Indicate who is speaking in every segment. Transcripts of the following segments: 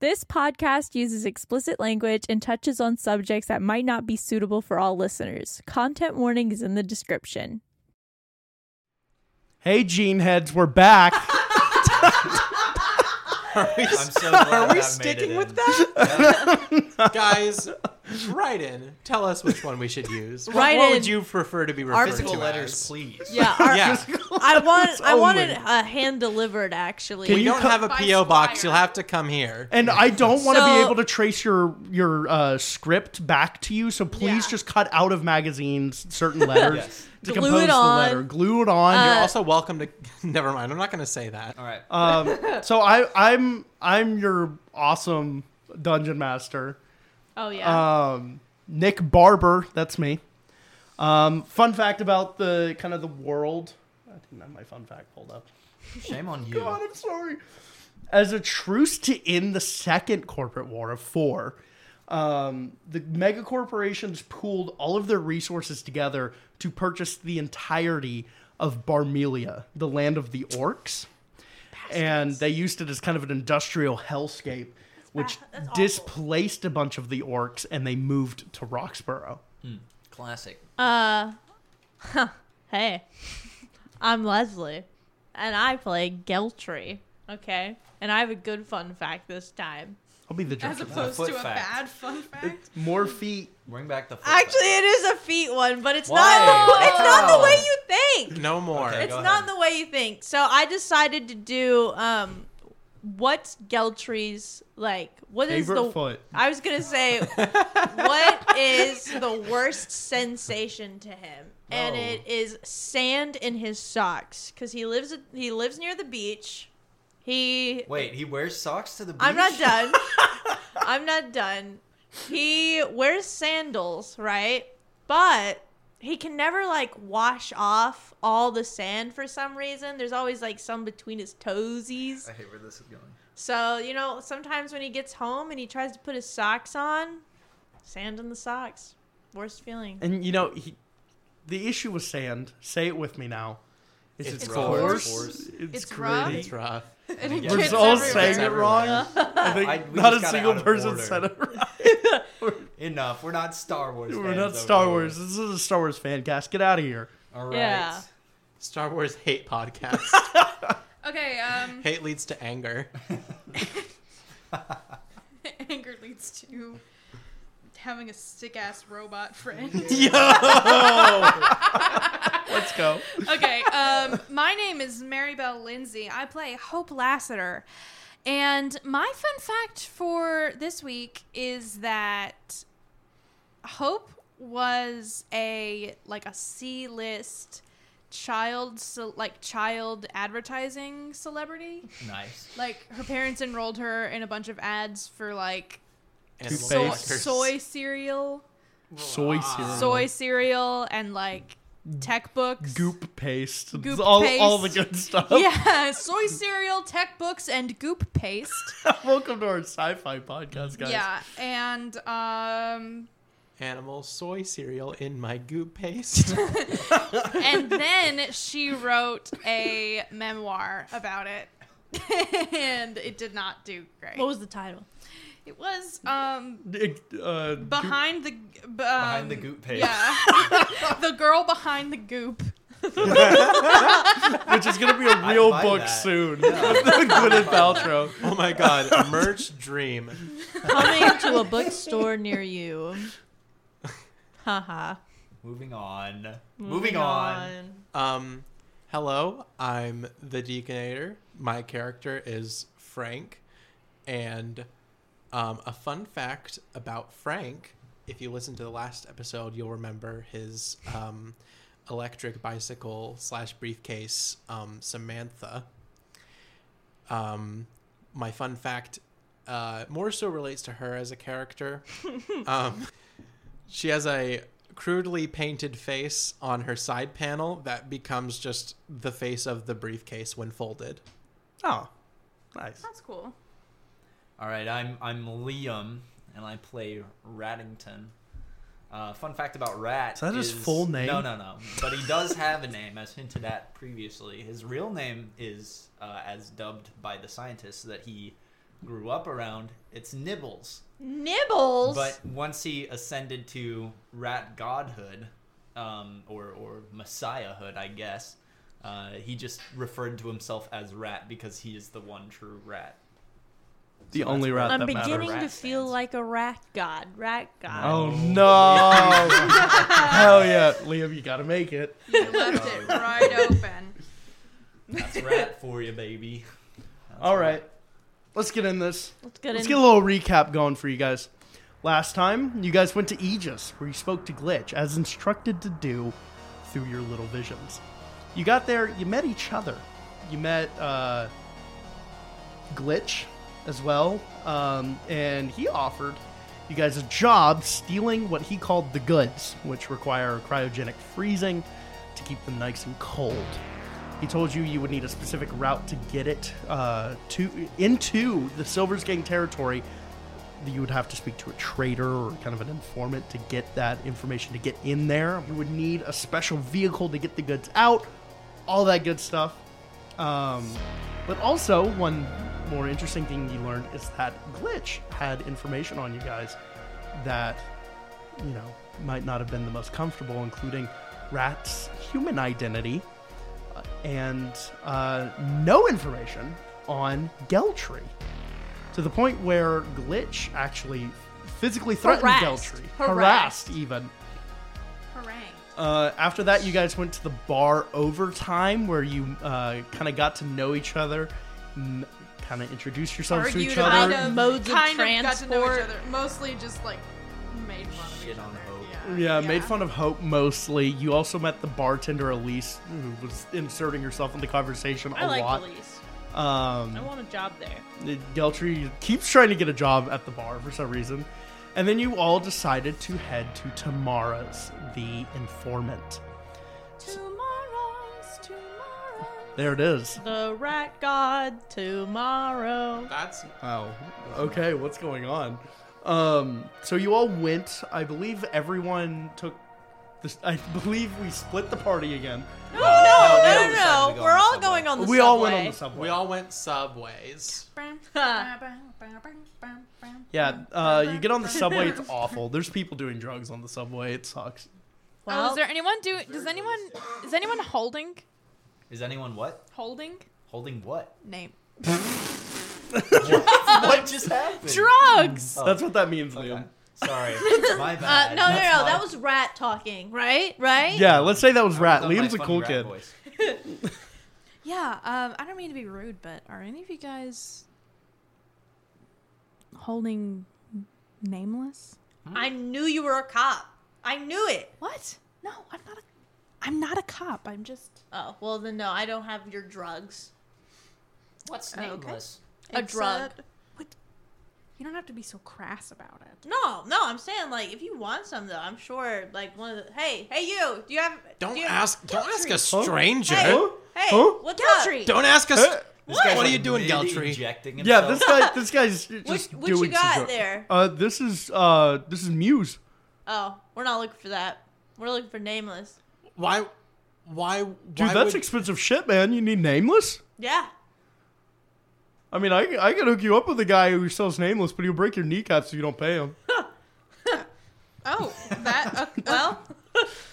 Speaker 1: This podcast uses explicit language and touches on subjects that might not be suitable for all listeners. Content warning is in the description.
Speaker 2: Hey, Gene heads, we're back.
Speaker 3: I'm so
Speaker 4: Are
Speaker 3: glad that
Speaker 4: we
Speaker 3: made
Speaker 4: sticking
Speaker 3: it
Speaker 4: with
Speaker 3: in.
Speaker 4: that? Guys, write in. Tell us which one we should use. What,
Speaker 1: Write
Speaker 4: what
Speaker 1: in.
Speaker 4: would you prefer to be referred
Speaker 3: Physical
Speaker 4: to
Speaker 3: letters,
Speaker 4: as?
Speaker 3: please.
Speaker 5: Yeah, our,
Speaker 4: Yeah.
Speaker 5: I want I want
Speaker 2: only.
Speaker 5: it uh, hand delivered actually.
Speaker 2: Can
Speaker 4: We
Speaker 2: you
Speaker 4: don't
Speaker 2: co-
Speaker 4: have a
Speaker 5: By
Speaker 4: P.O. box.
Speaker 5: Squire.
Speaker 4: You'll have to come here.
Speaker 2: And I don't want to be
Speaker 5: So-
Speaker 2: able to trace your your uh, script back to you, so please
Speaker 5: Yeah.
Speaker 2: just cut out of magazines certain letters
Speaker 3: Yes.
Speaker 2: to
Speaker 5: Glue it
Speaker 2: compose
Speaker 5: on. Uh,
Speaker 2: the letter. Glue it on.
Speaker 4: You're also welcome to. Never mind. I'm not going to say that.
Speaker 3: All right.
Speaker 2: so I I'm I'm your awesome dungeon master,
Speaker 5: Oh yeah.
Speaker 2: Nick Barber. That's me. Um, fun fact about the kind of the world. I didn't have my fun fact pulled up.
Speaker 3: Shame on you.
Speaker 2: God, I'm sorry. As a truce to end the second corporate war of four, um, the mega corporations pooled all of their resources together to purchase the entirety of Barmelia, the land of the orcs. And they used it as kind of an industrial hellscape, which displaced a bunch of the orcs and they moved to Roxborough.
Speaker 3: Classic.
Speaker 5: Uh, hey, I'm Leslie, and I play Geltry. Okay, and I have a good fun fact this time.
Speaker 2: I'll be the judge
Speaker 5: As
Speaker 2: of that.
Speaker 5: opposed-
Speaker 3: Close to a
Speaker 5: bad
Speaker 3: fun fact.
Speaker 2: More feet.
Speaker 3: Bring back the foot
Speaker 5: Actually, it is a feet one, but it's
Speaker 3: Why?
Speaker 5: not. It's not the
Speaker 3: Wow.
Speaker 5: way you think.
Speaker 4: No more.
Speaker 3: Okay,
Speaker 5: it's
Speaker 3: go
Speaker 5: not
Speaker 3: ahead.
Speaker 5: the way you think. So I decided to do um, what's Geltry's like? What is
Speaker 2: Favorite
Speaker 5: the?
Speaker 2: foot.
Speaker 5: I was gonna say, what is the worst sensation to him? And
Speaker 3: Oh.
Speaker 5: it is sand in his socks because he lives he lives near the beach. He
Speaker 3: Wait, he wears socks to the beach?
Speaker 5: I'm not done. I'm not done. He wears sandals, right? But he can never like wash off all the sand for some reason. There's always like some between his toesies.
Speaker 3: I hate where this is going.
Speaker 5: So, you know, sometimes when he gets home and he tries to put his socks on, sand in the socks. Worst feeling.
Speaker 2: And you know, he, the issue with sand. Say it with me now. Is it's,
Speaker 3: It's rough.
Speaker 2: coarse.
Speaker 3: It's coarse.
Speaker 2: It's,
Speaker 5: It's rough.
Speaker 2: gritty.
Speaker 4: It's rough.
Speaker 5: And it
Speaker 3: We're
Speaker 2: We're
Speaker 5: gets
Speaker 2: just all
Speaker 5: everywhere.
Speaker 2: saying it
Speaker 3: Everywhere.
Speaker 2: wrong. I think
Speaker 3: I- we
Speaker 2: not
Speaker 3: just
Speaker 2: a
Speaker 3: got it
Speaker 2: single
Speaker 3: out of
Speaker 2: person
Speaker 3: order.
Speaker 2: said it right.
Speaker 3: Enough. We're not Star Wars.
Speaker 2: We're
Speaker 3: fans
Speaker 2: not
Speaker 3: over
Speaker 2: Star
Speaker 3: here.
Speaker 2: Wars. This is a Star Wars fan cast. Get out of here.
Speaker 3: All right.
Speaker 5: Yeah.
Speaker 4: Star Wars hate podcast.
Speaker 6: Okay, um,
Speaker 4: hate leads to anger.
Speaker 6: anger leads to having a sick ass robot friend.
Speaker 2: Let's go.
Speaker 6: okay, um, my name is Maribel Lindsay. I play Hope Lassiter. And my fun fact for this week is that Hope was a like a C list child ce- like child advertising celebrity.
Speaker 3: Nice.
Speaker 6: Like her parents enrolled her in a bunch of ads for like
Speaker 4: Animal
Speaker 2: Soy-
Speaker 6: soy,
Speaker 4: crackers.
Speaker 6: soy cereal,
Speaker 2: Soy cereal.
Speaker 6: soy cereal, and like tech books.
Speaker 2: Goop paste. It's
Speaker 6: Goop
Speaker 2: all, all the
Speaker 6: paste.
Speaker 2: good stuff.
Speaker 3: Oh.
Speaker 6: Yeah, soy cereal, tech books, and goop paste.
Speaker 2: Welcome to our sci-fi podcast, guys.
Speaker 6: Yeah, and um,
Speaker 4: Animal soy cereal in my goo paste.
Speaker 6: and then she wrote a memoir about it, and it did not do great.
Speaker 5: What was the title?
Speaker 6: it was um
Speaker 2: It, uh, goop-
Speaker 6: behind the um,
Speaker 3: Behind the goop page.
Speaker 6: Yeah, the girl behind the goop.
Speaker 2: which is gonna be a real
Speaker 3: buy
Speaker 2: book
Speaker 3: that.
Speaker 2: soon. Gwyneth Paltrow.
Speaker 4: oh my god, a merch dream.
Speaker 5: Coming to a bookstore near you. Haha.
Speaker 3: Moving on. Moving, on.
Speaker 4: Um, hello, I'm the Deaconator. My character is Frank. And um, a fun fact about Frank if you listen to the last episode, you'll remember his um, electric bicycle slash briefcase, um, Samantha. Um, my fun fact uh, more so relates to her as a character. um, she has a crudely painted face on her side panel that becomes just the face of the briefcase when folded.
Speaker 2: Oh, nice.
Speaker 6: That's cool.
Speaker 3: All right, I'm I'm Liam, and I play Rattington. Uh, fun fact about Rat.
Speaker 2: Is that his
Speaker 3: is,
Speaker 2: full name?
Speaker 3: No, no, no. But he does have a name, as hinted at previously. His real name is, uh, as dubbed by the scientists, that he grew up around. It's Nibbles.
Speaker 5: Nibbles.
Speaker 3: But once he ascended to rat godhood, um, or or messiahhood, I guess, uh, he just referred to himself as rat because he is the one true rat.
Speaker 2: The only rat
Speaker 5: I'm
Speaker 2: that matters.
Speaker 5: beginning
Speaker 3: Rat
Speaker 5: to feel
Speaker 3: fans.
Speaker 5: like a rat god. Rat god.
Speaker 2: Oh no! Hell yeah, Liam, you gotta make it.
Speaker 6: You left it right open.
Speaker 3: That's rat for you, baby. That's
Speaker 2: All
Speaker 3: rat.
Speaker 2: right, let's get in this.
Speaker 5: Let's get
Speaker 2: Let's
Speaker 5: in.
Speaker 2: get a little recap going for you guys. Last time, you guys went to Aegis, where you spoke to Glitch, as instructed to do through your little visions. You got there, you met each other. You met uh, Glitch as well, um, and he offered you guys a job stealing what he called the goods, which require cryogenic freezing to keep them nice and cold. He told you you would need a specific route to get it uh, to into the Silver's Gang territory. You would have to speak to a trader or kind of an informant to get that information to get in there. You would need a special vehicle to get the goods out, all that good stuff. Um, but also, one more interesting thing you learned is that Glitch had information on you guys that, you know, might not have been the most comfortable, including Rat's human identity and uh, no information on Geltry. To the point where Glitch actually physically threatened
Speaker 5: Harassed.
Speaker 2: Geltry.
Speaker 5: Harassed.
Speaker 2: Harassed, even.
Speaker 6: Harangue.
Speaker 2: Uh, after that, you guys went to the bar overtime where you uh, kind of got to know each other, m- kind of introduced yourselves to
Speaker 6: Argued
Speaker 2: each
Speaker 6: about
Speaker 2: other.
Speaker 6: of,
Speaker 5: modes of
Speaker 6: kind got to know each
Speaker 5: transport.
Speaker 6: other. Mostly just like made fun of
Speaker 3: Shit
Speaker 6: each
Speaker 3: on
Speaker 6: other.
Speaker 3: Hope.
Speaker 2: Yeah, made fun of Hope mostly. You also met the bartender Elise, who was inserting herself in the conversation
Speaker 5: I
Speaker 2: a
Speaker 5: like
Speaker 2: lot.
Speaker 5: Elise.
Speaker 2: Um,
Speaker 5: I want a job there.
Speaker 2: Geltry keeps trying to get a job at the bar for some reason. And then you all decided to head to Tamara's, the informant.
Speaker 5: Tomorrow's tomorrow.
Speaker 2: There it is.
Speaker 5: The rat god tomorrow.
Speaker 4: That's
Speaker 2: Wow. Okay, what's going on? Um, so you all went. I believe everyone took. This, I believe we split the party again.
Speaker 5: No, Oh, no,
Speaker 3: we all
Speaker 5: no,
Speaker 3: decided
Speaker 5: no,
Speaker 3: to go on
Speaker 5: no. We're
Speaker 3: the
Speaker 5: all
Speaker 3: subway.
Speaker 5: going on the
Speaker 2: we
Speaker 5: subway.
Speaker 2: all went on the subway.
Speaker 4: we all went subways.
Speaker 2: yeah, uh, you get on the subway. It's awful. There's people doing drugs on the subway. It sucks.
Speaker 6: Oh,
Speaker 5: Well,
Speaker 6: is there anyone do? Does anyone is anyone holding?
Speaker 3: Is anyone what?
Speaker 6: Holding
Speaker 3: Holding what?
Speaker 6: name
Speaker 3: what just happened?
Speaker 6: drugs.
Speaker 3: Oh,
Speaker 2: That's what that means,
Speaker 3: okay.
Speaker 2: Liam.
Speaker 3: Sorry, my
Speaker 5: uh,
Speaker 3: bad.
Speaker 5: no, no, no.
Speaker 3: That's my-
Speaker 5: That was rat talking, right? Right?
Speaker 2: Yeah, let's say that was Rat.
Speaker 3: that was my
Speaker 2: Liam's a
Speaker 3: funny
Speaker 2: cool
Speaker 3: rat
Speaker 2: kid.
Speaker 3: voice.
Speaker 6: Yeah. Um. I don't mean to be rude, but are any of you guys holding nameless?
Speaker 5: I knew you were a cop. I knew it.
Speaker 6: What? No, I'm not. A, I'm not a cop. I'm just.
Speaker 5: Oh well, then no. I don't have your drugs.
Speaker 3: What's
Speaker 6: okay.
Speaker 3: nameless?
Speaker 5: A drug.
Speaker 6: uh, what? You don't have to be so crass about it.
Speaker 5: No, no. I'm saying like if you want some though, I'm sure like one of the. Hey, hey, you. Do you have?
Speaker 4: Don't
Speaker 5: do you
Speaker 4: ask. Don't ask a
Speaker 2: Huh?
Speaker 4: stranger.
Speaker 5: Hey,
Speaker 2: Huh?
Speaker 5: hey,
Speaker 2: Huh?
Speaker 5: what's up?
Speaker 4: Don't ask us.
Speaker 2: Huh?
Speaker 3: This
Speaker 4: What?
Speaker 3: guy's,
Speaker 4: What are
Speaker 3: like,
Speaker 4: you doing, Geltry?
Speaker 3: mid-injecting
Speaker 2: Yeah,
Speaker 3: himself.
Speaker 2: this guy, this guy's just
Speaker 5: What
Speaker 2: doing
Speaker 5: you got
Speaker 2: some dr-
Speaker 5: there?
Speaker 2: Uh, this is uh, this is Muse.
Speaker 5: Oh, we're not looking for that. We're looking for nameless.
Speaker 4: Why? Why?
Speaker 2: Dude,
Speaker 4: why
Speaker 2: that's
Speaker 4: would-
Speaker 2: expensive shit, man. You need nameless.
Speaker 5: Yeah.
Speaker 2: I mean, I I could hook you up with a guy who sells nameless, but he'll break your kneecaps if you don't pay him.
Speaker 6: Oh, that. Okay.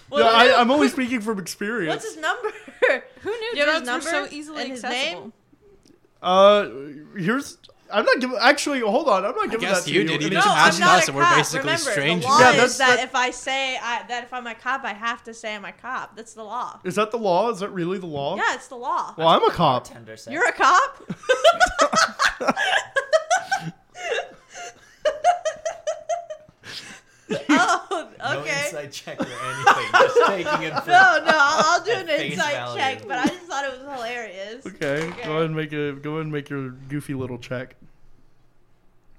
Speaker 5: Well.
Speaker 2: Yeah, I, I'm only speaking from experience.
Speaker 5: What's his number?
Speaker 6: Who knew
Speaker 5: You know his
Speaker 6: drugs were so
Speaker 5: number
Speaker 6: easily
Speaker 5: and his
Speaker 6: accessible?
Speaker 5: name?
Speaker 2: uh, here's. I'm not giving. Actually, hold on. I'm not giving
Speaker 4: guess
Speaker 2: that to
Speaker 4: you
Speaker 2: you.
Speaker 4: did.
Speaker 2: And
Speaker 4: You
Speaker 5: No,
Speaker 2: it's-
Speaker 4: just
Speaker 5: I'm
Speaker 4: asked
Speaker 5: not
Speaker 4: us
Speaker 5: a
Speaker 4: and we're
Speaker 5: cop.
Speaker 4: basically
Speaker 5: Remember,
Speaker 4: strangers.
Speaker 5: The law
Speaker 2: Yeah, that's-
Speaker 5: is that,
Speaker 2: that-
Speaker 5: if I say I, that if I'm a cop, I have to say I'm a cop. That's the law.
Speaker 2: Is that the law? Is that really the law?
Speaker 5: Yeah, it's the law.
Speaker 2: Well, I'm a cop.
Speaker 3: Bartender said.
Speaker 5: You're a cop. oh,
Speaker 3: No
Speaker 5: okay.
Speaker 3: inside check or anything. Just taking him for
Speaker 5: No, no, I'll I'll do an
Speaker 3: At face
Speaker 5: insight
Speaker 3: value.
Speaker 5: check, but I just thought it was hilarious.
Speaker 2: Okay, go ahead and make a go ahead and make your goofy little check.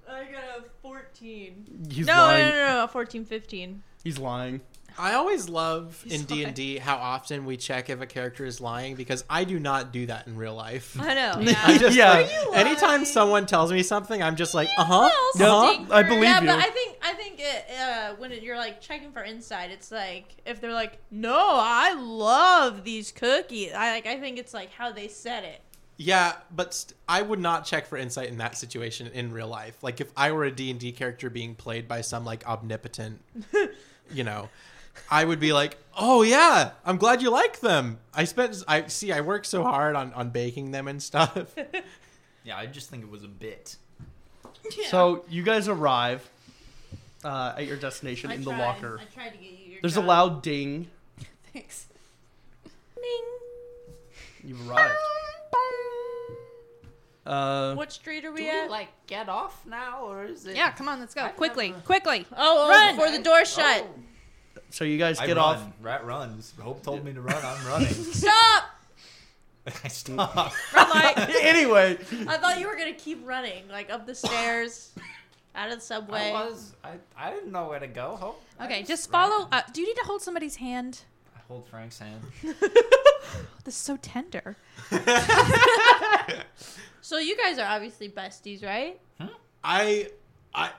Speaker 5: I got a 14.
Speaker 2: He's
Speaker 5: No, no,
Speaker 2: lying.
Speaker 5: no, no, no, 14, 15.
Speaker 2: He's lying.
Speaker 4: I always love
Speaker 6: He's
Speaker 4: in D and D how often we check if a character is lying because I do not do that in real life.
Speaker 5: I know.
Speaker 4: I just
Speaker 2: Yeah.
Speaker 4: like,
Speaker 5: Are you
Speaker 4: anytime
Speaker 5: lying?
Speaker 4: someone tells me something, I'm just like, uh huh,
Speaker 6: Well,
Speaker 4: uh huh.
Speaker 6: stinker.
Speaker 2: Uh-huh. I believe
Speaker 5: yeah,
Speaker 2: you.
Speaker 5: but I think I think it, uh, when it, you're like checking for insight, it's like if they're like, "No, I love these cookies." I like I think it's like how they said it.
Speaker 4: Yeah, but st- I would not check for insight in that situation in real life. Like if I were a D&D character being played by some like omnipotent, you know, I would be like, "Oh yeah, I'm glad you like them. I spent I see I worked so hard on on baking them and stuff."
Speaker 3: Yeah, I just think it was a bit.
Speaker 2: So you guys arrive uh, at your destination in the locker.
Speaker 5: tried to get you your
Speaker 2: There's a loud ding.
Speaker 6: Thanks.
Speaker 2: You've arrived. Uh,
Speaker 5: What street are we
Speaker 3: Do we,
Speaker 5: at?
Speaker 3: like get off now, or is it?
Speaker 6: Yeah, come on, let's go
Speaker 3: I've
Speaker 6: quickly,
Speaker 3: never-
Speaker 6: quickly.
Speaker 5: oh, oh,
Speaker 6: Run!
Speaker 5: before the door shut.
Speaker 2: so you guys
Speaker 3: I
Speaker 2: get
Speaker 3: run.
Speaker 2: off.
Speaker 3: Rat runs. Hope told me to run. I'm running.
Speaker 5: Stop!
Speaker 3: I stop.
Speaker 5: I'm like,
Speaker 2: anyway,
Speaker 5: I thought you were gonna keep running, like up the stairs, out of the
Speaker 3: I
Speaker 5: subway.
Speaker 3: was. I, I didn't know where to go. Hope. I
Speaker 6: Okay, just
Speaker 3: ran.
Speaker 6: follow. Uh, do you need to hold somebody's hand? Oh,
Speaker 3: I hold Frank's hand.
Speaker 6: This is so tender.
Speaker 5: So you guys are obviously besties, right?
Speaker 4: I I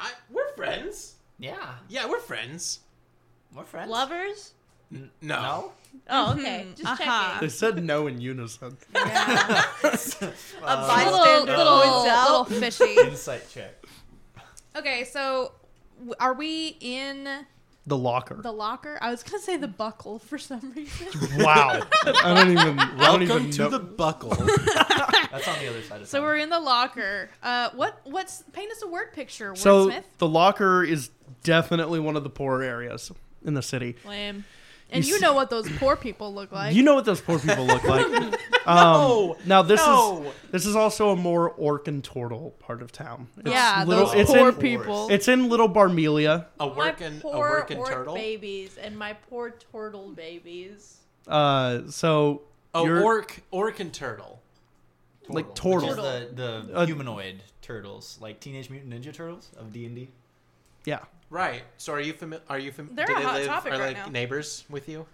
Speaker 4: I we're friends.
Speaker 3: Yeah,
Speaker 4: Yeah, we're friends.
Speaker 3: we're friends.
Speaker 5: Lovers?
Speaker 4: N-
Speaker 3: No.
Speaker 5: Oh, okay. Just checking.
Speaker 6: Mhm. Aha.
Speaker 2: they said no in unison.
Speaker 3: Uh,
Speaker 5: A
Speaker 2: uh,
Speaker 6: little,
Speaker 5: bystander
Speaker 2: Oh,
Speaker 6: little,
Speaker 5: points out.
Speaker 6: little fishy.
Speaker 3: Insight check.
Speaker 6: Okay, so w- are we in
Speaker 2: The locker.
Speaker 6: the locker? I was gonna say the buckle for some reason.
Speaker 2: Wow. I don't even. Welcome I don't even
Speaker 4: Welcome to
Speaker 2: know.
Speaker 4: the buckle.
Speaker 3: That's on the other side of
Speaker 6: so
Speaker 3: town.
Speaker 6: we're in the locker. Uh, what? What's? Paint us a word picture,
Speaker 2: So
Speaker 6: wordsmith.
Speaker 2: the locker is definitely one of the poorer areas in the city.
Speaker 5: Lame.
Speaker 6: And
Speaker 2: you
Speaker 6: you
Speaker 2: s-
Speaker 6: know what those poor people look like.
Speaker 2: You know what those poor people look like.
Speaker 4: No,
Speaker 2: Um, now this
Speaker 4: no.
Speaker 2: is this is also a more orc and turtle part of town. It's
Speaker 6: yeah,
Speaker 2: little,
Speaker 6: those
Speaker 2: it's
Speaker 6: poor
Speaker 2: in,
Speaker 6: people.
Speaker 2: It's in Little Barmelia.
Speaker 4: a
Speaker 5: My
Speaker 4: working a
Speaker 5: poor
Speaker 4: working
Speaker 5: orc
Speaker 4: turtle.
Speaker 5: babies and my poor turtle babies.
Speaker 2: Uh, so
Speaker 4: Oh,
Speaker 2: you're
Speaker 4: orc orc and turtle.
Speaker 2: like
Speaker 3: Which is
Speaker 2: turtle.
Speaker 3: the, the
Speaker 2: Uh,
Speaker 3: humanoid turtles, like Teenage Mutant Ninja Turtles of D and D.
Speaker 2: Yeah.
Speaker 4: Right. So are you familiar? Are you familiar?
Speaker 6: They're a hot topic
Speaker 4: are
Speaker 6: right
Speaker 4: like
Speaker 6: now.
Speaker 4: neighbors with you?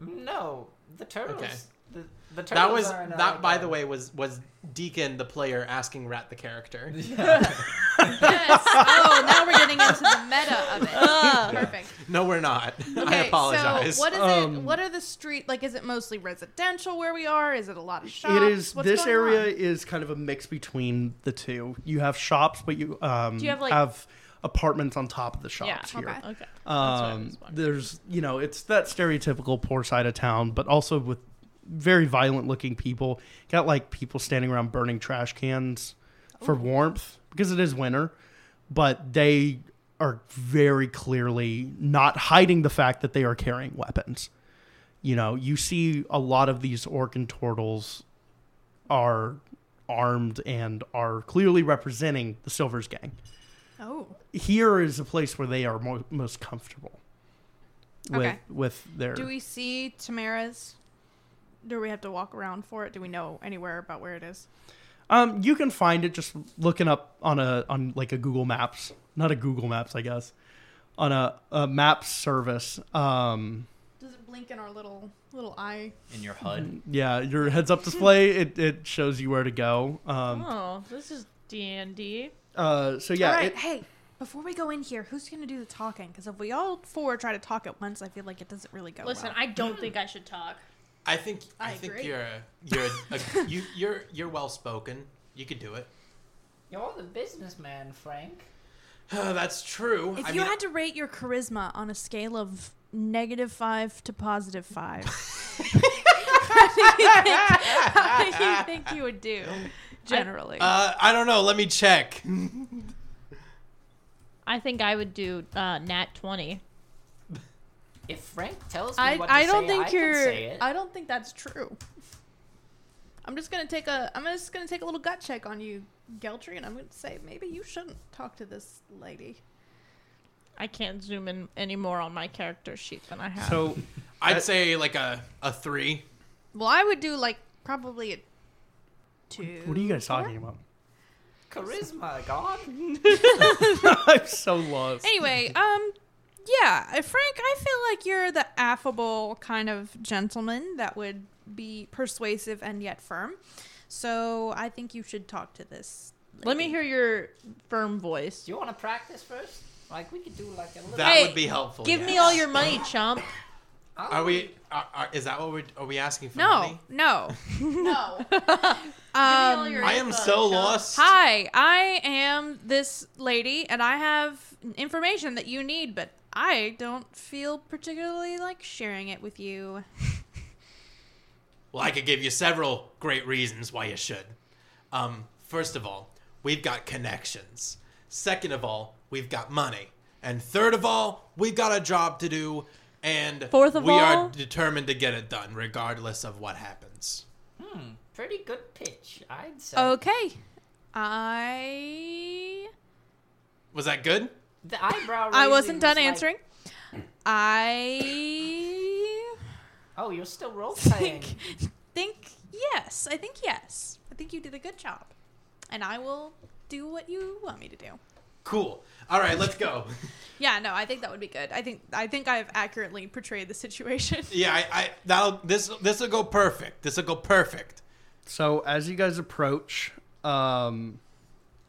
Speaker 3: No, the turtles.
Speaker 4: Okay.
Speaker 3: The, the turtles
Speaker 4: That was
Speaker 3: are in
Speaker 4: that. By
Speaker 3: Armageddon.
Speaker 4: the way, was was Deacon the player asking Rat the character?
Speaker 6: yes. Oh, now we're getting into the meta of it. Perfect.
Speaker 4: No, we're not. I
Speaker 6: Okay,
Speaker 4: apologize.
Speaker 6: So what is it?
Speaker 2: Um,
Speaker 6: What are the street like? Is it mostly residential where we are? Is it a lot of shops?
Speaker 2: It is.
Speaker 6: What's
Speaker 2: this
Speaker 6: going
Speaker 2: area
Speaker 6: on?
Speaker 2: is kind of a mix between the two. You have shops, but you um
Speaker 5: Do you have, like-
Speaker 2: apartments on top of the shops here.
Speaker 6: okay.
Speaker 5: Okay. I
Speaker 2: Um,
Speaker 5: was wondering.
Speaker 2: there's you know it's that stereotypical poor side of town, but also with very violent looking people. Got like people standing around burning trash cans for warmth because it is winter, but they are very clearly not hiding the fact that they are carrying weapons. You know, you see a lot of these orc and turtles are armed and are clearly representing the Silver's Gang
Speaker 6: Oh,
Speaker 2: here is a place where they are mo- most comfortable with
Speaker 6: Okay.
Speaker 2: with their
Speaker 6: do we see Tamara's? Do we have to walk around for it? Do we know anywhere about where it is?
Speaker 2: um you can find it just looking up on a on like a google maps not a google maps i guess on a, a map service um
Speaker 6: Does it blink in our little little eye?
Speaker 3: in your HUD.
Speaker 2: yeah your heads up display it, it shows you where to go um
Speaker 5: Oh, this is D and D.
Speaker 2: uh so yeah
Speaker 6: all right.
Speaker 2: it-
Speaker 6: hey, before we go in here, who's gonna do the talking? Because if we all four try to talk at once, I feel like it doesn't really go.
Speaker 5: Listen,
Speaker 6: well.
Speaker 5: I don't think I should talk.
Speaker 4: I think I,
Speaker 6: I
Speaker 4: think
Speaker 6: agree.
Speaker 4: you're a, you're a, you you're you're well spoken. You could do it.
Speaker 3: You're the businessman, Frank.
Speaker 4: That's true.
Speaker 6: If
Speaker 4: I
Speaker 6: you
Speaker 4: mean,
Speaker 6: had to rate your charisma on a scale of negative five to positive five, how do you think you would do generally?
Speaker 4: uh, I don't know. Let me check.
Speaker 5: I think I would do uh, nat twenty.
Speaker 3: If Frank tells me
Speaker 6: I,
Speaker 3: what to
Speaker 6: I don't
Speaker 3: say,
Speaker 6: think
Speaker 3: I
Speaker 6: you're.
Speaker 3: Can say it.
Speaker 6: I don't think that's true. I'm just gonna take a. I'm just gonna take a little gut check on you, Geltry, and I'm gonna say maybe you shouldn't talk to this lady.
Speaker 5: I can't zoom in any more on my character sheet than I have.
Speaker 2: so
Speaker 4: I'd say like a a three.
Speaker 6: Well, I would do like probably a two.
Speaker 2: what are you guys talking about
Speaker 3: Charisma, God.
Speaker 2: i'm so lost
Speaker 6: Anyway, um, yeah, uh, Frank, I feel like you're the affable kind of gentleman that would be persuasive and yet firm. So I think you should talk to this.
Speaker 5: Let me
Speaker 6: lady.
Speaker 5: hear your firm voice.
Speaker 3: Do you want to practice first? Like we could do like a little.
Speaker 4: That
Speaker 5: Hey,
Speaker 4: would be helpful.
Speaker 5: Give me
Speaker 4: yes.
Speaker 5: all your money, chump.
Speaker 7: Oh,
Speaker 4: Are we? Are, are, is that what we're? Are we asking for
Speaker 6: No,
Speaker 4: money?
Speaker 6: no.
Speaker 5: No.
Speaker 6: Um,
Speaker 4: I am so lost.
Speaker 6: hi, I am this lady, and I have information that you need, but I don't feel particularly like sharing it with you.
Speaker 4: Well, I could give you several great reasons why you should. Um, first of all, we've got connections. Second of all, we've got money. And third of all, we've got a job to do. And
Speaker 1: Fourth of
Speaker 4: we
Speaker 1: all-
Speaker 4: are determined to get it done, regardless of what happens.
Speaker 3: Pretty good pitch, I'd say.
Speaker 6: Okay, I
Speaker 4: Was that good?
Speaker 3: The eyebrow.
Speaker 6: I
Speaker 3: raising
Speaker 6: wasn't
Speaker 3: was
Speaker 6: done
Speaker 3: like,
Speaker 6: answering. I
Speaker 3: oh, you're still role playing.
Speaker 6: think think yes. I think yes. I think you did a good job, and I will do what you want me to do.
Speaker 4: Cool. All right, let's go.
Speaker 6: Yeah, no, I think that would be good. I think I think I've accurately portrayed the situation.
Speaker 4: yeah, I, I that'll this this will go perfect. This will go perfect.
Speaker 2: So as you guys approach, um,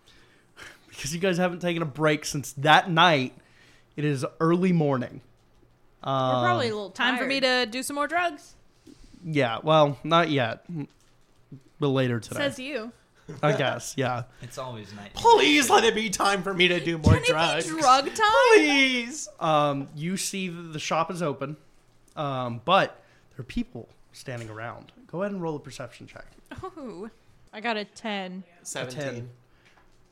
Speaker 2: because you guys haven't taken a break since that night, it is early morning. Um,
Speaker 5: We're probably a little
Speaker 6: Time for me
Speaker 5: tired.
Speaker 6: to do some more drugs.
Speaker 2: Yeah, well, not yet, but later today,
Speaker 6: Says you.
Speaker 2: I guess. Yeah.
Speaker 3: it's always night.
Speaker 4: Please let it be time for me to do more
Speaker 6: Can
Speaker 4: drugs.
Speaker 6: it be drug time?
Speaker 4: Please.
Speaker 2: Um, you see that the shop is open, um, but there are people standing around. Go ahead and roll a perception check.
Speaker 6: Ooh.
Speaker 1: I got a 10.
Speaker 4: Seventeen.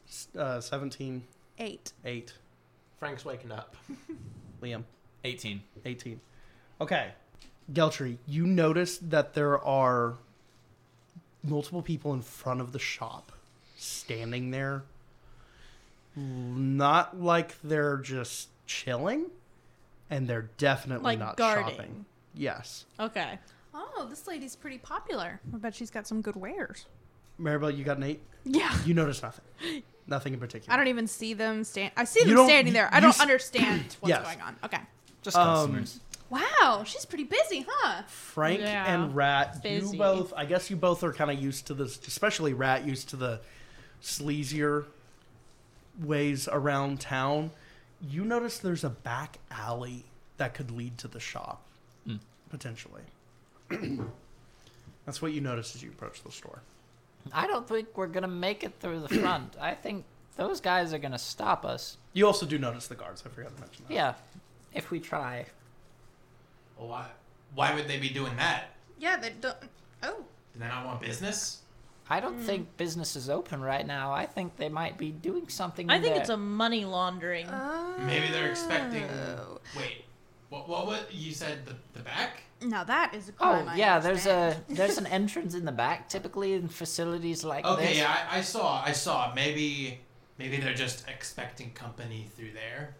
Speaker 2: S- Uh, 17,
Speaker 6: Eight.
Speaker 2: 8,
Speaker 4: Frank's waking up.
Speaker 2: Liam.
Speaker 3: 18.
Speaker 2: 18. Okay. Geltry, you notice that there are multiple people in front of the shop standing there. Not like they're just chilling, and they're definitely
Speaker 1: Like
Speaker 2: not
Speaker 1: guarding.
Speaker 2: shopping. Yes.
Speaker 1: Okay.
Speaker 6: Oh, this lady's pretty popular. I bet she's got some good wares.
Speaker 2: Maribel, you got an 8?
Speaker 6: Yeah.
Speaker 2: You notice nothing. Nothing in particular.
Speaker 6: I don't even see them stand. I see
Speaker 2: You
Speaker 6: them
Speaker 2: don't-
Speaker 6: standing
Speaker 2: you-
Speaker 6: there. I
Speaker 2: you
Speaker 6: don't
Speaker 2: s-
Speaker 6: understand what's
Speaker 2: Yes.
Speaker 6: going on. Okay.
Speaker 3: Just
Speaker 2: Um,
Speaker 3: customers.
Speaker 6: Wow, she's pretty busy, huh?
Speaker 2: Frank
Speaker 1: Yeah.
Speaker 2: and Rat,
Speaker 1: Busy.
Speaker 2: you both, I guess you both are kind of used to this, especially Rat, used to the sleazier ways around town. You notice there's a back alley that could lead to the shop, potentially. That's what you notice as you approach the store.
Speaker 7: I don't think we're gonna make it through the front. I think those guys are gonna stop us.
Speaker 2: You also do notice the guards. I forgot to mention that.
Speaker 7: Yeah, if we try.
Speaker 4: Well, why? Why would they be doing that?
Speaker 6: Yeah, they don't. Oh.
Speaker 4: Do they not want business?
Speaker 7: I
Speaker 6: Hmm.
Speaker 7: don't think business is open right now. I think they might be doing something.
Speaker 1: I
Speaker 7: in
Speaker 1: think
Speaker 7: there.
Speaker 1: it's a money laundering.
Speaker 6: Uh,
Speaker 4: Maybe they're expecting.
Speaker 6: Oh.
Speaker 4: Wait, what? What? what you said the, the back?
Speaker 6: Now that is a crime.
Speaker 7: Oh
Speaker 6: I
Speaker 7: yeah, there's
Speaker 6: understand.
Speaker 7: a there's an entrance in the back. Typically in facilities like
Speaker 4: Okay,
Speaker 7: this.
Speaker 4: yeah, I, I saw. I saw. Maybe, maybe they're just expecting company through there.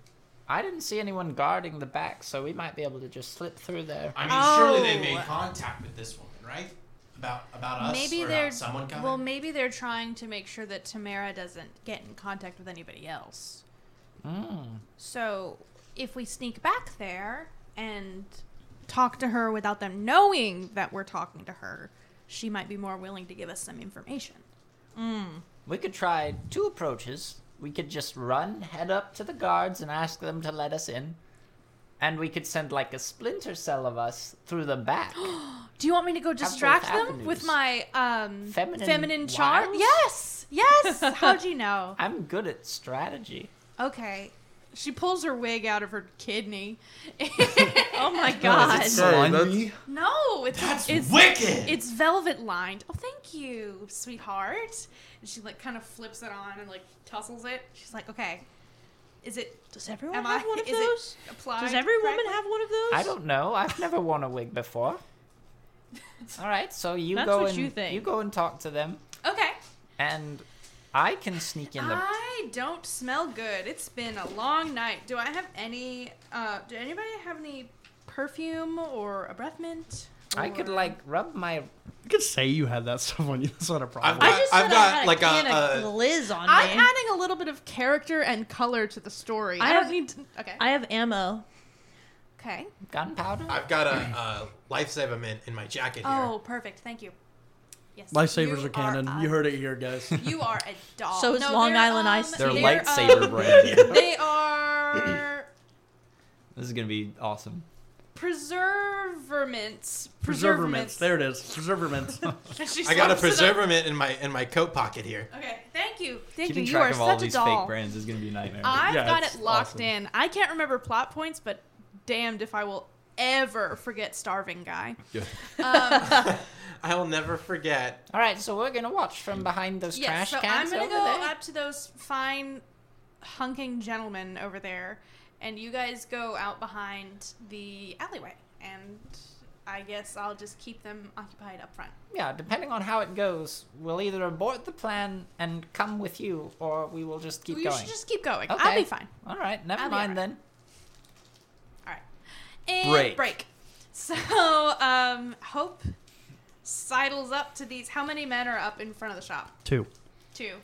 Speaker 7: I didn't see anyone guarding the back, so we might be able to just slip through there.
Speaker 4: I mean, surely they made contact with this woman, right? About about us
Speaker 6: Oh. Maybe
Speaker 4: or
Speaker 6: they're
Speaker 4: about someone coming.
Speaker 6: well. Maybe they're trying to make sure that Tamara doesn't get in contact with anybody else.
Speaker 7: Hmm.
Speaker 6: So if we sneak back there and talk to her without them knowing that we're talking to her, she might be more willing to give us some information.
Speaker 7: We could try two approaches. We could just run, head up to the guards, and ask them to let us in. And we could send like a splinter cell of us through the back.
Speaker 6: Do you want me to go
Speaker 7: both
Speaker 6: distract them with
Speaker 7: avenues.
Speaker 6: my um,
Speaker 7: Feminine
Speaker 6: feminine, charm?
Speaker 7: wiles?
Speaker 6: Yes, yes. How'd you know?
Speaker 7: I'm good at strategy.
Speaker 6: Okay. She pulls her wig out of her kidney.
Speaker 1: oh my
Speaker 6: God.
Speaker 1: god.
Speaker 6: No, it's
Speaker 4: That's
Speaker 6: it's,
Speaker 4: wicked!
Speaker 6: It's velvet lined. Oh, thank you, sweetheart. And she like kind of flips it on and like tussles it. She's like, okay, is it?
Speaker 1: Does everyone
Speaker 6: Am
Speaker 1: have
Speaker 6: I-
Speaker 1: one of
Speaker 6: is it
Speaker 1: those?
Speaker 6: applied
Speaker 1: Does every woman
Speaker 6: correctly?
Speaker 1: have one of those?
Speaker 7: I don't know. I've never worn a wig before. All right, so you
Speaker 1: That's
Speaker 7: go
Speaker 1: what
Speaker 7: and
Speaker 1: you think.
Speaker 7: go and talk to them,
Speaker 6: Okay.
Speaker 7: and I can sneak in the.
Speaker 6: I don't smell good. It's been a long night. Do I have any? Uh, do anybody have any perfume or a breath mint?
Speaker 7: I could like rub my.
Speaker 2: You could say you had that stuff on you. That's not a problem.
Speaker 1: I just
Speaker 4: I've
Speaker 1: said
Speaker 4: got
Speaker 1: I had
Speaker 4: like
Speaker 1: a can
Speaker 4: a-
Speaker 1: of
Speaker 4: a-
Speaker 1: Liz on
Speaker 6: I'm
Speaker 1: me.
Speaker 6: adding a little bit of character and color to the story. I,
Speaker 1: I
Speaker 6: don't
Speaker 1: have-
Speaker 6: need. To, okay.
Speaker 1: I have ammo.
Speaker 6: okay.
Speaker 7: Gunpowder?
Speaker 4: I've got a, a lifesaver mint in my jacket here.
Speaker 6: Oh, perfect. Thank you. Yes.
Speaker 2: Lifesavers
Speaker 6: you
Speaker 2: are canon.
Speaker 6: a-
Speaker 2: You heard it here, guys.
Speaker 6: You are a doll.
Speaker 1: So is Long
Speaker 6: they're, uh,
Speaker 1: Island Ice
Speaker 3: They're
Speaker 1: They're,
Speaker 3: lightsaber branded.
Speaker 6: they are.
Speaker 3: This is gonna be awesome.
Speaker 6: preserverments.
Speaker 2: Preserverments. There it is. Preserverments.
Speaker 6: She
Speaker 4: I got a
Speaker 6: slurps it up.
Speaker 4: preservative in my in my coat pocket here.
Speaker 6: Okay, thank you, thank you.
Speaker 3: Keeping
Speaker 6: You
Speaker 3: track
Speaker 6: are
Speaker 3: of all
Speaker 6: such a
Speaker 3: these
Speaker 6: doll.
Speaker 3: fake brands is gonna be a nightmare.
Speaker 6: I've
Speaker 2: Yeah,
Speaker 6: got
Speaker 2: it's
Speaker 6: it locked
Speaker 2: awesome.
Speaker 6: in. I can't remember plot points, but damned if I will ever forget Starving Guy.
Speaker 4: I will never forget.
Speaker 7: All right, so we're gonna watch from behind those
Speaker 6: Mm. Yes,
Speaker 7: trash
Speaker 6: so I'm
Speaker 7: cans
Speaker 6: gonna
Speaker 7: over
Speaker 6: go
Speaker 7: there.
Speaker 6: up to those fine, hunking gentlemen over there, and you guys go out behind the alleyway, and I guess I'll just keep them occupied up front.
Speaker 7: Yeah, depending on how it goes, we'll either abort the plan and come with you, or we will just keep
Speaker 6: you
Speaker 7: going.
Speaker 6: should just keep going.
Speaker 7: Okay.
Speaker 6: I'll be fine.
Speaker 7: All right, never
Speaker 6: I'll be
Speaker 7: mind
Speaker 6: alright.
Speaker 7: then.
Speaker 6: All right. And
Speaker 3: Break.
Speaker 6: break. So, um, Hope sidles up to these. How many men are up in front of the shop?
Speaker 2: Two.
Speaker 6: Two.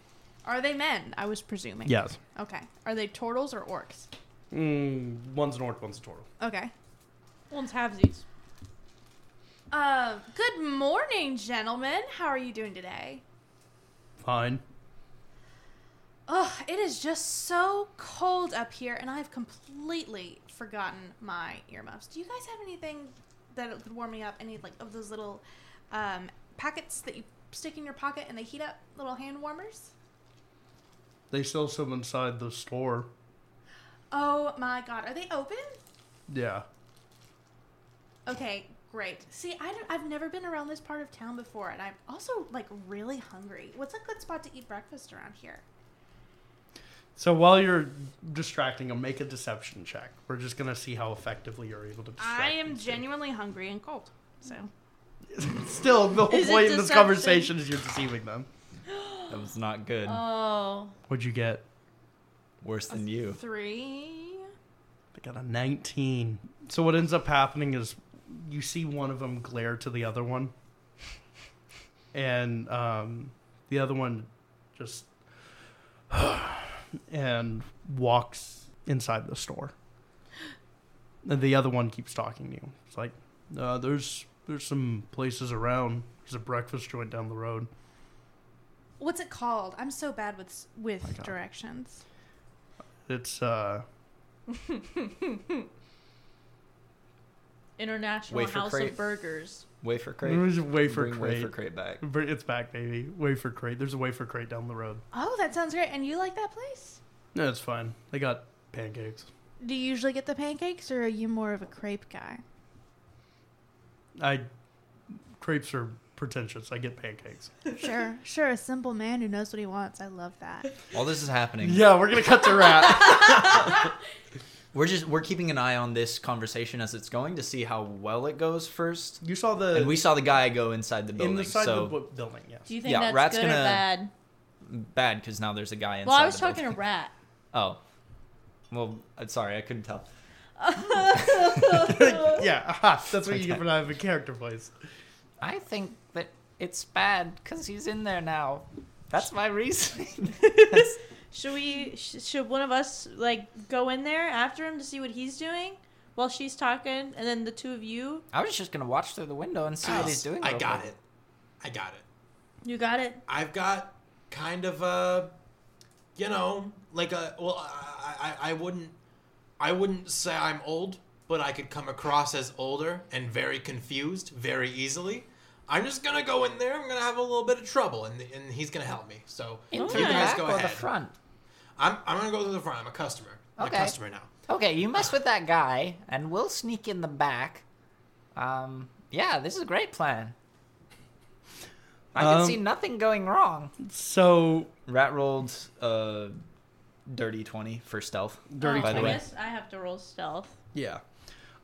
Speaker 6: Are they men? I was presuming.
Speaker 2: Yes.
Speaker 6: Okay. Are they turtles or orcs?
Speaker 2: Mm, one's an orc, one's a turtle.
Speaker 6: Okay. One's halvesies. Uh, good morning, gentlemen. How are you doing today?
Speaker 2: Fine.
Speaker 6: Ugh, it is just so cold up here, and I've completely forgotten my earmuffs. Do you guys have anything that would warm me up? Any like of those little um, packets that you stick in your pocket and they heat up? Little hand warmers?
Speaker 2: They sell some inside the store.
Speaker 6: Oh my god, are they open?
Speaker 2: Yeah.
Speaker 6: Okay, great. See, I don't, I've never been around this part of town before, and I'm also like really hungry. What's a good spot to eat breakfast around here?
Speaker 2: So while you're distracting them, make a deception check. We're just gonna see how effectively you're able to distract.
Speaker 6: I am
Speaker 2: these two.
Speaker 6: genuinely hungry and cold. So
Speaker 2: Still, the whole
Speaker 6: Is it
Speaker 2: point of this
Speaker 6: deception?
Speaker 2: conversation is you're deceiving them.
Speaker 3: That was not good.
Speaker 5: Oh.
Speaker 2: What'd you get?
Speaker 3: Worse than you.
Speaker 6: three.
Speaker 2: I got a 19. So what ends up happening is you see one of them glare to the other one, and um, the other one just and walks inside the store. And the other one keeps talking to you. It's like, uh, there's there's some places around. There's a breakfast joint down the road.
Speaker 6: What's it called? I'm so bad with s-
Speaker 2: My
Speaker 6: with
Speaker 2: God.
Speaker 6: directions.
Speaker 2: It's uh,
Speaker 5: International
Speaker 3: Wafer
Speaker 5: House
Speaker 3: crate.
Speaker 5: of Burgers.
Speaker 3: Wafer crate.
Speaker 2: it was a wafer
Speaker 3: Bring
Speaker 2: crate.
Speaker 3: wafer crate back.
Speaker 2: Br- It's back, baby. Wafer crate. There's a wafer crate down the road.
Speaker 6: Oh, that sounds great. And you like that place?
Speaker 2: No, it's fine. They got pancakes.
Speaker 6: Do you usually get the pancakes, or are you more of a crepe guy?
Speaker 2: I crepes are pretentious. I get pancakes.
Speaker 6: Sure, sure. A simple man who knows what he wants. I love that.
Speaker 3: All this is happening.
Speaker 2: Yeah, we're gonna cut the wrap.
Speaker 3: We're just we're keeping an eye on this conversation as it's going to see how well it goes first.
Speaker 2: you saw the
Speaker 3: And we saw the guy go inside the
Speaker 2: in
Speaker 3: building.
Speaker 2: the side
Speaker 3: so
Speaker 2: of the bu- building. Yes.
Speaker 5: Do you think
Speaker 3: Yeah,
Speaker 5: that's
Speaker 3: rat's
Speaker 5: good or
Speaker 3: gonna
Speaker 5: bad?
Speaker 3: bad because now there's a guy inside.
Speaker 5: Well, I was
Speaker 3: the
Speaker 5: talking to
Speaker 3: building.
Speaker 5: Rat.
Speaker 3: Oh, well, I'm sorry, I couldn't tell.
Speaker 2: yeah, aha, that's what you get for not having character voice.
Speaker 7: I think that it's bad because he's in there now. That's my reasoning.
Speaker 5: Should we? Sh- should one of us like go in there after him to see what he's doing while she's talking, and then the two of you?
Speaker 7: I was just gonna watch through the window and see what
Speaker 6: Oh,
Speaker 7: he's doing.
Speaker 4: I
Speaker 7: real
Speaker 4: got
Speaker 7: quick.
Speaker 4: it. I got it.
Speaker 5: You got it.
Speaker 4: I've got kind of a, you know, like a. Well, I, I, I wouldn't, I wouldn't say I'm old, but I could come across as older and very confused very easily. I'm just gonna go in there. I'm gonna have a little bit of trouble, and and he's gonna help me. So
Speaker 7: In
Speaker 5: Okay.
Speaker 7: through the
Speaker 5: You guys
Speaker 7: back
Speaker 4: go
Speaker 7: or the
Speaker 4: ahead.
Speaker 7: front?
Speaker 4: I'm I'm gonna go to the front. I'm a customer. I'm
Speaker 7: Okay.
Speaker 4: a customer now.
Speaker 7: Okay, you mess with that guy, and we'll sneak in the back. Um, yeah, this is a great plan. I can
Speaker 2: Um,
Speaker 7: see nothing going wrong.
Speaker 2: So
Speaker 3: Rat rolled uh, dirty twenty for stealth.
Speaker 2: dirty.
Speaker 5: Oh,
Speaker 3: by the
Speaker 5: I
Speaker 3: way.
Speaker 5: guess I have to roll stealth.
Speaker 2: Yeah.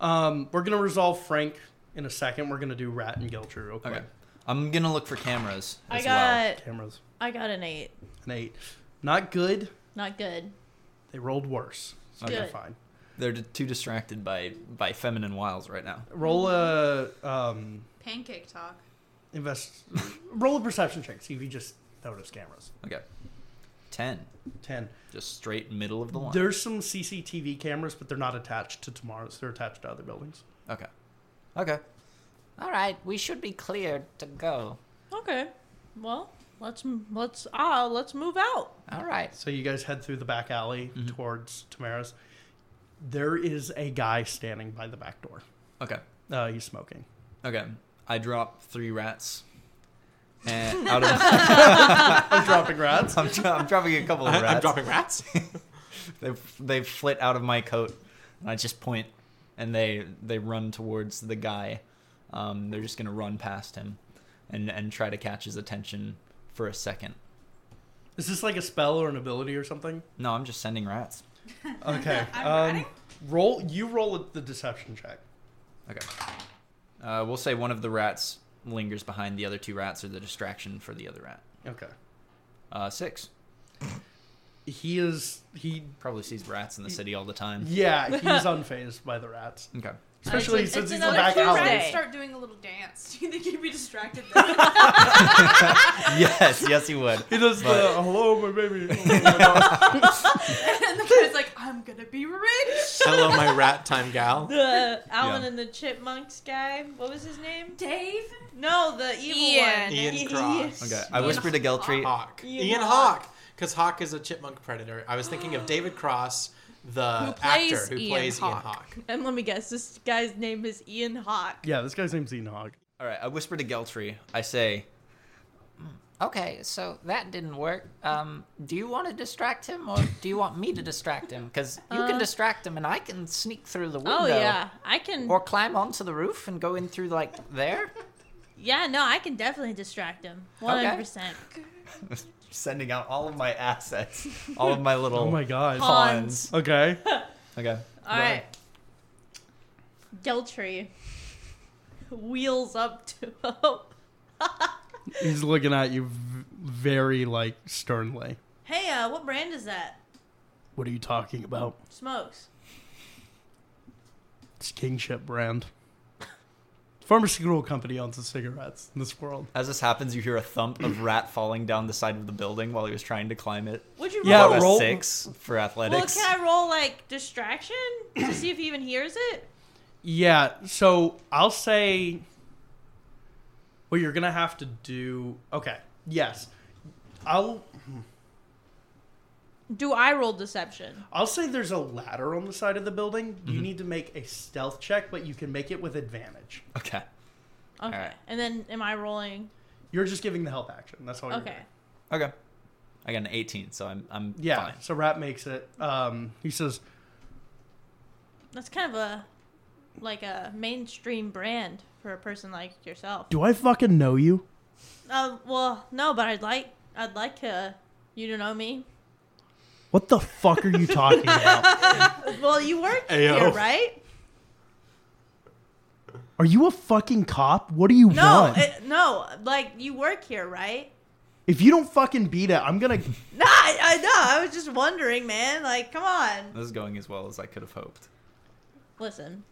Speaker 2: Um, we're gonna resolve Frank in a second. We're gonna do Rat and Gilcher real quick.
Speaker 3: Okay, I'm gonna look for cameras.
Speaker 5: I
Speaker 3: As
Speaker 5: got.
Speaker 2: Cameras.
Speaker 5: I got an eight.
Speaker 2: An eight. Not good.
Speaker 5: Not good.
Speaker 2: They rolled worse. So
Speaker 5: Okay.
Speaker 2: you're
Speaker 5: Good.
Speaker 2: fine.
Speaker 3: well. They're d- too distracted by by feminine wiles right now.
Speaker 2: Roll a um,
Speaker 6: Pancake talk.
Speaker 2: invest. roll a perception check. See if you just notice cameras.
Speaker 3: Okay, ten,
Speaker 2: Ten.
Speaker 3: just straight middle of the line.
Speaker 2: There's some CCTV cameras, but they're not attached to tomorrow's. They're attached to other buildings.
Speaker 3: Okay, okay.
Speaker 7: All right, we should be cleared to go.
Speaker 5: Okay. Well, let's m- let's ah let's move out.
Speaker 7: All right.
Speaker 2: So you guys head through the back alley towards Tamara's. There is a guy standing by the back door.
Speaker 3: Okay.
Speaker 2: Uh, he's smoking.
Speaker 3: Okay. I drop three rats. And out of
Speaker 2: I'm dropping rats.
Speaker 3: I'm, dro- I'm dropping a couple of rats.
Speaker 4: I, am dropping rats.
Speaker 3: They they flit out of my coat, and I just point, and they they run towards the guy. Um, they're just gonna run past him, and and try to catch his attention for a second.
Speaker 2: Is this like a spell or an ability or something?
Speaker 3: No, I'm just sending rats.
Speaker 2: Okay.
Speaker 6: I'm
Speaker 2: um,
Speaker 6: ratting.
Speaker 2: roll. You roll the deception check.
Speaker 3: Okay. Uh, we'll say one of the rats lingers behind the other two rats, or the distraction for the other rat.
Speaker 2: Okay.
Speaker 3: Uh, six.
Speaker 2: He is. He.
Speaker 3: Probably sees rats in the city all the time.
Speaker 2: Yeah. He's unfazed by the rats,
Speaker 3: Okay.
Speaker 2: especially
Speaker 5: it's
Speaker 2: since he's in the
Speaker 5: another
Speaker 2: back
Speaker 5: Tuesday.
Speaker 2: alley.
Speaker 5: Hey.
Speaker 6: Start doing a little dance. Do you think he'd be distracted? Then?
Speaker 3: yes, yes, he would.
Speaker 2: He does
Speaker 3: But-
Speaker 2: the Uh, hello, my baby. Oh, my God.
Speaker 6: and the guy's like, "I'm gonna be rich."
Speaker 4: Hello, my rat time gal.
Speaker 5: The Alan
Speaker 3: Yeah.
Speaker 5: and the Chipmunks guy. What was his name?
Speaker 6: Dave.
Speaker 5: No, the evil
Speaker 6: Ian.
Speaker 5: one.
Speaker 4: Ian Cross.
Speaker 3: Okay. I whisper to Geltry.
Speaker 4: Hawk.
Speaker 5: Ian
Speaker 4: Ian,
Speaker 5: Hawke.
Speaker 4: Hawk. Because Hawk is a chipmunk predator. I was thinking of David Cross, the
Speaker 6: Who plays
Speaker 4: actor who
Speaker 6: Ian
Speaker 4: plays
Speaker 6: Hawke.
Speaker 4: Ian Hawk.
Speaker 5: And let me guess, this guy's name is Ian Hawk.
Speaker 2: yeah, this guy's name's Enoch.
Speaker 3: All right. I whisper to Geltry. I say,
Speaker 7: Okay, so that didn't work. Um, do you want to distract him or do you want me to distract him? Because you can distract him and I can sneak through the window.
Speaker 5: Uh. Oh yeah, I can.
Speaker 7: Or climb onto the roof and go in through, like, there?
Speaker 5: yeah, no, I can definitely distract him. One hundred percent.
Speaker 3: sending out all of my assets, all of my little
Speaker 2: Oh my god.
Speaker 5: Hawk.
Speaker 3: pawns.
Speaker 2: Okay.
Speaker 3: Okay.
Speaker 5: All right. Geltry wheels up to him.
Speaker 2: He's looking at you v- very like sternly.
Speaker 5: Hey, uh, what brand is that?
Speaker 2: What are you talking about?
Speaker 5: Smokes.
Speaker 2: It's Kingship brand. Pharmaceutical company owns the cigarettes in this world.
Speaker 3: As this happens, you hear a thump of rat falling down the side of the building while he was trying to climb it.
Speaker 5: Would you
Speaker 2: Yeah,
Speaker 5: roll?
Speaker 3: Roll a
Speaker 2: roll-
Speaker 3: six for
Speaker 5: Well,
Speaker 3: athletics.
Speaker 5: can I roll like distraction to see if he even hears it?
Speaker 2: Yeah, so I'll say what you're gonna have to do. Okay, yes, I'll
Speaker 5: Do I roll deception?
Speaker 2: I'll say there's a ladder on the side of the building. You need to make a stealth check, but you can make it with advantage.
Speaker 3: Okay.
Speaker 5: Okay.
Speaker 3: right.
Speaker 5: And then am I rolling?
Speaker 2: You're just giving the help action. That's all. You're
Speaker 5: Okay.
Speaker 2: doing.
Speaker 3: Okay. I got an 18, so I'm I'm
Speaker 2: Yeah.
Speaker 3: fine.
Speaker 2: So Rat makes it. Um, he says,
Speaker 5: That's kind of a like a mainstream brand for a person like yourself.
Speaker 2: "Do I fucking know you?"
Speaker 5: Uh, well, no, but I'd like I'd like uh, you to know me.
Speaker 2: What the fuck are you talking about?
Speaker 5: Well, you work
Speaker 4: Ayo.
Speaker 5: here, right?
Speaker 2: Are you a fucking cop? What do you
Speaker 5: No, it, no, like you work here, right?
Speaker 2: if you don't fucking beat it, I'm gonna.
Speaker 5: No, I, I know. I was just wondering, man. Like, come on.
Speaker 3: This is going as well as I could have hoped.
Speaker 5: Listen,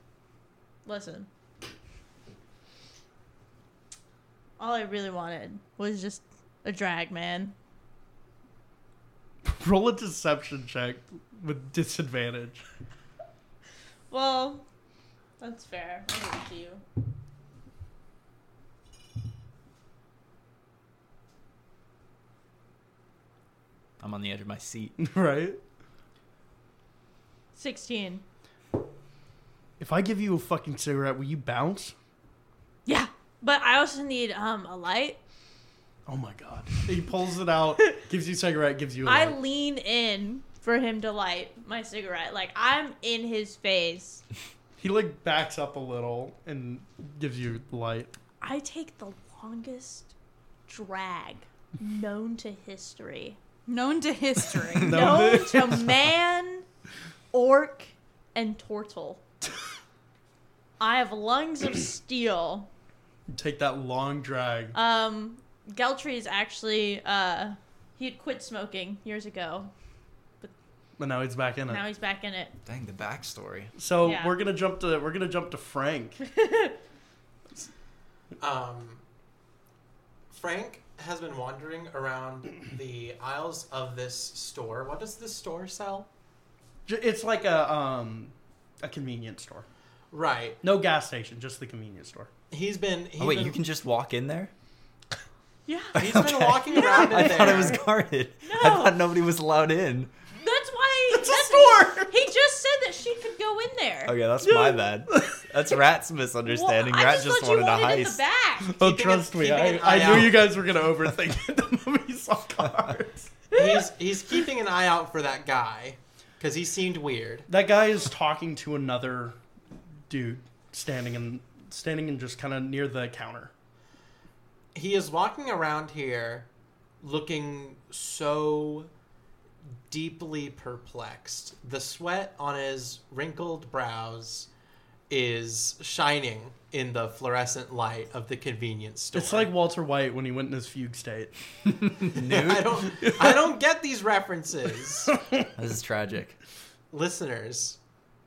Speaker 5: listen. All I really wanted was just a drag, man.
Speaker 2: Roll a deception check with disadvantage.
Speaker 5: Well, that's fair. I'll give it to you.
Speaker 3: I'm on the edge of my seat.
Speaker 2: Right?
Speaker 5: Sixteen.
Speaker 2: If I give you a fucking cigarette, will you bounce?
Speaker 5: Yeah, but I also need um a light.
Speaker 2: Oh my god. He pulls it out, gives you a cigarette, gives you a
Speaker 5: I
Speaker 2: light.
Speaker 5: lean in for him to light my cigarette. Like I'm in his face.
Speaker 2: He like backs up a little and gives you light.
Speaker 5: I take the longest drag known to history.
Speaker 6: Known to history.
Speaker 2: No,
Speaker 5: Known
Speaker 2: dude.
Speaker 5: to man, orc, and turtle. I have lungs of steel.
Speaker 2: Take that long drag.
Speaker 5: Um, Geltry's actually uh, he had quit smoking years ago.
Speaker 2: But now he's back in it.
Speaker 5: Now he's back in it.
Speaker 3: Dang, the backstory.
Speaker 2: so
Speaker 5: yeah.
Speaker 2: we're gonna jump to we're gonna jump to Frank.
Speaker 4: Um, Frank has been wandering around the aisles of this store. What does this store sell?
Speaker 2: J- It's like a um a convenience store.
Speaker 4: Right.
Speaker 2: No gas station, just the convenience store.
Speaker 4: He's been. He's
Speaker 3: Oh wait,
Speaker 4: been,
Speaker 3: you can just walk in there?
Speaker 5: Yeah,
Speaker 4: He's been walking around in
Speaker 3: I
Speaker 4: there.
Speaker 3: thought it was guarded. I thought nobody was allowed in.
Speaker 5: that's why.
Speaker 2: It's a
Speaker 5: that's-
Speaker 2: store!
Speaker 3: Oh,
Speaker 5: He just said that she could go in there.
Speaker 3: Okay, that's my bad. That's Rat's misunderstanding.
Speaker 5: Well, I
Speaker 3: Rat
Speaker 5: just,
Speaker 3: just
Speaker 5: thought you
Speaker 3: wanted a
Speaker 5: wanted it in the
Speaker 3: heist.
Speaker 5: back.
Speaker 2: Oh,
Speaker 3: Keeping
Speaker 2: trust
Speaker 3: an-
Speaker 2: me,
Speaker 3: keeping an
Speaker 2: I,
Speaker 3: eye
Speaker 2: I knew
Speaker 3: out.
Speaker 2: you guys were gonna overthink it the moment you saw cards.
Speaker 4: he's he's keeping an eye out for that guy because he seemed weird.
Speaker 2: That guy is talking to another dude standing in standing in just kind of near the counter.
Speaker 4: He is walking around here, looking so deeply perplexed. The sweat on his wrinkled brows is shining in the fluorescent light of the convenience store.
Speaker 2: It's like Walter White when he went in his fugue state.
Speaker 4: I don't I don't get these references.
Speaker 3: This is tragic.
Speaker 4: Listeners,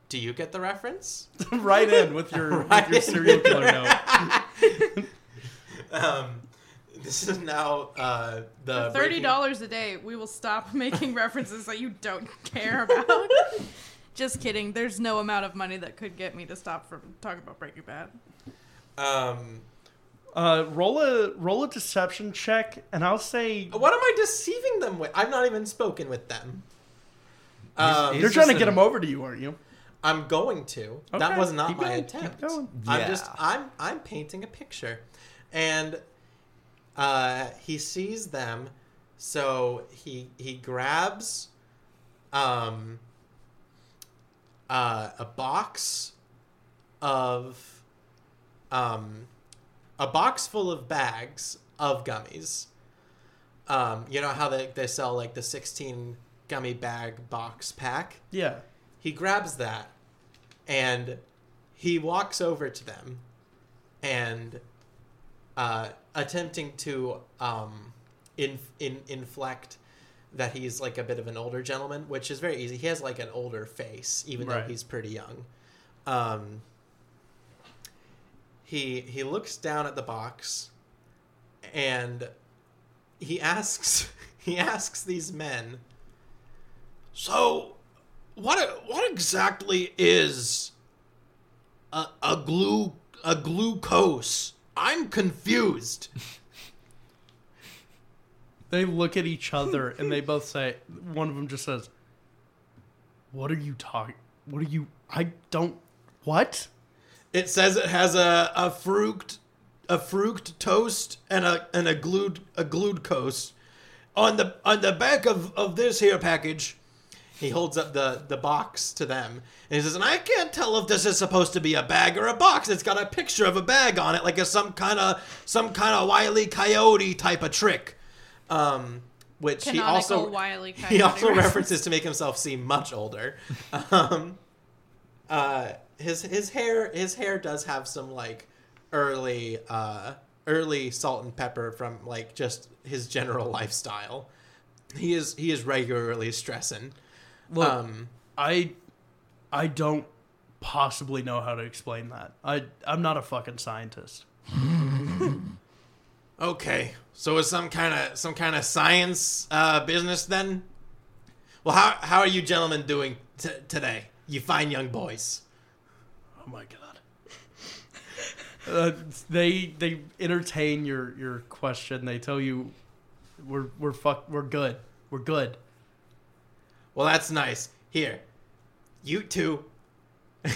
Speaker 4: do you get the reference?
Speaker 2: right in with your
Speaker 4: Right
Speaker 2: with your
Speaker 4: in.
Speaker 2: serial killer note.
Speaker 4: Um, this is now uh, the
Speaker 6: Thirty
Speaker 4: breaking-
Speaker 6: dollars a day, we will stop making references that you don't care about. Just kidding. There's no amount of money that could get me to stop from talking about Breaking Bad.
Speaker 4: Um,
Speaker 2: Uh, roll a roll a deception check, and I'll say
Speaker 4: what am I deceiving them with? I've not even spoken with them. Um,
Speaker 2: you're trying to get him over to you, aren't you?
Speaker 4: I'm going to. That
Speaker 2: Okay,
Speaker 4: was not
Speaker 2: keep
Speaker 4: my
Speaker 2: going, keep
Speaker 4: attempt.
Speaker 2: going.
Speaker 4: I'm
Speaker 3: Yeah.
Speaker 4: just I'm I'm painting a picture, and uh, he sees them, so he he grabs, um, uh, a box of, um, a box full of bags of gummies. Um, you know how they they sell like the sixteen gummy bag box pack
Speaker 2: Yeah.
Speaker 4: he grabs that and he walks over to them and uh, attempting to um, in, in, inflect that he's like a bit of an older gentleman which is very easy he has like an older face even though
Speaker 2: Right.
Speaker 4: he's pretty young um, he he looks down at the box and he asks he asks these men so what what exactly is a, a glu a glucose? I'm confused.
Speaker 2: They look at each other, and they both say. One of them just says, "What are you talking? What are you? I don't. What?
Speaker 4: It says it has a, a fruct a fruct toast and a and a glued a glucose on the on the back of, of this here package. He holds up the, the box to them and he says, "And I can't tell if this is supposed to be a bag or a box. It's got a picture of a bag on it, like a some kind of some kind of wily coyote type of trick." Um, which he
Speaker 6: Canonical
Speaker 4: also
Speaker 6: Wiley.
Speaker 4: he also references to make himself seem much older. Um, uh, his his hair his hair does have some like early uh, early salt and pepper from like just his general lifestyle. He is he is regularly stressing.
Speaker 2: Look,
Speaker 4: Um,
Speaker 2: I, I don't possibly know how to explain that. I, I'm not a fucking scientist.
Speaker 4: okay, so it's some kind of some kind of science uh, business then. Well, how how are you gentlemen doing t- today? You fine young boys.
Speaker 2: Oh my god. Uh, they they entertain your your question. They tell you, we're we're fuck we're good. We're good.
Speaker 4: Well, that's nice. Here, you two.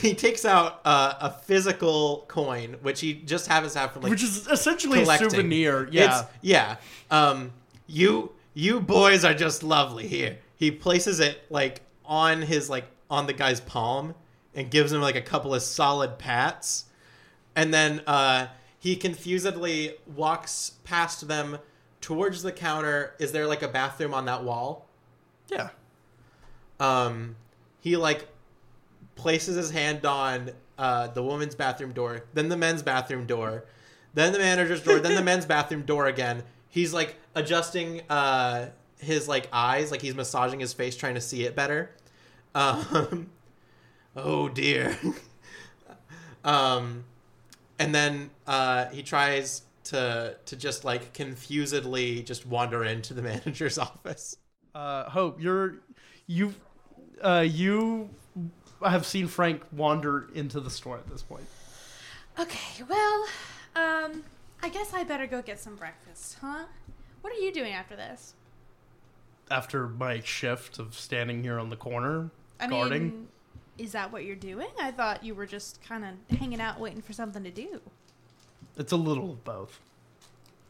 Speaker 4: He takes out uh, a physical coin, which he just happens to have from like
Speaker 2: Which is essentially
Speaker 4: collecting.
Speaker 2: a souvenir. Yeah.
Speaker 4: It's- yeah. Um, you you boys are just lovely. Here, he places it like on his like on the guy's palm and gives him like a couple of solid pats, and then uh, he confusedly walks past them towards the counter. Is there like a bathroom on that wall?
Speaker 2: yeah.
Speaker 4: um, he like places his hand on uh, the woman's bathroom door, then the men's bathroom door, then the manager's door, then the men's bathroom door again. He's like adjusting uh, his like eyes, like he's massaging his face, trying to see it better. Um, oh dear. um, and then uh, he tries to to just like confusedly just wander into the manager's office.
Speaker 2: uh, Hope, you're you uh, you have seen Frank wander into the store at this point.
Speaker 6: Okay, well, um, I guess I better go get some breakfast, huh? What are you doing after this?
Speaker 2: After my shift of standing here on the corner
Speaker 6: I
Speaker 2: guarding,
Speaker 6: mean, Is that what you're doing? I thought you were just kind of hanging out waiting for something to do.
Speaker 2: It's a little of both.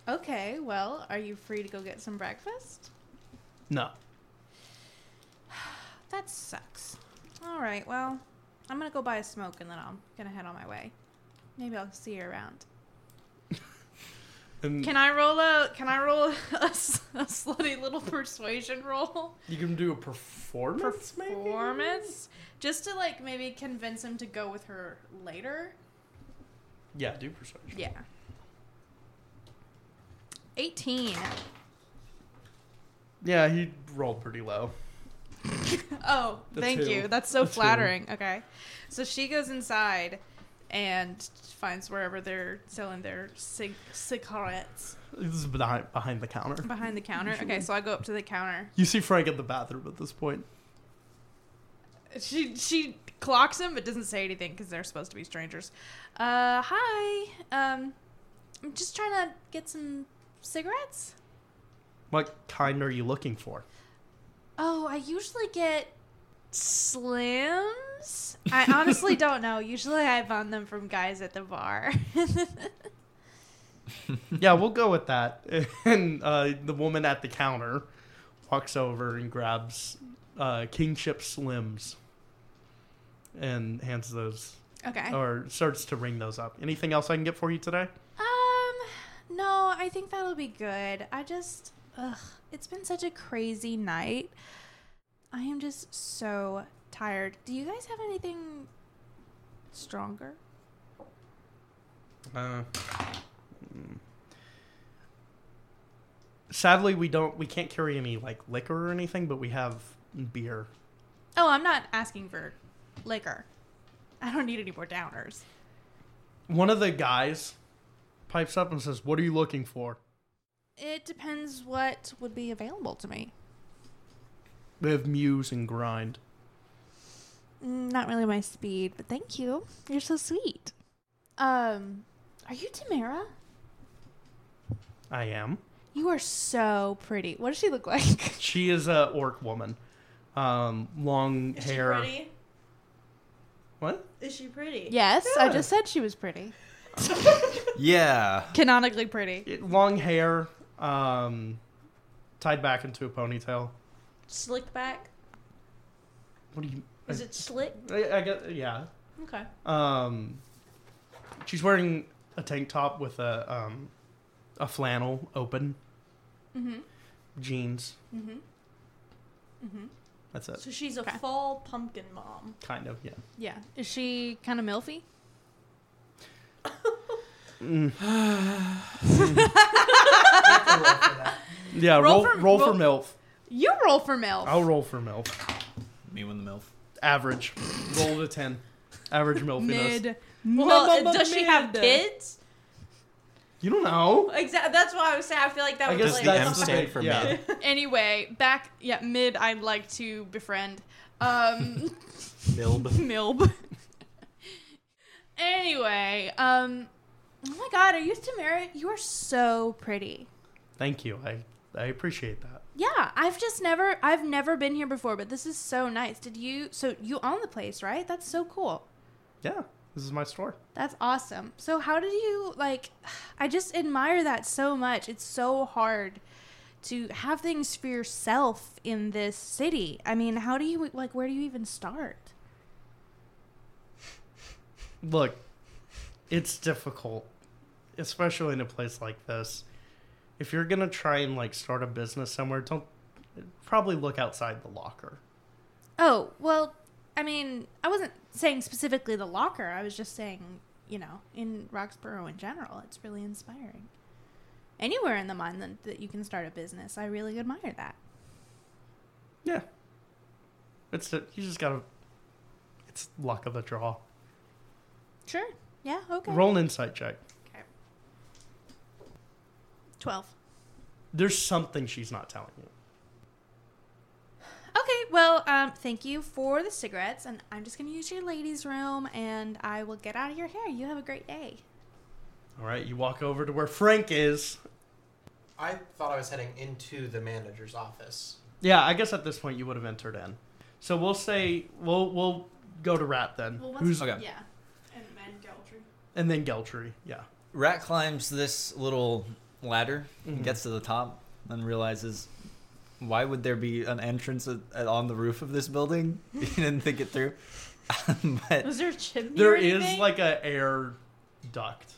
Speaker 6: Okay, well, are you free to go get some breakfast?
Speaker 2: No.
Speaker 6: That sucks. All right, well, I'm gonna go buy a smoke and then I'm gonna head on my way. Maybe I'll see you around.
Speaker 2: And
Speaker 6: Can I roll a Can I roll a, s- a slutty little persuasion roll?
Speaker 2: you can do a performance, maybe?
Speaker 6: Performance, just to like maybe convince him to go with her later.
Speaker 2: Yeah, do persuasion.
Speaker 6: Yeah. 18.
Speaker 2: Yeah, he rolled pretty low.
Speaker 6: Oh,
Speaker 2: The
Speaker 6: thank
Speaker 2: two.
Speaker 6: you. That's so
Speaker 2: The two.
Speaker 6: flattering. Okay. So she goes inside and finds wherever they're selling their cig- cigarettes
Speaker 2: This is behind, behind the counter.
Speaker 6: behind the counter. Okay, so I go up to the counter.
Speaker 2: You see Frank in the bathroom at this point.
Speaker 6: She she clocks him but doesn't say anything cuz they're supposed to be strangers. Uh, hi. Um I'm just trying to get some cigarettes.
Speaker 2: What kind are you looking for?
Speaker 6: Oh, I usually get slims. I honestly don't know. Usually I bond them from guys at the bar.
Speaker 2: yeah, we'll go with that. And uh, the woman at the counter walks over and grabs uh, Kingship Slims and hands those
Speaker 6: okay.
Speaker 2: or starts to ring those up. Anything else I can get for you today?
Speaker 6: Um, no, I think that'll be good. I just, ugh, it's been such a crazy night. I am just so tired. Do you guys have anything stronger?
Speaker 2: Uh, sadly, we don't. We can't carry any like liquor or anything, but we have beer.
Speaker 6: Oh, I'm not asking for liquor. I don't need any more downers.
Speaker 2: One of the guys pipes up and says, "What are you looking for?"
Speaker 6: It depends what would be available to me.
Speaker 2: They have muse and grind.
Speaker 6: Mm, Not really my speed, but thank you. You're so sweet. Um, are you Tamara?
Speaker 2: I am.
Speaker 6: You are so pretty. What does she look like?
Speaker 2: She is a orc woman. Um, long hair. What?
Speaker 5: Is she pretty?
Speaker 6: Yes, I
Speaker 2: Yeah.
Speaker 6: just said she was pretty.
Speaker 3: Yeah.
Speaker 6: Canonically pretty.
Speaker 2: It- long hair, um, tied back into a ponytail.
Speaker 5: Slick back?
Speaker 2: What do you?
Speaker 5: Is it slick?
Speaker 2: I, I guess yeah.
Speaker 5: Okay.
Speaker 2: Um, she's wearing a tank top with a um, a flannel open
Speaker 6: Mm-hmm.
Speaker 2: jeans.
Speaker 5: Mm-hmm.
Speaker 2: That's it.
Speaker 5: So she's a
Speaker 6: Okay.
Speaker 5: fall pumpkin mom.
Speaker 2: Kind of yeah.
Speaker 6: Yeah. Is she kind of milfy?
Speaker 2: Yeah.
Speaker 6: Roll
Speaker 2: Roll
Speaker 6: for-
Speaker 2: roll for
Speaker 6: roll-
Speaker 2: milf.
Speaker 6: You roll for milf.
Speaker 2: I'll roll for milf.
Speaker 3: Me when the MILF.
Speaker 2: Average. Roll to ten. Average milfiness.
Speaker 6: Mid.
Speaker 5: Well, does she have kids?
Speaker 2: You don't know.
Speaker 5: Exactly. That's why I was saying I feel like that
Speaker 2: I
Speaker 5: would
Speaker 2: guess
Speaker 5: like
Speaker 4: Does the
Speaker 2: that's
Speaker 4: M
Speaker 2: the
Speaker 4: stand
Speaker 2: big-
Speaker 4: for
Speaker 2: yeah.
Speaker 4: mid?
Speaker 6: Anyway, back yeah mid. I'd like to befriend. Um,
Speaker 4: Milb.
Speaker 6: milb. anyway, um, oh my god, are you Tamara? You are so pretty.
Speaker 2: Thank you. I I appreciate that.
Speaker 6: Yeah, I've just never, I've never been here before, but this is so nice. Did you? So you own the place, right? That's so cool.
Speaker 2: Yeah. This is my store.
Speaker 6: That's awesome. So how did you like I just admire that so much. It's so hard to have things for yourself in this city. I mean, how do you like where do you even start?
Speaker 2: look, it's difficult, especially in a place like this. If you're gonna try and like start a business somewhere, don't probably look outside the locker.
Speaker 6: Oh, well, I mean, I wasn't saying specifically the locker. I was just saying, you know, in Roxborough in general, it's really inspiring. Anywhere in the mind that, that you can start a business, I really admire that.
Speaker 2: Yeah, it's the, you just gotta. It's luck of the draw.
Speaker 6: Sure. Yeah, okay.
Speaker 2: Roll an insight check.
Speaker 6: 12.
Speaker 2: There's something she's not telling you.
Speaker 6: Okay, well, um, thank you for the cigarettes, and I'm just gonna use your ladies' room, and I will get out of your hair. You have a great day.
Speaker 2: All right, you walk over to where Frank is.
Speaker 4: I thought I was heading into the manager's office.
Speaker 2: Yeah, I guess at this point you would have entered in. So we'll say we'll we'll go to Rat then.
Speaker 6: Well,
Speaker 2: Who's
Speaker 6: what's
Speaker 3: Okay.
Speaker 6: yeah, and then Geltry.
Speaker 2: and then Geltry? Yeah.
Speaker 3: Rat climbs this little ladder,
Speaker 5: Mm-hmm.
Speaker 3: gets to the top, and realizes why would there be an entrance at- at- on the roof of this building? he didn't think it through. but
Speaker 5: Was there a chimney?
Speaker 2: There
Speaker 5: or
Speaker 2: is
Speaker 5: anything?
Speaker 2: like a air duct,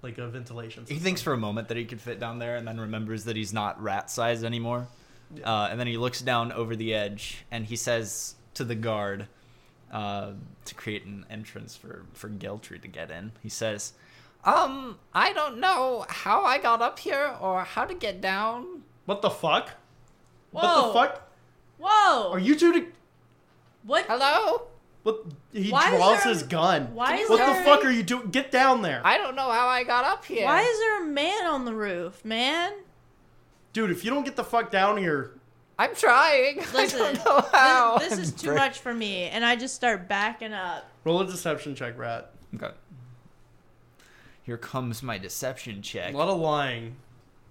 Speaker 2: like a ventilation.
Speaker 3: he
Speaker 2: System.
Speaker 3: thinks for a moment that he could fit down there and then remembers that he's not rat sized anymore. Uh, and then he looks down over the edge and he says to the guard uh, to create an entrance for, for Geltry to get in. He says,
Speaker 7: Um, I don't know how I got up here or how to get down.
Speaker 2: What the fuck? What the
Speaker 5: Whoa.
Speaker 2: fuck?
Speaker 5: Whoa!
Speaker 2: Are you two? To,
Speaker 5: what?
Speaker 7: Hello?
Speaker 2: what? He
Speaker 5: Why is
Speaker 2: draws
Speaker 5: there-
Speaker 2: his gun.
Speaker 5: Why is
Speaker 2: what
Speaker 5: there
Speaker 2: the fuck are you doing? Get down there,
Speaker 7: I don't know how I got up here.
Speaker 5: Why is there a man on the roof, man?
Speaker 2: dude. If you don't get the fuck down here,
Speaker 7: I'm trying.
Speaker 5: Listen,
Speaker 7: I don't know how.
Speaker 5: This, this is too much for me, and I just start backing up.
Speaker 2: roll a deception check, Rat.
Speaker 3: Okay. Here comes my deception
Speaker 2: A
Speaker 3: check.
Speaker 2: lot of lying.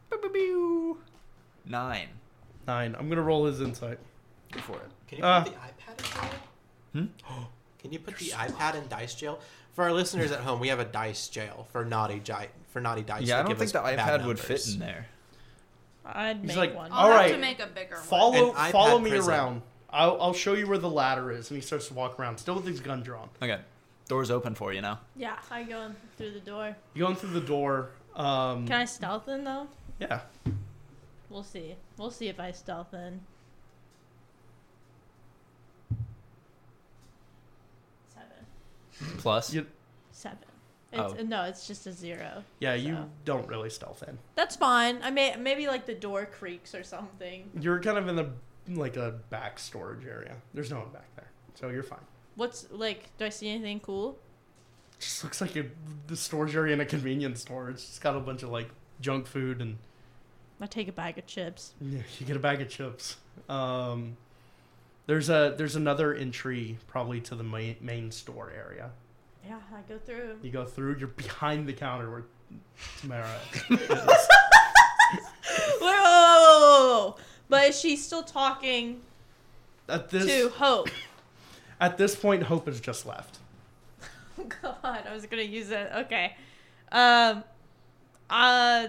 Speaker 3: Pew-pew-pew. Nine.
Speaker 2: Nine. I'm gonna roll his insight.
Speaker 3: Go for it.
Speaker 4: Can you
Speaker 2: Uh.
Speaker 4: put the iPad in jail?
Speaker 3: Hmm?
Speaker 4: Can you put the iPad in dice jail? For our listeners at home, we have a dice jail for naughty gi- for naughty dice.
Speaker 3: Yeah, I
Speaker 4: that
Speaker 3: don't
Speaker 4: give
Speaker 3: think
Speaker 4: us
Speaker 3: the
Speaker 4: bad
Speaker 3: iPad would fit
Speaker 4: numbers.
Speaker 3: in there.
Speaker 5: I'd
Speaker 2: He's
Speaker 5: make
Speaker 2: like,
Speaker 5: one.
Speaker 2: "All
Speaker 6: I'll
Speaker 2: right,
Speaker 6: have to make a bigger one.
Speaker 2: follow
Speaker 4: An
Speaker 2: follow
Speaker 4: iPad
Speaker 2: me
Speaker 4: prison.
Speaker 2: around. I'll, I'll show you where the ladder is. And he starts to walk around, still with his gun drawn.
Speaker 3: Okay. Door's open for you now.
Speaker 5: Yeah, I go in through the door.
Speaker 2: You going through the door. Um,
Speaker 5: Can I stealth in though?
Speaker 2: yeah.
Speaker 5: We'll see. We'll see if I stealth in. Seven.
Speaker 3: Plus.
Speaker 2: You,
Speaker 5: Seven. It's,
Speaker 3: Oh.
Speaker 5: No, it's just a zero.
Speaker 2: yeah, you
Speaker 5: So.
Speaker 2: don't really stealth in.
Speaker 5: That's fine. I may maybe like the door creaks or something.
Speaker 2: You're kind of in the like a back storage area. There's no one back there, so you're fine.
Speaker 5: What's like? Do I see anything cool?
Speaker 2: Just looks like a, the storage area in a convenience store. It's just got a bunch of like junk food and
Speaker 5: I take a bag of chips.
Speaker 2: yeah, you get a bag of chips. Um, there's a there's another entry probably to the main, main store area.
Speaker 5: Yeah, I go through.
Speaker 2: You go through. You're behind the counter where Tamara.
Speaker 5: Whoa, whoa, whoa, whoa, whoa. But is she still talking
Speaker 2: At this
Speaker 5: to Hope?
Speaker 2: at this point, Hope has just left.
Speaker 5: God, I was gonna use it. Okay. Um. Uh.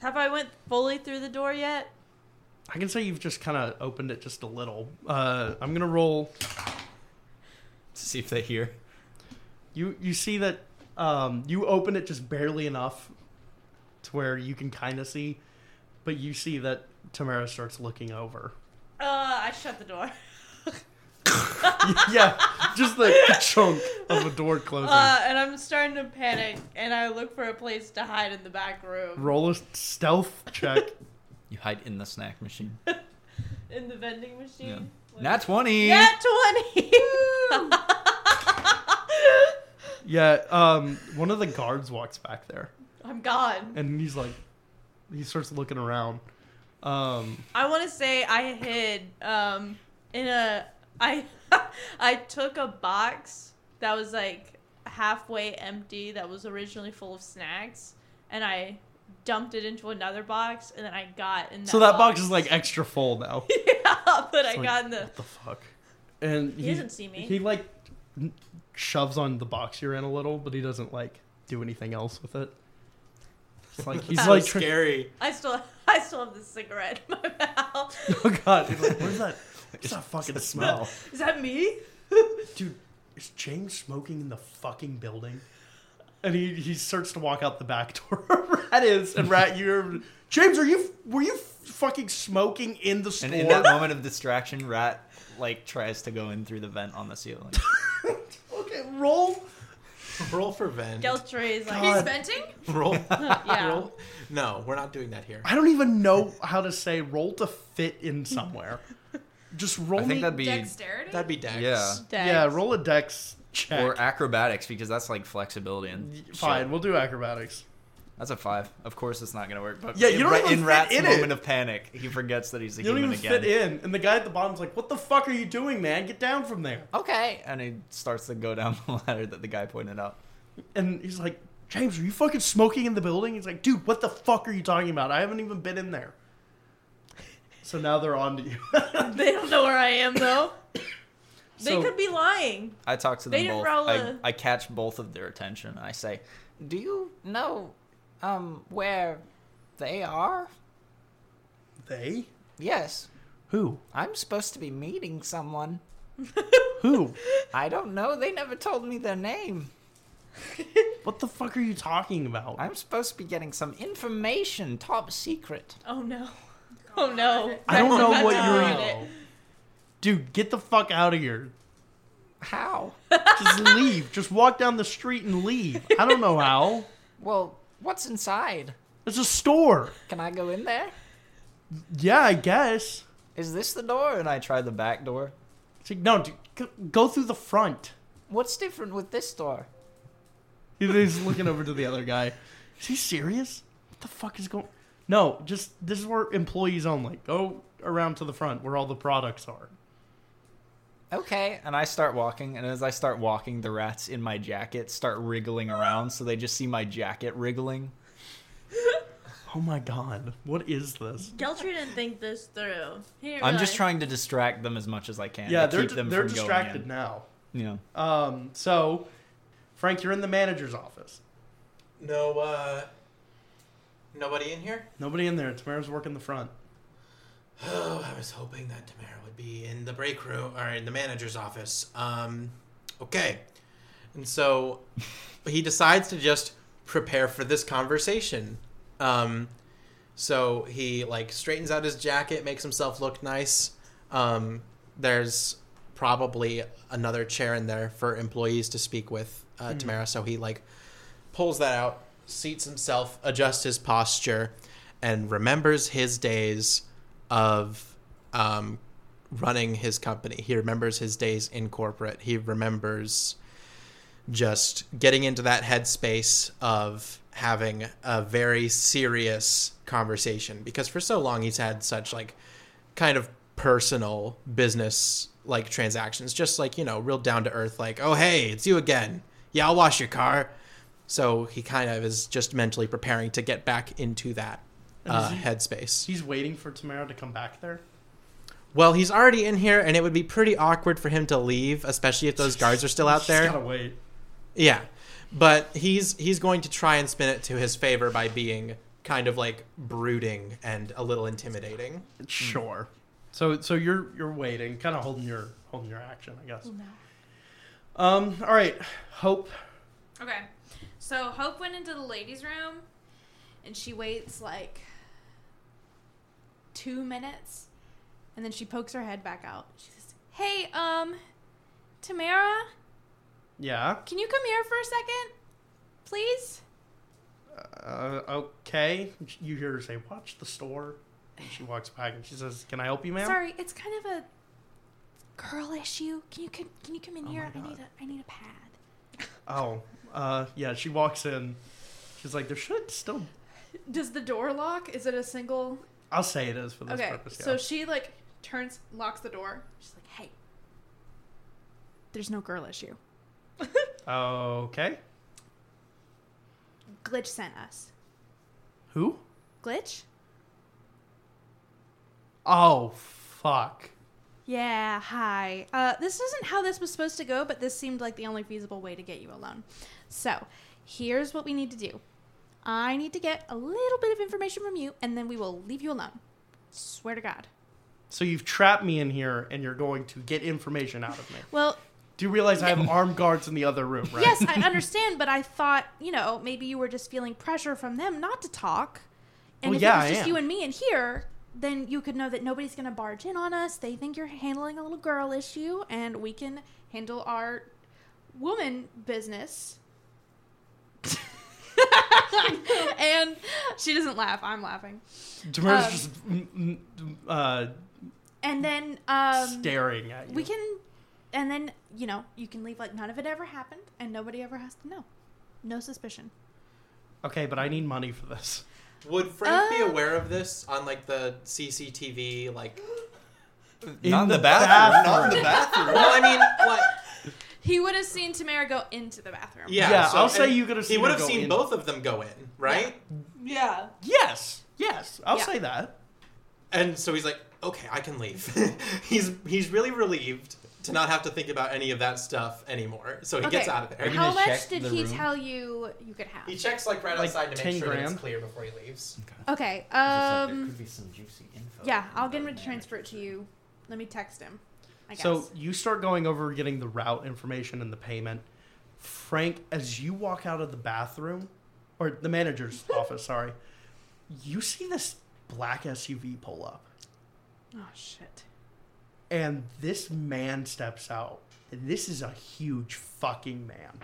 Speaker 5: Have I went fully through the door yet?
Speaker 2: I can say you've just kind of opened it just a little. Uh, I'm gonna roll.
Speaker 3: to see if they hear.
Speaker 2: You you see that um, you open it just barely enough to where you can kind of see, but you see that Tamara starts looking over.
Speaker 5: Uh, I shut the door.
Speaker 2: yeah, just like a chunk of a door closing.
Speaker 5: Uh, and I'm starting to panic, and I look for a place to hide in the back room,
Speaker 2: roll a stealth check.
Speaker 3: You hide in the snack machine.
Speaker 5: in the vending
Speaker 3: Yeah.
Speaker 5: machine. Like-
Speaker 3: Nat 20!
Speaker 5: Yeah, twenty.
Speaker 2: yeah, um, one of the guards walks back there,
Speaker 5: I'm gone.
Speaker 2: and he's like, he starts looking around. Um,
Speaker 5: I want to say I hid um in a I I took a box that was like halfway empty that was originally full of snacks and I dumped it into another box and then I got in that
Speaker 2: so that box is like extra full now.
Speaker 5: yeah, but I
Speaker 2: It's like,
Speaker 5: got in the
Speaker 2: what the fuck. And
Speaker 5: He doesn't see me.
Speaker 2: He like n- shoves on the box you're in a little, but he doesn't like do anything else with it. It's like he's
Speaker 4: So
Speaker 2: like tr-
Speaker 4: scary.
Speaker 5: I still I still have the cigarette in my mouth.
Speaker 2: Oh god, he's like, where's that? What's that fucking smell,
Speaker 5: Is that me?
Speaker 2: dude? Is James smoking in the fucking building? And he, he starts to walk out the back door. where Rat is and Rat, you're James. Are you were you fucking smoking in the store?
Speaker 3: And in that moment of distraction, Rat like tries to go in through the vent on the ceiling.
Speaker 2: okay, roll.
Speaker 4: Roll for vent.
Speaker 5: Geltry is like
Speaker 6: He's
Speaker 2: God.
Speaker 6: venting.
Speaker 4: Roll.
Speaker 5: yeah.
Speaker 4: roll. No, we're not doing that here.
Speaker 2: I don't even know how to say roll to fit in somewhere. Just roll
Speaker 3: I think
Speaker 2: me.
Speaker 3: that'd be
Speaker 6: Dexterity.
Speaker 4: That'd be Dex.
Speaker 3: Yeah.
Speaker 5: Dex.
Speaker 2: Yeah, roll a dex check.
Speaker 3: or acrobatics because that's like flexibility and shit.
Speaker 2: Fine, we'll do acrobatics.
Speaker 3: That's a five. Of course, it's not gonna work. But
Speaker 2: Yeah, you don't
Speaker 3: in, Ra-
Speaker 2: even
Speaker 3: in
Speaker 2: fit
Speaker 3: Rat's
Speaker 2: in it.
Speaker 3: moment of panic, he forgets that he's a
Speaker 2: You don't
Speaker 3: human
Speaker 2: even
Speaker 3: again.
Speaker 2: fit in, and the guy at the bottom's like, "What the fuck are you doing, man? Get down from there!"
Speaker 7: okay.
Speaker 3: And he starts to go down the ladder that the guy pointed out.
Speaker 2: And he's like, "James, are you fucking smoking in the building?" He's like, "Dude, what the fuck are you talking about? I haven't even been in there." So now they're on to you.
Speaker 5: They don't know where I am though. they
Speaker 2: So-
Speaker 5: could be lying.
Speaker 3: I talk to them
Speaker 5: They didn't
Speaker 3: both.
Speaker 5: roll
Speaker 3: I
Speaker 5: a-
Speaker 3: I catch both of their attention. I say,
Speaker 7: Do you know um where they are?
Speaker 2: they?
Speaker 7: Yes.
Speaker 2: Who?
Speaker 7: I'm supposed to be meeting someone.
Speaker 2: Who?
Speaker 7: I don't know. They never told me their name.
Speaker 2: What the fuck are you talking about?
Speaker 7: I'm supposed to be getting some information, top secret.
Speaker 5: Oh no. Oh no.
Speaker 2: I don't know
Speaker 5: That's
Speaker 2: what
Speaker 5: not
Speaker 2: you're-
Speaker 5: good.
Speaker 4: Oh.
Speaker 2: Dude, get the fuck out of here.
Speaker 7: How?
Speaker 2: Just leave. Just walk down the street and leave. I don't know how.
Speaker 7: well, what's inside?
Speaker 2: It's a store.
Speaker 7: Can I go in there?
Speaker 2: Yeah, I guess.
Speaker 7: Is this the door? And I try the back door.
Speaker 2: It's like, no, dude, go- go through the front.
Speaker 7: What's different with this door?
Speaker 2: He's looking over to the other guy. Is he serious? What the fuck is going? No, just this is where employees only. Go around to the front where all the products are.
Speaker 7: Okay.
Speaker 3: and I start walking. And as I start walking, the rats in my jacket start wriggling around, so they just see my jacket wriggling.
Speaker 2: Oh my god, what is this?
Speaker 5: Geltry didn't think this through. He didn't
Speaker 3: I'm just
Speaker 5: realize.
Speaker 3: trying to distract them as much as I can.
Speaker 2: Yeah,
Speaker 3: to
Speaker 2: they're
Speaker 3: keep them
Speaker 2: they're
Speaker 3: from
Speaker 2: distracted
Speaker 3: Going
Speaker 2: now.
Speaker 3: in. Yeah.
Speaker 2: Um, so Frank, you're in the manager's office.
Speaker 4: No, uh, nobody in here?
Speaker 2: Nobody in there. Tamara's working the front.
Speaker 4: Oh, I was hoping that Tamara would be in the break room or in the manager's office. Um, okay. And so he decides to just prepare for this conversation. Um, so he like straightens out his jacket, makes himself look nice. Um, there's probably another chair in there for employees to speak with uh, Tamara. So he like pulls that out, seats himself, adjusts his posture, and remembers his days of um, running his company. He remembers his days in corporate. He remembers just getting into that headspace of having a very serious conversation because for so long he's had such like kind of personal business like transactions just like you know real down to earth like oh hey it's you again yeah i'll wash your car so he kind of is just mentally preparing to get back into that
Speaker 2: And is
Speaker 4: uh,
Speaker 2: he-
Speaker 4: headspace
Speaker 2: He's waiting for Tamara to come back there.
Speaker 4: well he's already in here and it would be pretty awkward for him to leave especially if those guards are still out
Speaker 2: She's
Speaker 4: there
Speaker 2: gotta wait.
Speaker 4: Yeah, but he's he's going to try and spin it to his favor by being kind of like brooding and a little intimidating.
Speaker 3: Mm.
Speaker 2: Sure. So so you're you're waiting, kind of holding your holding your action, I guess. Um. All right. Hope.
Speaker 6: Okay. So Hope went into the ladies' room and she waits like two minutes and then she pokes her head back out. She says, Hey, um, Tamara,
Speaker 2: Yeah.
Speaker 6: can you come here for a second? Please?
Speaker 2: Uh, okay. You hear her say, "Watch the store," and she walks back and she says, "Can I help you, ma'am?"
Speaker 6: Sorry, it's kind of a girl issue. Can you can, can you come in
Speaker 2: Oh
Speaker 6: here?
Speaker 2: my
Speaker 6: I need
Speaker 2: God.
Speaker 6: a I need a pad.
Speaker 2: Oh. Uh. Yeah. She walks in. She's like, "There should still."
Speaker 6: Does the door lock? Is it a single
Speaker 2: I'll say it is for this
Speaker 6: Okay.
Speaker 2: purpose. Yeah.
Speaker 6: So she like turns locks the door. She's like, "Hey. There's no girl issue.
Speaker 2: okay.
Speaker 6: Glitch sent us.
Speaker 2: Who?
Speaker 6: Glitch?
Speaker 2: Oh fuck.
Speaker 6: Yeah, hi. Uh, this isn't how this was supposed to go, but this seemed like the only feasible way to get you alone. So, here's what we need to do I need to get a little bit of information from you, and then we will leave you alone. Swear to God.
Speaker 2: So you've trapped me in here, and you're going to get information out of me.
Speaker 6: Well,
Speaker 2: Do you realize I have armed guards in the other room, right?
Speaker 6: yes, I understand, but I thought, you know, maybe you were just feeling pressure from them not to talk. And
Speaker 2: Well,
Speaker 6: if
Speaker 2: yeah,
Speaker 6: it was
Speaker 2: I
Speaker 6: just
Speaker 2: am.
Speaker 6: you and me in here, then you could know that nobody's going to barge in on us. They think you're handling a little girl issue, and we can handle our woman business. and she doesn't laugh. I'm laughing.
Speaker 2: Tamara's
Speaker 6: Um,
Speaker 2: just mm, mm, uh,
Speaker 6: And then um,
Speaker 2: staring at you.
Speaker 6: we can, and then, you know, you can leave like none of it ever happened, and nobody ever has to know. No suspicion.
Speaker 2: okay, but I need money for this.
Speaker 4: Would Frank be
Speaker 6: Uh.
Speaker 4: aware of this on like the CCTV? Like,
Speaker 3: Not in the
Speaker 2: bathroom.
Speaker 3: bathroom. Not in the
Speaker 4: bathroom. well, I mean, like,
Speaker 6: He would have seen Tamara go into the bathroom.
Speaker 4: yeah.
Speaker 2: Yeah,
Speaker 4: so-
Speaker 2: I'll say
Speaker 4: and
Speaker 2: you could have
Speaker 4: He
Speaker 2: seen
Speaker 4: would
Speaker 2: her
Speaker 4: have
Speaker 2: go
Speaker 4: seen
Speaker 2: in.
Speaker 4: both of them go in, right?
Speaker 5: Yeah.
Speaker 2: Yes, yes, I'll
Speaker 6: Yeah.
Speaker 2: say that.
Speaker 4: And so he's like, okay, I can leave. he's he's really relieved to not have to think about any of that stuff anymore. So he gets
Speaker 6: Okay.
Speaker 4: out of there.
Speaker 3: Are you
Speaker 6: How much
Speaker 3: gonna check
Speaker 6: did
Speaker 3: the
Speaker 6: he
Speaker 3: room?
Speaker 6: tell you you could have?
Speaker 4: He checks like right outside to
Speaker 2: 10
Speaker 4: make sure that
Speaker 2: grand?
Speaker 4: it's clear before he leaves.
Speaker 6: Okay.
Speaker 7: Just like there
Speaker 6: Um.
Speaker 7: could be some juicy info.
Speaker 6: Yeah, I'll
Speaker 7: in
Speaker 6: get him
Speaker 7: there.
Speaker 6: to transfer it to you. Let me text him. I guess.
Speaker 2: So you start going over getting the route information and the payment. Frank, as you walk out of the bathroom, or the manager's office, sorry, you see this black SUV pull up,
Speaker 6: oh shit.
Speaker 2: and this man steps out. And this is a huge fucking man.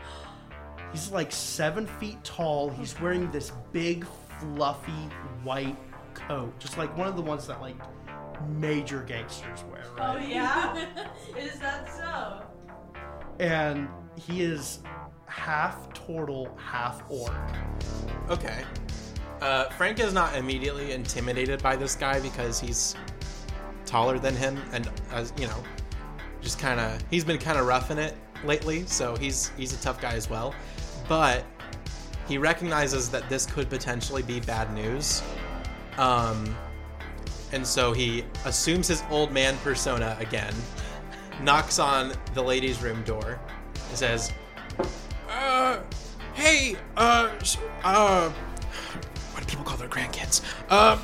Speaker 2: He's like seven feet tall. He's wearing this big, fluffy white coat, just like one of the ones that like major gangsters wear, right?
Speaker 5: Oh, yeah? Is that so?
Speaker 2: and he is half turtle, half orc.
Speaker 4: Okay. Uh, Frank is not immediately intimidated by this guy because he's taller than him, and as you know, just kind of he's been kind of roughing it lately, so he's he's a tough guy as well. But he recognizes that this could potentially be bad news, um, and so he assumes his old man persona again, knocks on the ladies' room door, and says, uh, hey, uh, s- uh, what do people call their grandkids? Um,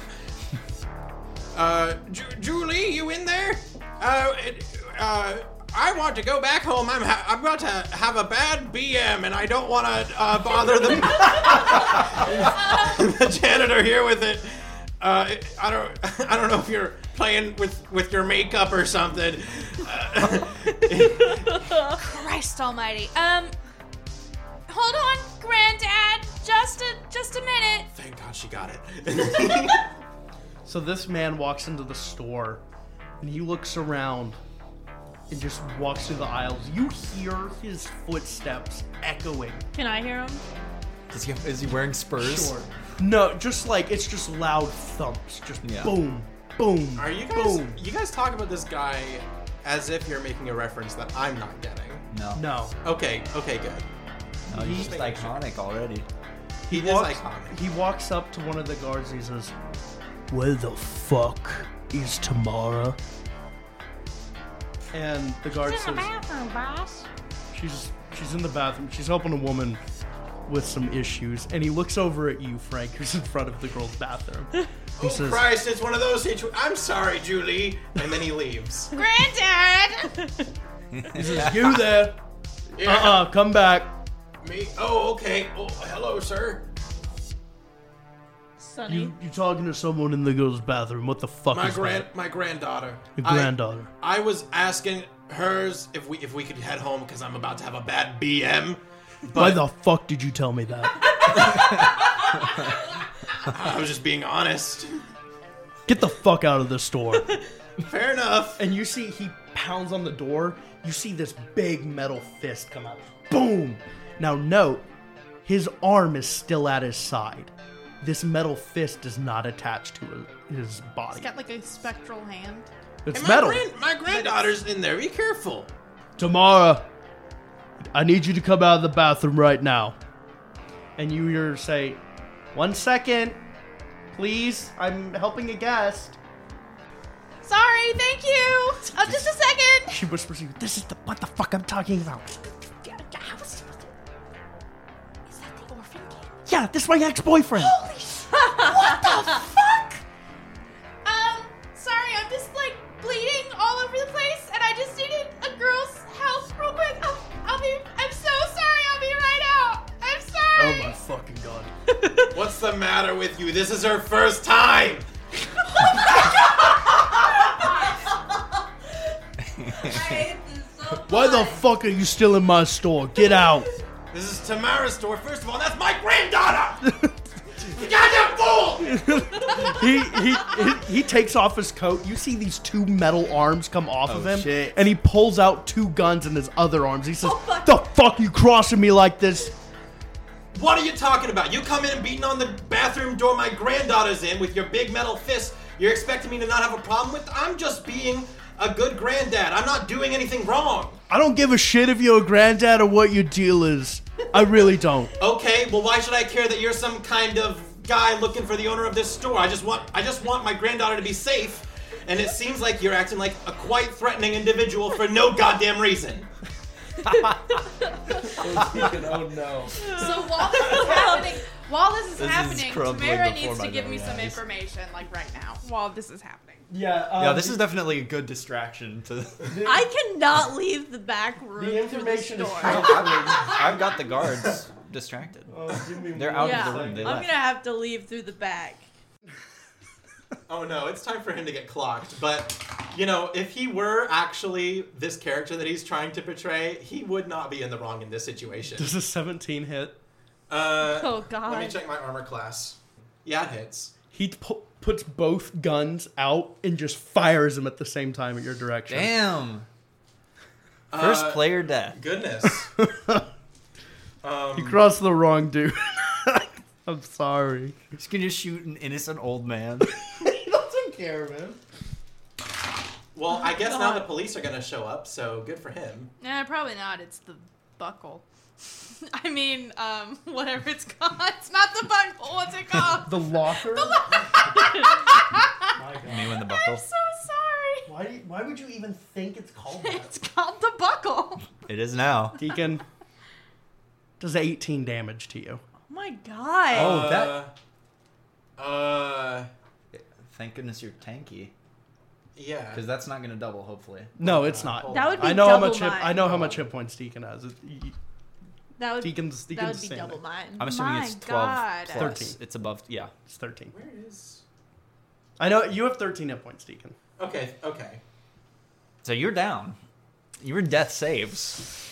Speaker 4: uh, Ju- Julie, you in there? Uh, it- uh, I want to go back home. I'm ha- I'm about to have a bad BM, and I don't want to uh, bother the, the janitor here with it. Uh, it- I don't I don't know if you're playing with with your makeup or something.
Speaker 6: Christ Almighty. Um. Hold on, Granddad. Just a just a minute.
Speaker 4: Thank God she got it.
Speaker 2: So this man walks into the store and he looks around and just walks through the aisles. You hear his footsteps echoing.
Speaker 5: Can I hear him?
Speaker 3: Does he have, is he wearing spurs?
Speaker 2: Sure. No, just like it's just loud thumps. Just
Speaker 3: Yeah.
Speaker 2: boom, boom.
Speaker 4: Are you guys?
Speaker 2: Boom.
Speaker 4: You guys talk about this guy as if you're making a reference that I'm not getting.
Speaker 7: No.
Speaker 2: No.
Speaker 4: Okay, okay, good.
Speaker 7: No, he's
Speaker 2: He-
Speaker 7: just iconic already.
Speaker 4: He, is
Speaker 2: walks,
Speaker 4: iconic.
Speaker 2: he walks up to one of the guards and he says, Where the fuck is Tamara? And the guard says,
Speaker 5: bathroom, boss.
Speaker 2: She's she's in the bathroom. She's helping a woman with some issues, and he looks over at you, Frank, who's in front of the girl's bathroom.
Speaker 4: Oh,
Speaker 2: He says,
Speaker 4: Christ, it's one of those situations. I'm sorry, Julie. And then he leaves.
Speaker 6: Granddad.
Speaker 2: he says, "You there? Uh uh come back.
Speaker 4: Me? Oh, okay. Oh, hello, sir.
Speaker 5: Sunny.
Speaker 2: You you talking to someone in the girl's bathroom? What the fuck
Speaker 4: My
Speaker 2: is
Speaker 4: grand,
Speaker 2: that?
Speaker 4: my granddaughter.
Speaker 2: Your
Speaker 4: I-
Speaker 2: granddaughter.
Speaker 4: I, was asking hers if we if we could head home because I'm about to have a bad BM.
Speaker 2: Why
Speaker 4: But
Speaker 2: the fuck did you tell me that?
Speaker 4: I was just being honest.
Speaker 2: Get the fuck out of the store."
Speaker 4: Fair enough.
Speaker 2: and you see he pounds on the door. You see this big metal fist come out. Boom! Now, note, his arm is still at his side. This metal fist is not attached to his body.
Speaker 5: Got like a spectral hand.
Speaker 2: It's
Speaker 4: My,
Speaker 2: metal.
Speaker 4: grand, my granddaughter's in there. Be careful.
Speaker 2: Tamara, I need you to come out of the bathroom right now. And you hear her say, One second, please. I'm helping a guest.
Speaker 6: Sorry. Thank you. Oh, just a second.
Speaker 2: She whispers to you, This is the what the fuck I'm talking about.
Speaker 6: How was supposed to? Is that the orphan kid? Oh
Speaker 2: Yeah, this is my ex boyfriend.
Speaker 6: Holy sh- What the fuck? Um, sorry, I'm just like bleeding all over the place, and I just needed a girl's help real quick. I'll, I'll be. I'm so sorry. I'll be right out.
Speaker 2: Oh
Speaker 6: I'm sorry.
Speaker 2: my fucking god.
Speaker 4: What's the matter with you? This is her first time.
Speaker 2: Why the fuck are you still in my store? Get out.
Speaker 4: This is Tamara's store. First of all, that's my granddaughter. you goddamn fool!
Speaker 2: he, he he he takes off his coat. You see these two metal arms come off of him,
Speaker 3: shit.
Speaker 2: and he pulls out two guns in his other arms. He says,
Speaker 6: Oh,
Speaker 2: "The fuck you crossing me like this?"
Speaker 4: What are you talking about? You come in and beating on the bathroom door my granddaughter's in with your big metal fist. You're expecting me to not have a problem with? I'm just being a good granddad. I'm not doing anything wrong.
Speaker 2: I don't give a shit if you're a granddad or what your deal is. I really don't.
Speaker 4: Okay, well why should I care that you're some kind of guy looking for the owner of this store? I just want I just want my granddaughter to be safe. and it seems like you're acting like a quite threatening individual for no goddamn reason.
Speaker 3: oh no.
Speaker 6: So while this is happening, while this is
Speaker 3: This is
Speaker 6: happening,
Speaker 3: crumbling
Speaker 6: Tamara
Speaker 3: before
Speaker 6: needs
Speaker 3: my
Speaker 6: to give me
Speaker 3: very
Speaker 6: some
Speaker 3: eyes.
Speaker 6: information, like right now, while this is happening.
Speaker 2: Yeah. Um,
Speaker 3: Yeah, this is definitely a good distraction to.
Speaker 2: the,
Speaker 5: I cannot leave the back room.
Speaker 2: the
Speaker 5: for
Speaker 2: information
Speaker 5: this
Speaker 2: is.
Speaker 5: door.
Speaker 3: I've got the guards distracted.
Speaker 2: Oh, give me
Speaker 3: They're
Speaker 2: one
Speaker 3: out
Speaker 5: Yeah,
Speaker 3: of the room. They
Speaker 5: I'm
Speaker 3: left.
Speaker 5: gonna have to leave through the back.
Speaker 4: Oh no, it's time for him to get clocked. But you know, if he were actually this character that he's trying to portray, he would not be in the wrong in this situation.
Speaker 2: Does a 17 hit?
Speaker 4: Uh,
Speaker 5: Oh
Speaker 4: Let me
Speaker 5: God.
Speaker 4: check my armor class. Yeah, it hits.
Speaker 2: He pu- puts both guns out and just fires them at the same time at your direction.
Speaker 3: Damn.
Speaker 4: Uh,
Speaker 3: First player death.
Speaker 4: Goodness.
Speaker 2: You crossed the wrong dude. I'm sorry.
Speaker 3: He's gonna shoot an innocent old man.
Speaker 2: he doesn't care, man.
Speaker 4: Well, I guess now the police are gonna show up, so good for him.
Speaker 6: Nah, Eh, probably not. It's the buckle. I mean, um, whatever it's called. It's not the buckle. What's it called?
Speaker 2: The locker.
Speaker 3: Me when the buckle.
Speaker 6: so sorry.
Speaker 2: Why, do you- why would you even think it's called
Speaker 6: It's called the buckle.
Speaker 3: It is now.
Speaker 2: Deacon does 18 damage to you.
Speaker 5: Oh my
Speaker 2: Uh,
Speaker 5: God.
Speaker 3: Oh, that-
Speaker 4: that. Uh,
Speaker 3: Thank goodness you're tanky,
Speaker 4: yeah.
Speaker 3: because that's not gonna double. Hopefully.
Speaker 2: No, it's not.
Speaker 4: hold
Speaker 5: That would be
Speaker 2: I know how
Speaker 5: double
Speaker 2: much hit,
Speaker 5: mine.
Speaker 2: I know how much hit points Deacon has. It- y-
Speaker 5: That would
Speaker 2: Deacon's
Speaker 5: that
Speaker 2: Deacon's
Speaker 5: would be
Speaker 2: standing.
Speaker 5: double mine.
Speaker 3: I'm assuming
Speaker 6: Oh My
Speaker 3: it's twelve
Speaker 6: God.
Speaker 3: plus.
Speaker 2: 13.
Speaker 3: It's above. Yeah.
Speaker 2: It's 13.
Speaker 4: Where is?
Speaker 2: I know you have 13 hit points, Deacon.
Speaker 4: Okay. Okay.
Speaker 3: So you're down. You were death saves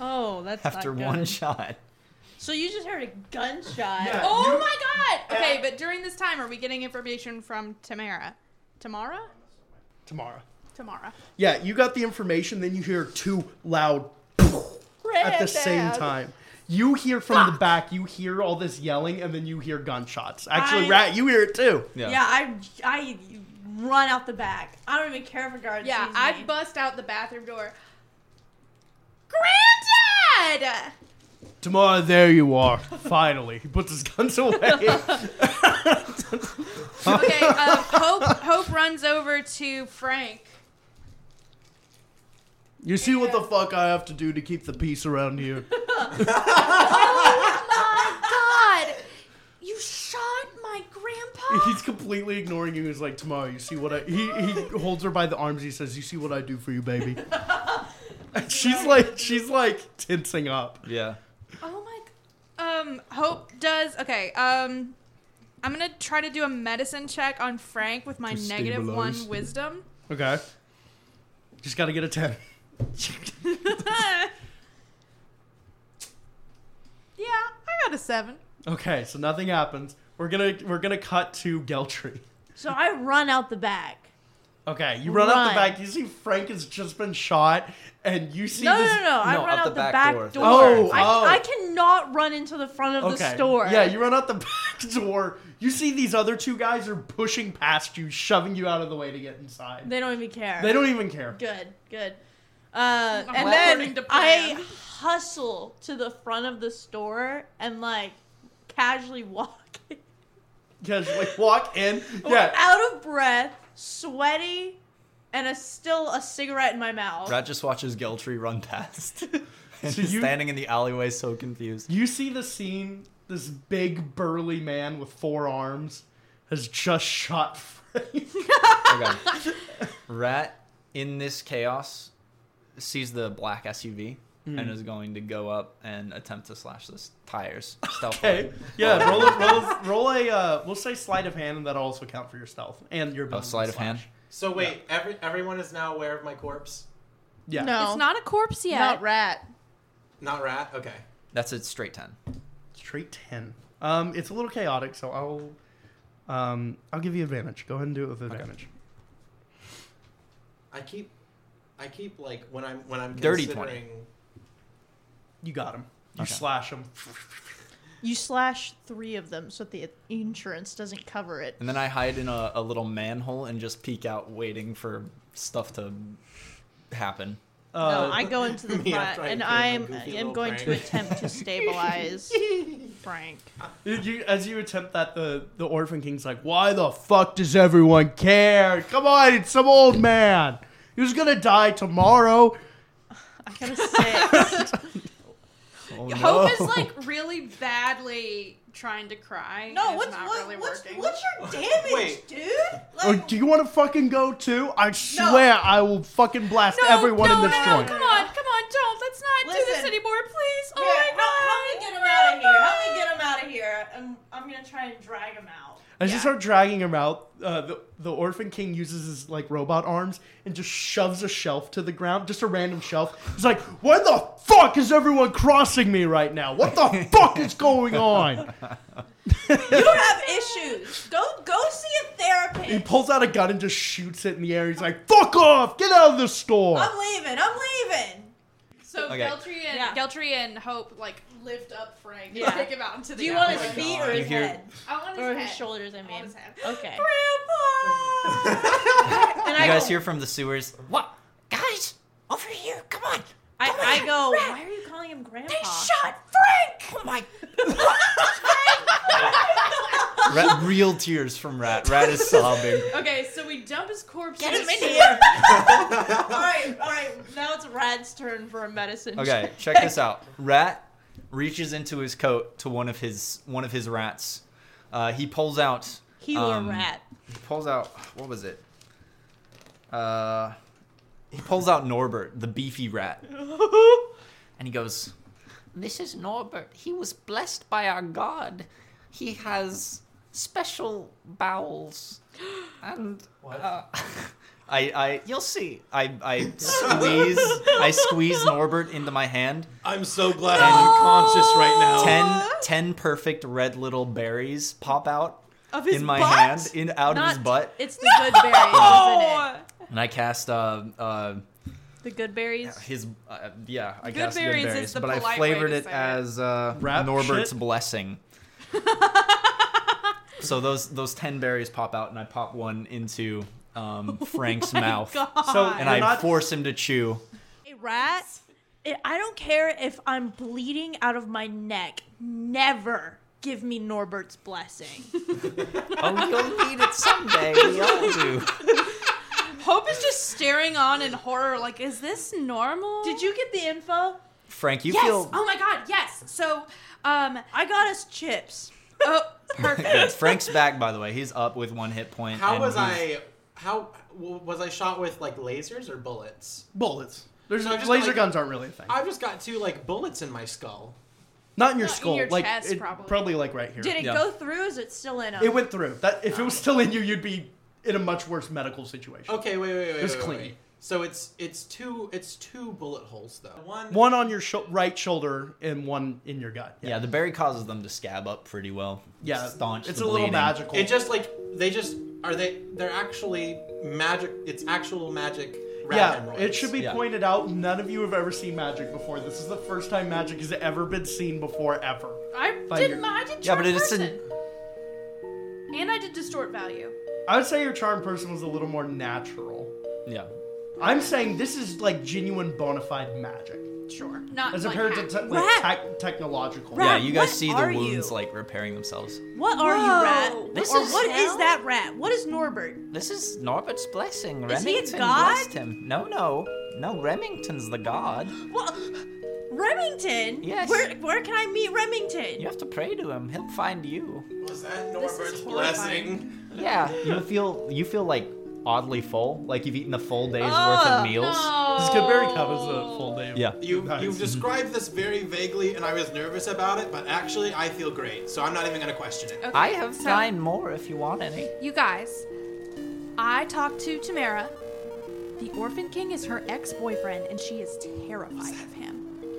Speaker 5: Oh, that's
Speaker 3: after
Speaker 5: not good.
Speaker 3: one shot.
Speaker 5: So you just heard a gunshot.
Speaker 2: Yeah.
Speaker 6: Oh
Speaker 2: You-
Speaker 6: my god! Okay, but during this time, are we getting information from Tamara? Tamara?
Speaker 2: Tomorrow.
Speaker 6: Tamara.
Speaker 2: Yeah, you got the information, then you hear two loud at the same time. You hear from the back, you hear all this yelling, and then you hear gunshots. Actually,
Speaker 5: I-
Speaker 2: Rat, you hear it too.
Speaker 5: Yeah, I, I run out the back. I don't even care if a guard
Speaker 6: Yeah,
Speaker 5: sees
Speaker 6: I
Speaker 5: me.
Speaker 6: bust out the bathroom door. Granddad!
Speaker 2: Tomorrow, there you are. Finally. He puts his guns away.
Speaker 6: Okay, um, Hope Hope runs over to Frank.
Speaker 2: you see what the fuck I have to do to keep the peace around here?
Speaker 5: God, you shot my grandpa.
Speaker 2: He's completely ignoring you. He's like, Tomorrow, you see what I. He, he holds her by the arms. He says, You see what I do for you, baby. And she's like, she's like tensing up.
Speaker 3: Yeah.
Speaker 6: Oh my. Um, Hope does. Okay, um, I'm gonna try to do a medicine check on Frank with my
Speaker 3: To
Speaker 6: negative one
Speaker 3: stabilize.
Speaker 6: wisdom.
Speaker 2: Okay. Just gotta get a 10.
Speaker 6: Yeah, I got a seven.
Speaker 2: Okay, so nothing happens. We're gonna we're gonna cut to Geltry.
Speaker 5: So I run out the back.
Speaker 2: Okay, you run, up the
Speaker 5: Run.
Speaker 2: back. You see Frank has just been shot, and you see
Speaker 5: No, no,
Speaker 2: this.
Speaker 5: no, no. I
Speaker 3: No,
Speaker 5: run
Speaker 3: out
Speaker 5: out
Speaker 3: the
Speaker 5: the,
Speaker 3: back
Speaker 5: back,
Speaker 3: door.
Speaker 5: door.
Speaker 2: Oh,
Speaker 5: I,
Speaker 2: oh.
Speaker 5: I cannot run into the front of
Speaker 2: Okay.
Speaker 5: the store.
Speaker 2: Yeah, you run out the back door. You see these other two guys are pushing past you, shoving you out of the way to get inside.
Speaker 5: They don't even care.
Speaker 2: They don't even care.
Speaker 5: Good, good. Uh, and
Speaker 6: according
Speaker 5: then
Speaker 6: to plan.
Speaker 5: I hustle to the front of the store and like casually walk
Speaker 2: Yeah, just, like walk in. Yeah,
Speaker 5: out of breath, sweaty, and a still a cigarette in my mouth.
Speaker 3: Rat just watches Geltry run past. and
Speaker 2: So
Speaker 3: he's
Speaker 2: you-
Speaker 3: standing in the alleyway, so confused.
Speaker 2: you see the scene. This big burly man with four arms has just shot Frank.
Speaker 3: Okay. Rat in this chaos sees the black SUV
Speaker 2: Hmm.
Speaker 3: and is going to go up and attempt to slash this tires. Stealthily.
Speaker 2: Okay. Yeah. Roll a roll a, roll a uh, we'll say sleight of hand, and that'll also count for your stealth and your
Speaker 3: Oh,
Speaker 2: ability to
Speaker 3: sleight of hand.
Speaker 2: slash.
Speaker 4: So wait, every everyone is now aware of my corpse.
Speaker 2: Yeah.
Speaker 5: No.
Speaker 6: It's not a corpse yet.
Speaker 5: Not
Speaker 6: rat.
Speaker 4: Not rat. Okay.
Speaker 3: That's a straight ten.
Speaker 2: Straight ten. Um, it's a little chaotic, so I'll um I'll give you advantage. Go ahead and do it with advantage.
Speaker 4: I keep, I keep like when I'm when I'm
Speaker 3: Dirty
Speaker 4: considering.
Speaker 2: You got him. You
Speaker 3: Okay.
Speaker 2: slash him.
Speaker 5: You slash three of them so the insurance doesn't cover it.
Speaker 3: And then I hide in a, a little manhole and just peek out, waiting for stuff to happen.
Speaker 5: No,
Speaker 2: Uh,
Speaker 5: I go into the
Speaker 4: me
Speaker 5: front
Speaker 4: after I
Speaker 5: and
Speaker 4: play my
Speaker 5: I'm
Speaker 4: goofy
Speaker 5: am
Speaker 4: little
Speaker 5: going to
Speaker 4: prank.
Speaker 5: attempt to stabilize Frank.
Speaker 2: You- you- as you attempt that, the, the Orphan King's like, why the fuck does everyone care? Come on, it's some old man. He was gonna die tomorrow.
Speaker 5: I got a six.
Speaker 2: Oh,
Speaker 6: Hope is
Speaker 2: no.
Speaker 6: like really badly trying to cry.
Speaker 5: no,
Speaker 6: It's
Speaker 5: what's
Speaker 6: not
Speaker 5: what,
Speaker 6: really
Speaker 5: what's,
Speaker 6: working.
Speaker 5: what's your damage,
Speaker 4: Wait.
Speaker 5: dude?
Speaker 2: Oh,
Speaker 5: Like,
Speaker 2: do you want to fucking go too? I swear I will fucking blast
Speaker 6: no,
Speaker 2: everyone
Speaker 6: no,
Speaker 2: in this
Speaker 6: no,
Speaker 2: joint.
Speaker 6: No, come on, come on, don't. Let's not do this
Speaker 5: Listen.
Speaker 6: anymore, please. Oh
Speaker 5: yeah,
Speaker 6: my god.
Speaker 5: help, help me get him out of here. Help me get him out of here. I'm, I'm gonna try and drag him out.
Speaker 2: As you start dragging him out, uh, the, the Orphan King uses his like robot arms and just shoves a shelf to the ground, just a random shelf. He's like, "Why the fuck is everyone crossing me right now? What the fuck is going on?"
Speaker 5: You have issues. Go, go see a
Speaker 2: He
Speaker 5: therapist.
Speaker 2: pulls out a gun and just shoots it in the air. He's like, "Fuck off! Get out of the store!"
Speaker 5: I'm leaving. I'm leaving.
Speaker 6: So
Speaker 3: Okay.
Speaker 6: Geltry and
Speaker 5: Yeah.
Speaker 6: Geltry and Hope like lift up Frank
Speaker 5: Yeah.
Speaker 6: and take him out into the
Speaker 5: Do you
Speaker 6: yard.
Speaker 5: want his feet or
Speaker 3: You
Speaker 5: his
Speaker 3: hear-
Speaker 5: head?
Speaker 6: I want his
Speaker 5: Or
Speaker 6: head.
Speaker 5: his shoulders, I
Speaker 6: I want
Speaker 5: mean.
Speaker 6: his head.
Speaker 5: Okay.
Speaker 6: Grandpa!
Speaker 5: And
Speaker 3: You
Speaker 5: I
Speaker 3: guys
Speaker 5: go,
Speaker 3: hear from the sewers? What? Guys, over here! Come on!
Speaker 5: I,
Speaker 3: Come
Speaker 5: I
Speaker 3: here.
Speaker 5: go, why are you calling him grandpa?
Speaker 3: They shot Frank! Oh my! Rat, real tears from Rat. Rat is sobbing.
Speaker 6: okay, so we dump his corpse.
Speaker 5: Get him
Speaker 6: his-
Speaker 5: in here. all right, all right. Now it's Rad's turn for a medicine.
Speaker 3: Okay,
Speaker 5: check.
Speaker 3: check this out. Rat reaches into his coat to one of his one of his rats. Uh, he pulls out.
Speaker 5: Healer
Speaker 3: um,
Speaker 5: Rat.
Speaker 3: He pulls out. What was it? Uh, he pulls out Norbert, the beefy rat, and he goes,
Speaker 7: This is Norbert. He was blessed by our God. He has special bowels. And uh,
Speaker 3: I, I you'll see. I, I squeeze I squeeze Norbert into my hand.
Speaker 4: I'm so glad I'm unconscious right now.
Speaker 3: Ten, ten perfect red little berries pop out
Speaker 5: Of his
Speaker 3: in my
Speaker 5: butt?
Speaker 3: hand, in out of his butt,
Speaker 5: It's the good berries, isn't it?
Speaker 3: and I cast uh, uh,
Speaker 5: The good berries.
Speaker 3: his uh, yeah. I
Speaker 6: Good
Speaker 3: cast
Speaker 6: berries
Speaker 3: good
Speaker 6: is
Speaker 3: berries,
Speaker 6: the
Speaker 3: but I
Speaker 6: polite way
Speaker 3: flavored
Speaker 6: to
Speaker 3: it
Speaker 6: say it.
Speaker 3: as uh,
Speaker 2: Rap
Speaker 3: Norbert's
Speaker 2: shit?
Speaker 3: blessing. so those those ten berries pop out, and I pop one into
Speaker 6: Oh
Speaker 3: um, Frank's mouth,
Speaker 2: so
Speaker 3: and
Speaker 2: we're
Speaker 3: I
Speaker 2: not-
Speaker 3: force him to chew.
Speaker 5: Hey, Rat. It, I don't care if I'm bleeding out of my neck. Never give me Norbert's blessing.
Speaker 7: oh, you'll need it someday. We all do.
Speaker 6: Hope is just staring on in horror, like, is this normal?
Speaker 5: Did you get the info?
Speaker 3: Frank, you
Speaker 6: Yes!
Speaker 3: feel
Speaker 6: Oh my god, yes. So, um,
Speaker 5: I got us chips.
Speaker 6: oh, perfect.
Speaker 3: Yes, Frank's back, by the way. He's up with one hit point.
Speaker 4: How
Speaker 3: and
Speaker 4: was
Speaker 3: he's-
Speaker 4: I? How w- was I shot with like lasers or bullets?
Speaker 2: bullets. There's
Speaker 4: So I just
Speaker 2: laser
Speaker 4: like-
Speaker 2: guns aren't really a thing.
Speaker 4: I've just got two like bullets in my skull.
Speaker 2: Not in your
Speaker 6: Not in
Speaker 2: skull,
Speaker 6: your
Speaker 2: like
Speaker 6: chest,
Speaker 2: it-
Speaker 6: probably.
Speaker 2: like right here.
Speaker 5: Did it
Speaker 3: Yeah.
Speaker 5: go through? Is it still in him?
Speaker 2: it went through. That if it was still in you, you'd be in a much worse medical situation.
Speaker 4: Okay, wait, wait, wait.
Speaker 2: was
Speaker 4: wait,
Speaker 2: clean.
Speaker 4: wait. So it's it's two it's two bullet holes though. One.
Speaker 2: One on your sho right shoulder and one in your gut.
Speaker 3: Yeah, the berry causes them to scab up pretty well.
Speaker 2: Yeah,
Speaker 3: staunch.
Speaker 2: It's a
Speaker 3: the
Speaker 2: little
Speaker 3: bleeding.
Speaker 2: magical.
Speaker 4: It just like they just are they they're actually magic. It's actual magic. rat
Speaker 2: yeah.
Speaker 4: hemorrhoids.
Speaker 2: It should be
Speaker 3: Yeah.
Speaker 2: pointed out. None of you have ever seen magic before. This is the first time magic has ever been seen before ever.
Speaker 6: I
Speaker 2: Fine,
Speaker 6: did
Speaker 2: you're-
Speaker 6: my, I did
Speaker 3: Yeah,
Speaker 6: charm
Speaker 3: but it is
Speaker 6: person.
Speaker 3: an-
Speaker 6: And I did distort value.
Speaker 2: I would say your charm person was a little more natural.
Speaker 3: Yeah.
Speaker 2: I'm saying this is like genuine bona fide magic
Speaker 6: Sure. Not
Speaker 2: as
Speaker 6: like
Speaker 2: compared
Speaker 6: hack.
Speaker 2: to te- like, tec- technological.
Speaker 5: Rat,
Speaker 3: yeah, you guys
Speaker 5: what
Speaker 3: see the
Speaker 5: are
Speaker 3: wounds
Speaker 5: you?
Speaker 3: like repairing themselves.
Speaker 5: What are
Speaker 6: Whoa.
Speaker 5: you, Rat?
Speaker 7: This
Speaker 5: or
Speaker 7: is
Speaker 5: what is
Speaker 7: hell?
Speaker 5: that rat? What is Norbert?
Speaker 7: This is Norbert's blessing.
Speaker 5: Is
Speaker 7: Remington
Speaker 5: he a god?
Speaker 7: blessed him. No, no. No, Remington's the god.
Speaker 5: What? Remington?
Speaker 7: Yes.
Speaker 5: Where, where can I meet Remington?
Speaker 7: You have to pray to him. He'll find you.
Speaker 4: Was that
Speaker 5: This
Speaker 4: Norbert's
Speaker 5: is horrifying.
Speaker 4: blessing?
Speaker 7: Yeah.
Speaker 3: You feel you feel like oddly full, like you've eaten a full day's worth
Speaker 6: Oh,
Speaker 3: of meals.
Speaker 2: This good berry covers a full day. of-
Speaker 3: Yeah.
Speaker 4: You you
Speaker 2: Nice.
Speaker 4: described this very vaguely, and I was nervous about it, but actually I feel great, so I'm not even gonna question it.
Speaker 6: Okay,
Speaker 7: I have
Speaker 6: so-
Speaker 7: nine more if you want any.
Speaker 6: You guys, I talked to Tamara. The Orphan King is her ex boyfriend, and she is terrified of him.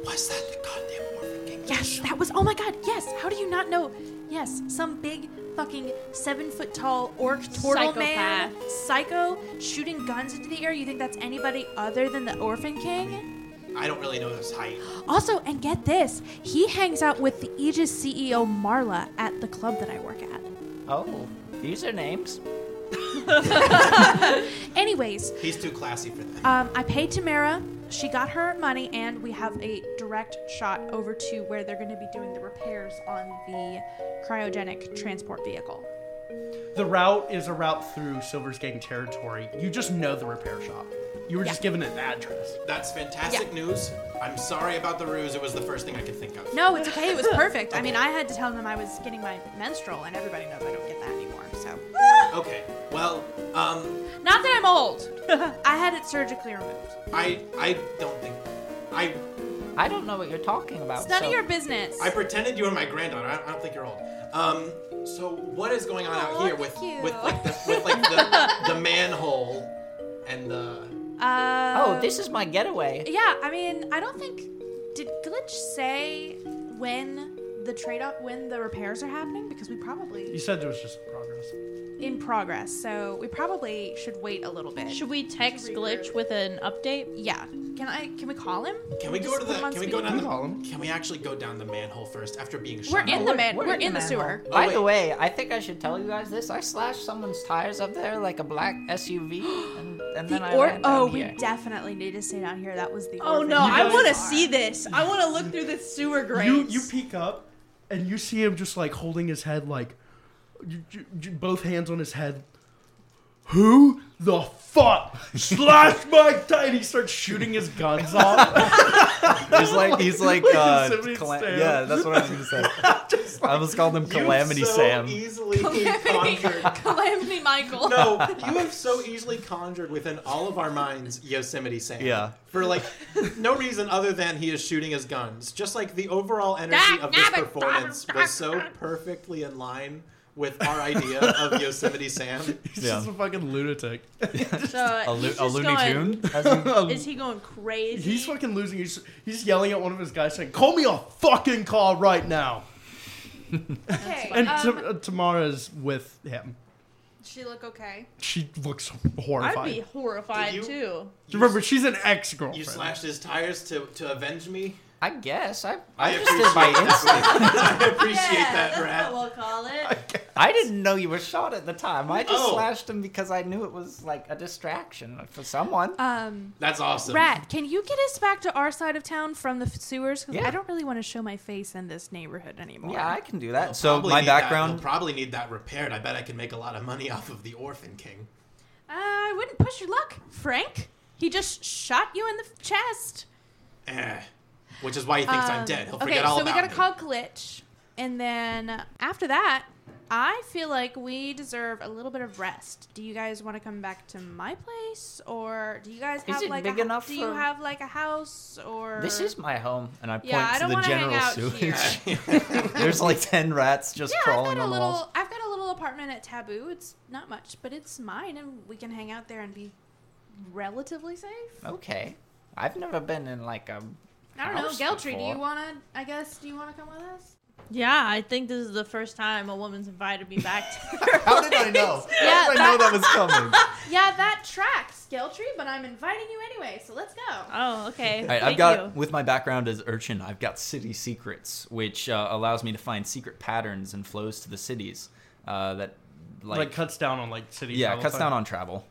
Speaker 4: Was that the goddamn Orphan King?
Speaker 6: Yes, that was. Oh my god, yes. How do you not know? Yes, some big fucking seven foot tall orc turtle man, psycho, shooting guns into the air. You think that's anybody other than the Orphan King?
Speaker 4: I don't really know his height.
Speaker 6: Also, and get this, he hangs out with the Aegis CEO Marla at the club that I work at.
Speaker 7: Oh, these are names.
Speaker 6: Anyway, anyways,
Speaker 4: He's too classy for that.
Speaker 6: um, I paid Tamara. She got her money, and we have a direct shot over to where they're going to be doing the repairs on the cryogenic transport vehicle.
Speaker 2: The route is a route through Silver's Gang territory. You just know the repair shop. You were just given an address.
Speaker 4: That's fantastic
Speaker 6: Yeah.
Speaker 4: news. I'm sorry about the ruse. It was the first thing I could think of.
Speaker 6: No, it's okay. It was perfect. I mean, I had to tell them I was getting my menstrual, and everybody knows I don't get that anymore. So,
Speaker 4: Okay. Well, um,
Speaker 6: not that I'm old. I had it surgically removed.
Speaker 4: I I don't think I
Speaker 7: I don't know what you're talking about.
Speaker 6: It's none
Speaker 7: so-
Speaker 6: of your business.
Speaker 4: I pretended you were my granddaughter. I, I don't think you're old. Um, so what is going on out
Speaker 6: Aw,
Speaker 4: here with
Speaker 6: thank you.
Speaker 4: with like the with like the, the manhole and the
Speaker 6: Uh,
Speaker 7: Oh, this is my getaway.
Speaker 6: Yeah, I mean, I don't think did Glitch say when the trade up when the repairs are happening because we
Speaker 2: You
Speaker 6: probably
Speaker 2: said there was just progress.
Speaker 6: in progress, so we probably should wait a little bit.
Speaker 5: Should we text Glitch with an update?
Speaker 6: yeah. Can I? Can we call him?
Speaker 4: can we go
Speaker 6: Just
Speaker 4: to
Speaker 6: put
Speaker 4: the
Speaker 6: him on
Speaker 4: can we go
Speaker 6: speaker.
Speaker 4: down
Speaker 2: You call him.
Speaker 4: the can we actually go down the manhole first after being shot?
Speaker 6: We're
Speaker 4: out?
Speaker 6: in the mid. We're, in the sewer.
Speaker 4: Oh,
Speaker 7: By
Speaker 4: wait.
Speaker 7: the way, I think I should tell you guys this. I slashed someone's tires up there like a black SUV, and, and then I
Speaker 6: Or-
Speaker 7: ran
Speaker 6: oh,
Speaker 7: down
Speaker 6: we
Speaker 7: here.
Speaker 6: definitely need to stay down here. That was the.
Speaker 5: Oh
Speaker 6: orphan
Speaker 5: no, I
Speaker 6: house.
Speaker 5: want to see this. I want to look through this sewer grate.
Speaker 2: You you peek up and you see him just like holding his head like you, you- you- both hands on his head. Who the fuck slashed my tight? He starts shooting his guns off.
Speaker 8: He's like he's like
Speaker 2: Like
Speaker 8: uh,
Speaker 2: Yosemite
Speaker 8: cala-
Speaker 2: Sam.
Speaker 8: yeah, that's what I was gonna say. I almost called him
Speaker 4: You
Speaker 8: Calamity
Speaker 4: so
Speaker 8: Sam.
Speaker 4: easily conjured.
Speaker 5: Calamity Michael.
Speaker 4: No, you have so easily conjured within all of our minds Yosemite Sam.
Speaker 8: Yeah.
Speaker 4: For like no reason other than he is shooting his guns. Just like the overall energy
Speaker 5: Dak,
Speaker 4: of this
Speaker 5: nabbit,
Speaker 4: performance was so perfectly in line with our idea of Yosemite Sam.
Speaker 2: He's
Speaker 8: Yeah.
Speaker 2: just a fucking lunatic.
Speaker 5: So
Speaker 8: A, lo-
Speaker 5: he's
Speaker 8: a
Speaker 5: just
Speaker 8: Looney
Speaker 5: going-
Speaker 8: Tune.
Speaker 5: Is he going crazy?
Speaker 2: He's fucking losing. He's, he's yelling at one of his guys saying, "Call me a fucking car right now."
Speaker 6: Okay.
Speaker 2: And Ta-
Speaker 6: um,
Speaker 2: uh, Tamara's with him.
Speaker 6: she look okay.
Speaker 2: She looks
Speaker 5: I'd be
Speaker 2: horrified.
Speaker 5: horrified
Speaker 4: Did you-
Speaker 5: too.
Speaker 2: Remember, she's an ex
Speaker 4: You
Speaker 2: girlfriend.
Speaker 4: slashed his tires to, to avenge me.
Speaker 7: I guess I
Speaker 4: I
Speaker 7: I just
Speaker 4: appreciate
Speaker 7: did my instinct.
Speaker 4: that. I appreciate that,
Speaker 5: that's
Speaker 4: Brad.
Speaker 5: what we'll call it.
Speaker 7: I didn't know you were shot at the time. I just
Speaker 4: Oh.
Speaker 7: slashed him because I knew it was like a distraction for someone.
Speaker 6: Um,
Speaker 4: That's awesome.
Speaker 6: Rat, can you get us back to our side of town from the f- sewers? 'Cause
Speaker 7: Yeah.
Speaker 6: I don't really want to show my face in this neighborhood anymore.
Speaker 7: yeah, I can do that.
Speaker 8: So
Speaker 4: Probably
Speaker 8: my
Speaker 4: need that-
Speaker 8: background-
Speaker 4: he'll probably need that repaired. I bet I can make a lot of money off of the Orphan King.
Speaker 6: Uh, I wouldn't push your luck, Frank. He just shot you in the f- chest.
Speaker 4: Eh. Which is why he thinks I'm
Speaker 6: Um,
Speaker 4: dead. He'll
Speaker 6: okay,
Speaker 4: forget all
Speaker 6: so
Speaker 4: about
Speaker 6: we gotta
Speaker 4: me.
Speaker 6: call Glitch, and then after that, I feel like we deserve a little bit of rest. Do you guys want to come back to my place, or do you guys
Speaker 7: Is
Speaker 6: have
Speaker 7: it
Speaker 6: like
Speaker 7: big
Speaker 6: a,
Speaker 7: enough
Speaker 6: do you
Speaker 7: for-
Speaker 6: have like a house or
Speaker 7: This is my home, and I point
Speaker 6: yeah, I
Speaker 8: to
Speaker 6: don't
Speaker 8: the
Speaker 6: want to hang
Speaker 8: general
Speaker 6: out here.
Speaker 8: sewage. There's like ten rats just
Speaker 6: Yeah, I've
Speaker 8: crawling
Speaker 6: got a
Speaker 8: on the
Speaker 6: little.
Speaker 8: walls.
Speaker 6: I've got a little apartment at Taboo. It's not much, but it's mine, and we can hang out there and be relatively safe.
Speaker 7: Okay, I've never been in like a.
Speaker 6: I don't
Speaker 7: House
Speaker 6: know, Geltry. Do
Speaker 7: before.
Speaker 6: you wanna? I guess. Do you wanna come with us?
Speaker 5: Yeah, I think this is the first time a woman's invited me back. To
Speaker 8: How did I know?
Speaker 6: Yeah,
Speaker 8: How did I know that was coming?
Speaker 6: Yeah, that tracks, Geltry. But I'm inviting you anyway, so let's go.
Speaker 2: Uh,
Speaker 5: oh, okay.
Speaker 8: All right,
Speaker 5: Thank
Speaker 8: I've got-
Speaker 5: you.
Speaker 3: With my background as urchin, I've got city secrets, which uh, allows me to find secret patterns and flows to the cities uh, that, like,
Speaker 2: Like, cuts down on like city.
Speaker 3: yeah,
Speaker 2: travel
Speaker 3: cuts
Speaker 2: time.
Speaker 3: down on travel.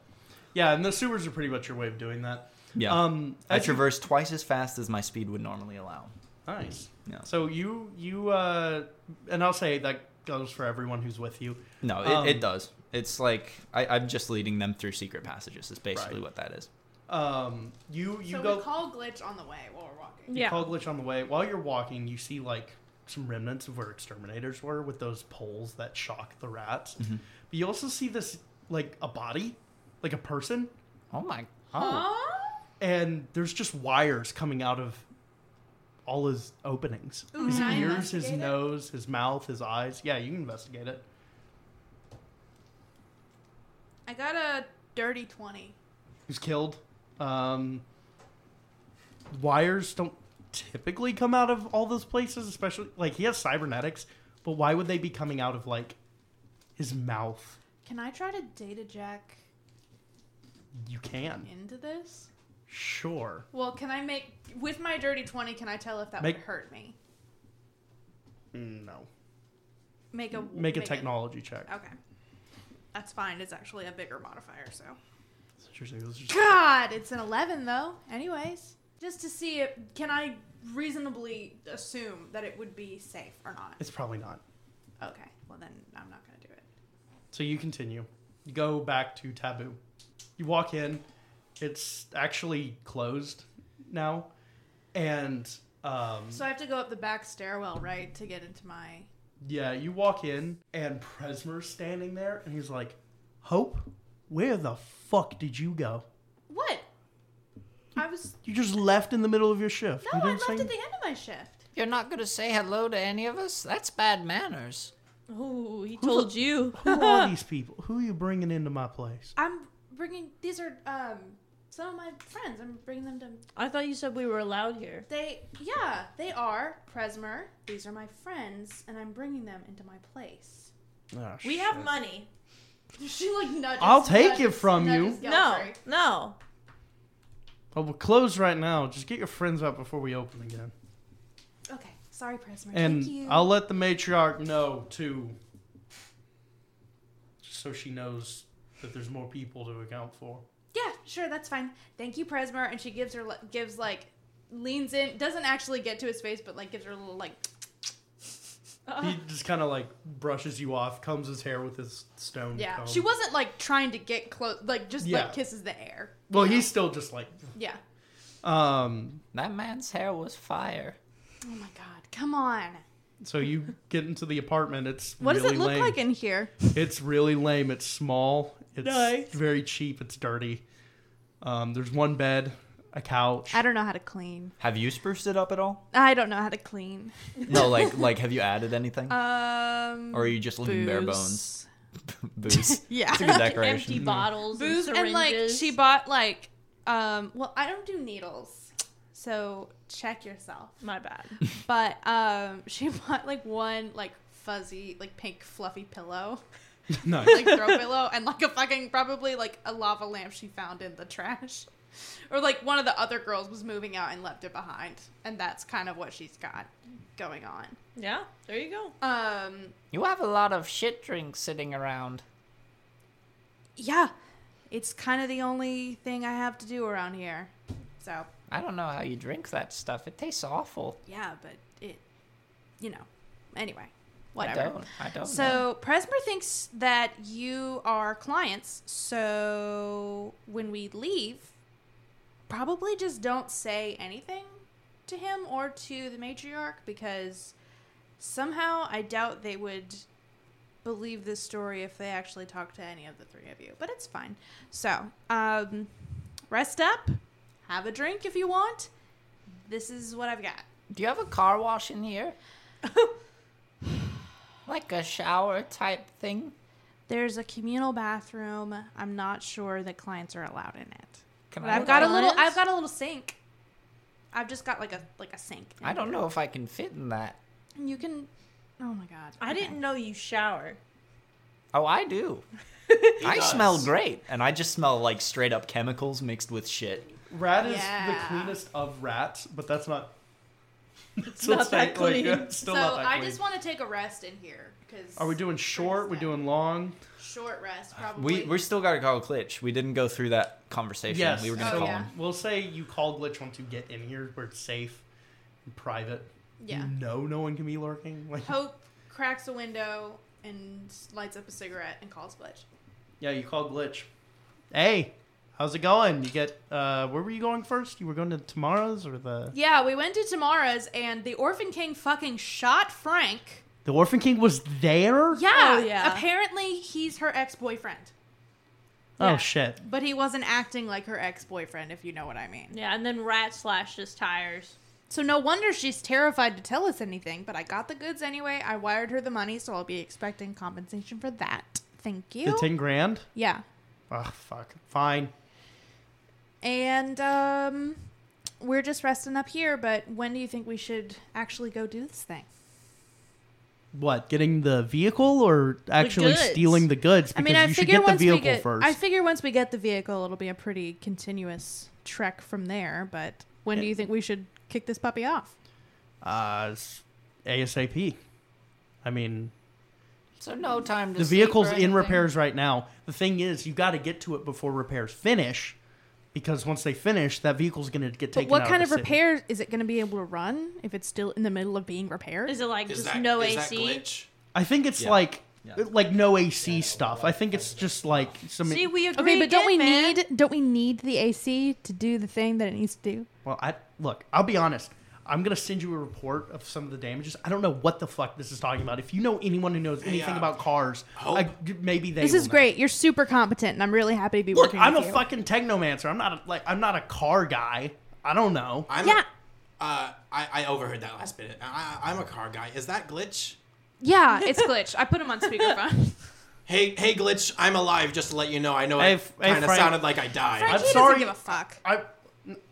Speaker 2: Yeah, and the sewers are pretty much your way of doing that.
Speaker 3: Yeah,
Speaker 2: Um,
Speaker 3: I
Speaker 2: as you-
Speaker 3: traverse twice as fast as my speed would normally allow.
Speaker 2: Nice.
Speaker 3: Yeah.
Speaker 2: So you you uh, and I'll say that goes for everyone who's with you.
Speaker 3: No, it,
Speaker 2: Um,
Speaker 3: it does. It's like I, I'm just leading them through secret passages. Is basically
Speaker 2: Right.
Speaker 3: what that is.
Speaker 2: Um, you you
Speaker 6: so
Speaker 2: go
Speaker 6: we call glitch on the way while we're walking.
Speaker 2: you
Speaker 5: yeah.
Speaker 2: call glitch on the way. While you're walking, you see like some remnants of where exterminators were with those poles that shock the rats. But you also see this like a body, like a person,
Speaker 7: Oh my. Oh.
Speaker 6: Huh?
Speaker 2: and there's just wires coming out of all his openings.
Speaker 6: Ooh,
Speaker 2: his
Speaker 6: can I
Speaker 2: ears, his
Speaker 6: investigate it?
Speaker 2: nose, his mouth, his eyes. Yeah, you can investigate it.
Speaker 6: I got a dirty twenty.
Speaker 2: who's killed. Um, wires don't typically come out of all those places, especially like he has cybernetics, but why would they be coming out of like his mouth?
Speaker 6: Can I try to data jack
Speaker 2: You can,
Speaker 6: into this?
Speaker 2: sure.
Speaker 6: Well, can I make with my dirty twenty? Can I tell if that
Speaker 2: Make-
Speaker 6: would hurt me?
Speaker 2: No,
Speaker 6: Make a
Speaker 2: make a technology check.
Speaker 6: Okay, that's fine. It's actually a bigger modifier, so
Speaker 4: pictures. Maybe those are just-
Speaker 6: God, it's an 11 though. Anyways, just to see if can I reasonably assume that it would be safe or not.
Speaker 2: It's probably not.
Speaker 6: Okay, well then I'm not gonna do it.
Speaker 2: So you continue. You go back to Taboo. You walk in. It's actually closed now. And um,
Speaker 6: So I have to go up the back stairwell, right, to get into my.
Speaker 2: yeah, you walk in, and Presmer's standing there, and he's like, Hope, where the fuck did you go?
Speaker 6: What? I was.
Speaker 2: You just left in the middle of your shift.
Speaker 6: No,
Speaker 2: you
Speaker 6: I
Speaker 2: didn't
Speaker 6: left
Speaker 2: say
Speaker 6: at the end of my shift.
Speaker 7: You're not going to say hello to any of us? That's bad manners.
Speaker 1: Ooh, he told you.
Speaker 2: Who are these people? Who are you bringing into my place?
Speaker 6: I'm bringing. These are um some of my friends. I'm bringing them to.
Speaker 1: I thought you said we were allowed here.
Speaker 6: They. Yeah, they are. Presmer. These are my friends, and I'm bringing them into my place.
Speaker 2: Oh,
Speaker 5: We
Speaker 2: shit.
Speaker 5: have money.
Speaker 6: She like nudges.
Speaker 2: I'll take
Speaker 6: nudges-
Speaker 2: it from you.
Speaker 6: nudges
Speaker 5: No,
Speaker 6: Gelfrey.
Speaker 5: no.
Speaker 2: Oh, we're closed right now. Just get your friends up before we open again.
Speaker 6: Okay. Sorry, Presmer. Thank
Speaker 2: And
Speaker 6: you.
Speaker 2: I'll let the matriarch know too, just so she knows that there's more people to account for.
Speaker 6: Yeah, sure, that's fine. Thank you, Presmer. And she gives her li- gives like leans in, doesn't actually get to his face, but like gives her a little like. Uh-huh.
Speaker 2: He just kind of like brushes you off, combs his hair with his stone.
Speaker 6: Yeah,
Speaker 2: comb.
Speaker 6: she wasn't like trying to get close, like just
Speaker 2: Yeah.
Speaker 6: like kisses the air.
Speaker 2: Well, he's still just like,
Speaker 6: Yeah.
Speaker 2: um.
Speaker 7: That man's hair was fire.
Speaker 6: Oh my god, come on.
Speaker 2: So you get into the apartment. It's
Speaker 6: What
Speaker 2: really
Speaker 6: does it look
Speaker 2: lame.
Speaker 6: like in here?
Speaker 2: It's really lame. It's small. It's
Speaker 1: Nice.
Speaker 2: very cheap. It's dirty. Um, there's one bed, a couch.
Speaker 6: I don't know how to clean.
Speaker 3: Have you spruced it up at all?
Speaker 6: I don't know how to clean.
Speaker 3: No, like like have you added anything,
Speaker 8: Uh,
Speaker 6: Um.
Speaker 3: or are you just leaving bare bones?
Speaker 6: booze.
Speaker 3: Booze.
Speaker 6: Yeah.
Speaker 3: It's a good decoration.
Speaker 1: Empty bottles,
Speaker 6: booze
Speaker 1: and,
Speaker 6: and like
Speaker 1: syringes.
Speaker 6: she bought like um well i don't do needles so check yourself
Speaker 1: My bad.
Speaker 6: but um she bought like one like fuzzy like pink fluffy pillow
Speaker 2: Nice.
Speaker 6: like throw pillow and like a fucking probably like a lava lamp she found in the trash or like one of the other girls was moving out and left it behind and that's kind of what she's got going on
Speaker 1: Yeah, there you go.
Speaker 6: um
Speaker 7: You have a lot of shit drinks sitting around.
Speaker 6: yeah it's kind of the only thing i have to do around here so
Speaker 7: I don't know how you drink that stuff. It tastes awful.
Speaker 6: Yeah, but it, you know, anyway,
Speaker 7: I
Speaker 6: whatever.
Speaker 7: don't. I don't. know.
Speaker 6: So Presmer thinks that you are clients, so when we leave, probably just don't say anything to him or to the matriarch because somehow I doubt they would believe this story if they actually talked to any of the three of you. But it's fine. So, um, rest up, have a drink if you want. This is what I've got.
Speaker 7: Do you have a car wash in here? like a shower type thing?
Speaker 6: There's a communal bathroom. I'm not sure that clients are allowed in it.
Speaker 7: Can
Speaker 6: But I've got a little.
Speaker 1: clients?
Speaker 6: I've got a little sink. I've just got like a like a sink. in
Speaker 7: I don't
Speaker 6: here.
Speaker 7: know if I can fit in that.
Speaker 6: You can. Oh my god.
Speaker 5: I
Speaker 6: Okay.
Speaker 5: didn't know you shower.
Speaker 7: Oh, I do.
Speaker 3: I
Speaker 7: smell great.
Speaker 3: and I just smell like straight up chemicals mixed with shit.
Speaker 2: Rat is
Speaker 6: Yeah.
Speaker 2: the cleanest of rats, but that's not. It's
Speaker 1: not that clean.
Speaker 2: still
Speaker 6: So
Speaker 2: not that
Speaker 6: I
Speaker 2: clean.
Speaker 6: just want to take a rest in here because.
Speaker 2: Are we doing short? We're doing long.
Speaker 6: short rest? Probably.
Speaker 3: We we're still gotta call Glitch. We didn't go through that conversation. we were gonna
Speaker 6: Oh,
Speaker 3: call
Speaker 6: yeah.
Speaker 3: him.
Speaker 2: We'll say you call glitch once you get in here where it's safe, and private.
Speaker 6: yeah.
Speaker 2: You know no one can be lurking. Like
Speaker 6: Hope cracks a window and lights up a cigarette and calls Blitch.
Speaker 2: yeah, you call glitch. Hey, how's it going? You get uh, where were you going first? You were going to tomorrow's or the
Speaker 6: Yeah, we went to Tamara's and the Orphan King fucking shot Frank.
Speaker 2: the Orphan King was there?
Speaker 6: Yeah,
Speaker 5: Oh, yeah.
Speaker 6: Apparently, he's her ex boyfriend,
Speaker 2: Oh
Speaker 5: Yeah.
Speaker 2: shit.
Speaker 6: but he wasn't acting like her ex boyfriend, if you know what I mean.
Speaker 5: Yeah, and then rat slashed his tires.
Speaker 6: So, no wonder she's terrified to tell us anything, but I got the goods anyway. I wired her the money, so I'll be expecting compensation for that. Thank you.
Speaker 2: The ten grand?
Speaker 6: yeah.
Speaker 2: Oh fuck. Fine.
Speaker 6: And, um,. We're just resting up here, but when do you think we should actually go do this thing?
Speaker 2: What? Getting the vehicle or actually
Speaker 1: goods.
Speaker 2: stealing the goods?
Speaker 6: I
Speaker 2: Because
Speaker 6: mean, I
Speaker 2: you should
Speaker 6: figure
Speaker 2: get the
Speaker 6: once
Speaker 2: vehicle
Speaker 6: we get,
Speaker 2: first.
Speaker 6: I figure once we get the vehicle, it'll be a pretty continuous trek from there. But when do you think we should kick this puppy off?
Speaker 2: uh, s- ASAP. I mean,
Speaker 7: So no time to
Speaker 2: The
Speaker 7: sleep or
Speaker 2: vehicle's in
Speaker 7: anything.
Speaker 2: repairs right now. The thing is, you got to get to it before repairs finish, because once they finish, that vehicle's going to get
Speaker 9: But
Speaker 2: taken.
Speaker 9: what
Speaker 2: out
Speaker 9: kind of
Speaker 2: the city.
Speaker 9: repair is it going to be able to run if it's still in the middle of being repaired?
Speaker 5: Is it like
Speaker 4: Is
Speaker 5: just
Speaker 4: that,
Speaker 5: no
Speaker 4: is
Speaker 5: AC?
Speaker 4: That glitch?
Speaker 2: I think it's
Speaker 3: Yeah.
Speaker 2: like
Speaker 3: Yeah.
Speaker 2: like no AC stuff. I think it's just like some.
Speaker 5: See, we agree.
Speaker 9: okay, but don't we
Speaker 5: again, man.
Speaker 9: need don't we need the AC to do the thing that it needs to do?
Speaker 2: well, I look. I'll be honest. I'm gonna send you a report of some of the damages. I don't know what the fuck this is talking about. If you know anyone who knows anything
Speaker 4: Yeah.
Speaker 2: about cars, I, maybe they.
Speaker 9: This
Speaker 2: will
Speaker 9: is
Speaker 2: know.
Speaker 9: great. You're super competent, and I'm really happy to be
Speaker 2: Look,
Speaker 9: working
Speaker 2: I'm a
Speaker 9: with you.
Speaker 2: fucking technomancer. I'm not a, like I'm not a car guy. I don't know.
Speaker 4: I'm
Speaker 9: Yeah.
Speaker 4: uh, I, I overheard that last bit. I, I'm a car guy. Is that glitch?
Speaker 6: Yeah, it's glitch. I put him on speakerphone.
Speaker 4: Hey, hey, glitch! I'm alive. Just to let you know, I know
Speaker 2: Hey,
Speaker 4: it
Speaker 2: F- hey,
Speaker 4: kind of
Speaker 2: Frank.
Speaker 4: sounded like I died.
Speaker 2: I'm
Speaker 6: he doesn't
Speaker 2: sorry.
Speaker 6: give a fuck.
Speaker 2: I,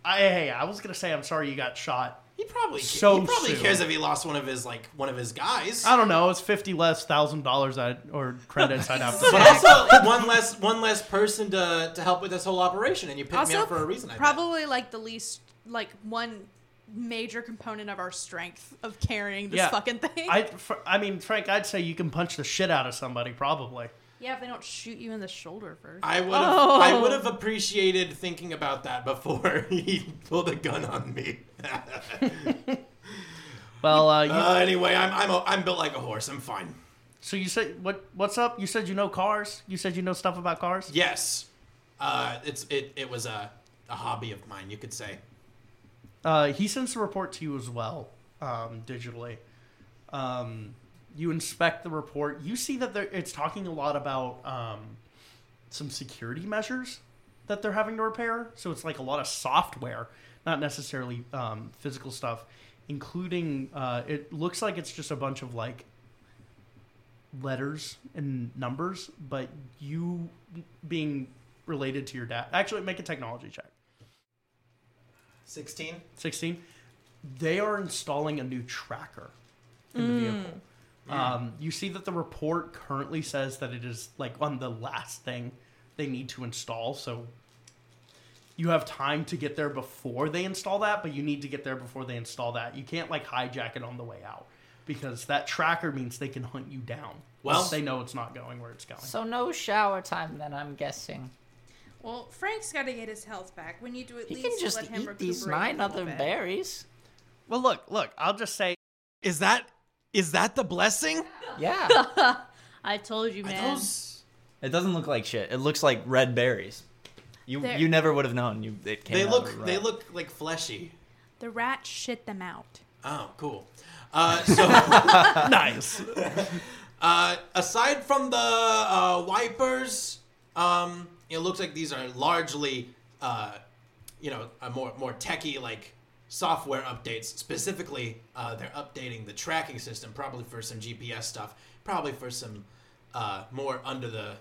Speaker 2: I hey, I was gonna say I'm sorry you got shot.
Speaker 4: He probably ca-
Speaker 2: So
Speaker 4: he probably
Speaker 2: soon.
Speaker 4: cares if he lost one of his like one of his guys.
Speaker 2: I don't know. It's fifty less thousand dollars I or credits I'd have to.
Speaker 4: But also one less one less person to to help with this whole operation, and you picked me
Speaker 6: Also,
Speaker 4: up for a reason. I bet.
Speaker 6: probably like the least, like one major component of our strength of carrying this
Speaker 2: Yeah.
Speaker 6: fucking thing.
Speaker 2: I, fr- I mean, Frank, I'd say you can punch the shit out of somebody, probably.
Speaker 6: yeah, if they don't shoot you in the shoulder first.
Speaker 4: I would have
Speaker 5: Oh.
Speaker 4: I would have appreciated thinking about that before he pulled a gun on me.
Speaker 2: Well, uh, you,
Speaker 4: uh, anyway, I'm I'm a, I'm built like a horse. I'm fine.
Speaker 2: so you said what? What's up? You said you know cars. You said you know stuff about cars.
Speaker 4: Yes, uh, it's it it was a a hobby of mine, you could say.
Speaker 2: Uh, he sends the report to you as well, um, digitally. Um, you inspect the report. You see that there, it's talking a lot about um, some security measures that they're having to repair. So it's like a lot of software, not necessarily um, physical stuff, including uh, it looks like it's just a bunch of like letters and numbers, but you being related to your dad. Actually, make a technology check.
Speaker 4: Sixteen.
Speaker 2: 16 they are installing a new tracker in the vehicle um, you see that the report currently says that it is like on the last thing they need to install so you have time to get there before they install that but you need to get there before they install that you can't like hijack it on the way out because that tracker means they can hunt you down
Speaker 4: Well-
Speaker 2: once they know it's not going where it's going
Speaker 7: So no shower time then I'm guessing.
Speaker 6: Well, Frank's got to get his health back. We need to at
Speaker 7: He
Speaker 6: least
Speaker 7: can just
Speaker 6: let him
Speaker 7: eat these
Speaker 6: recuperate a
Speaker 7: nine
Speaker 6: little
Speaker 7: other
Speaker 6: bit.
Speaker 7: berries.
Speaker 2: well look look i'll just say
Speaker 4: Is that is that the blessing?
Speaker 7: Yeah.
Speaker 5: I told you, man.
Speaker 3: It doesn't look like shit. It looks like red berries. You you never would have known. You it came
Speaker 4: They
Speaker 3: out of
Speaker 4: look
Speaker 3: a
Speaker 4: they
Speaker 3: rat.
Speaker 4: look like fleshy.
Speaker 6: The rat shit them out.
Speaker 4: Oh, cool. Uh, so,
Speaker 2: nice
Speaker 4: uh, aside from the uh, wipers, um, it looks like these are largely, uh, you know, a more more techie like software updates. Specifically, uh, they're updating the tracking system, probably for some GPS stuff, probably for some uh, more under the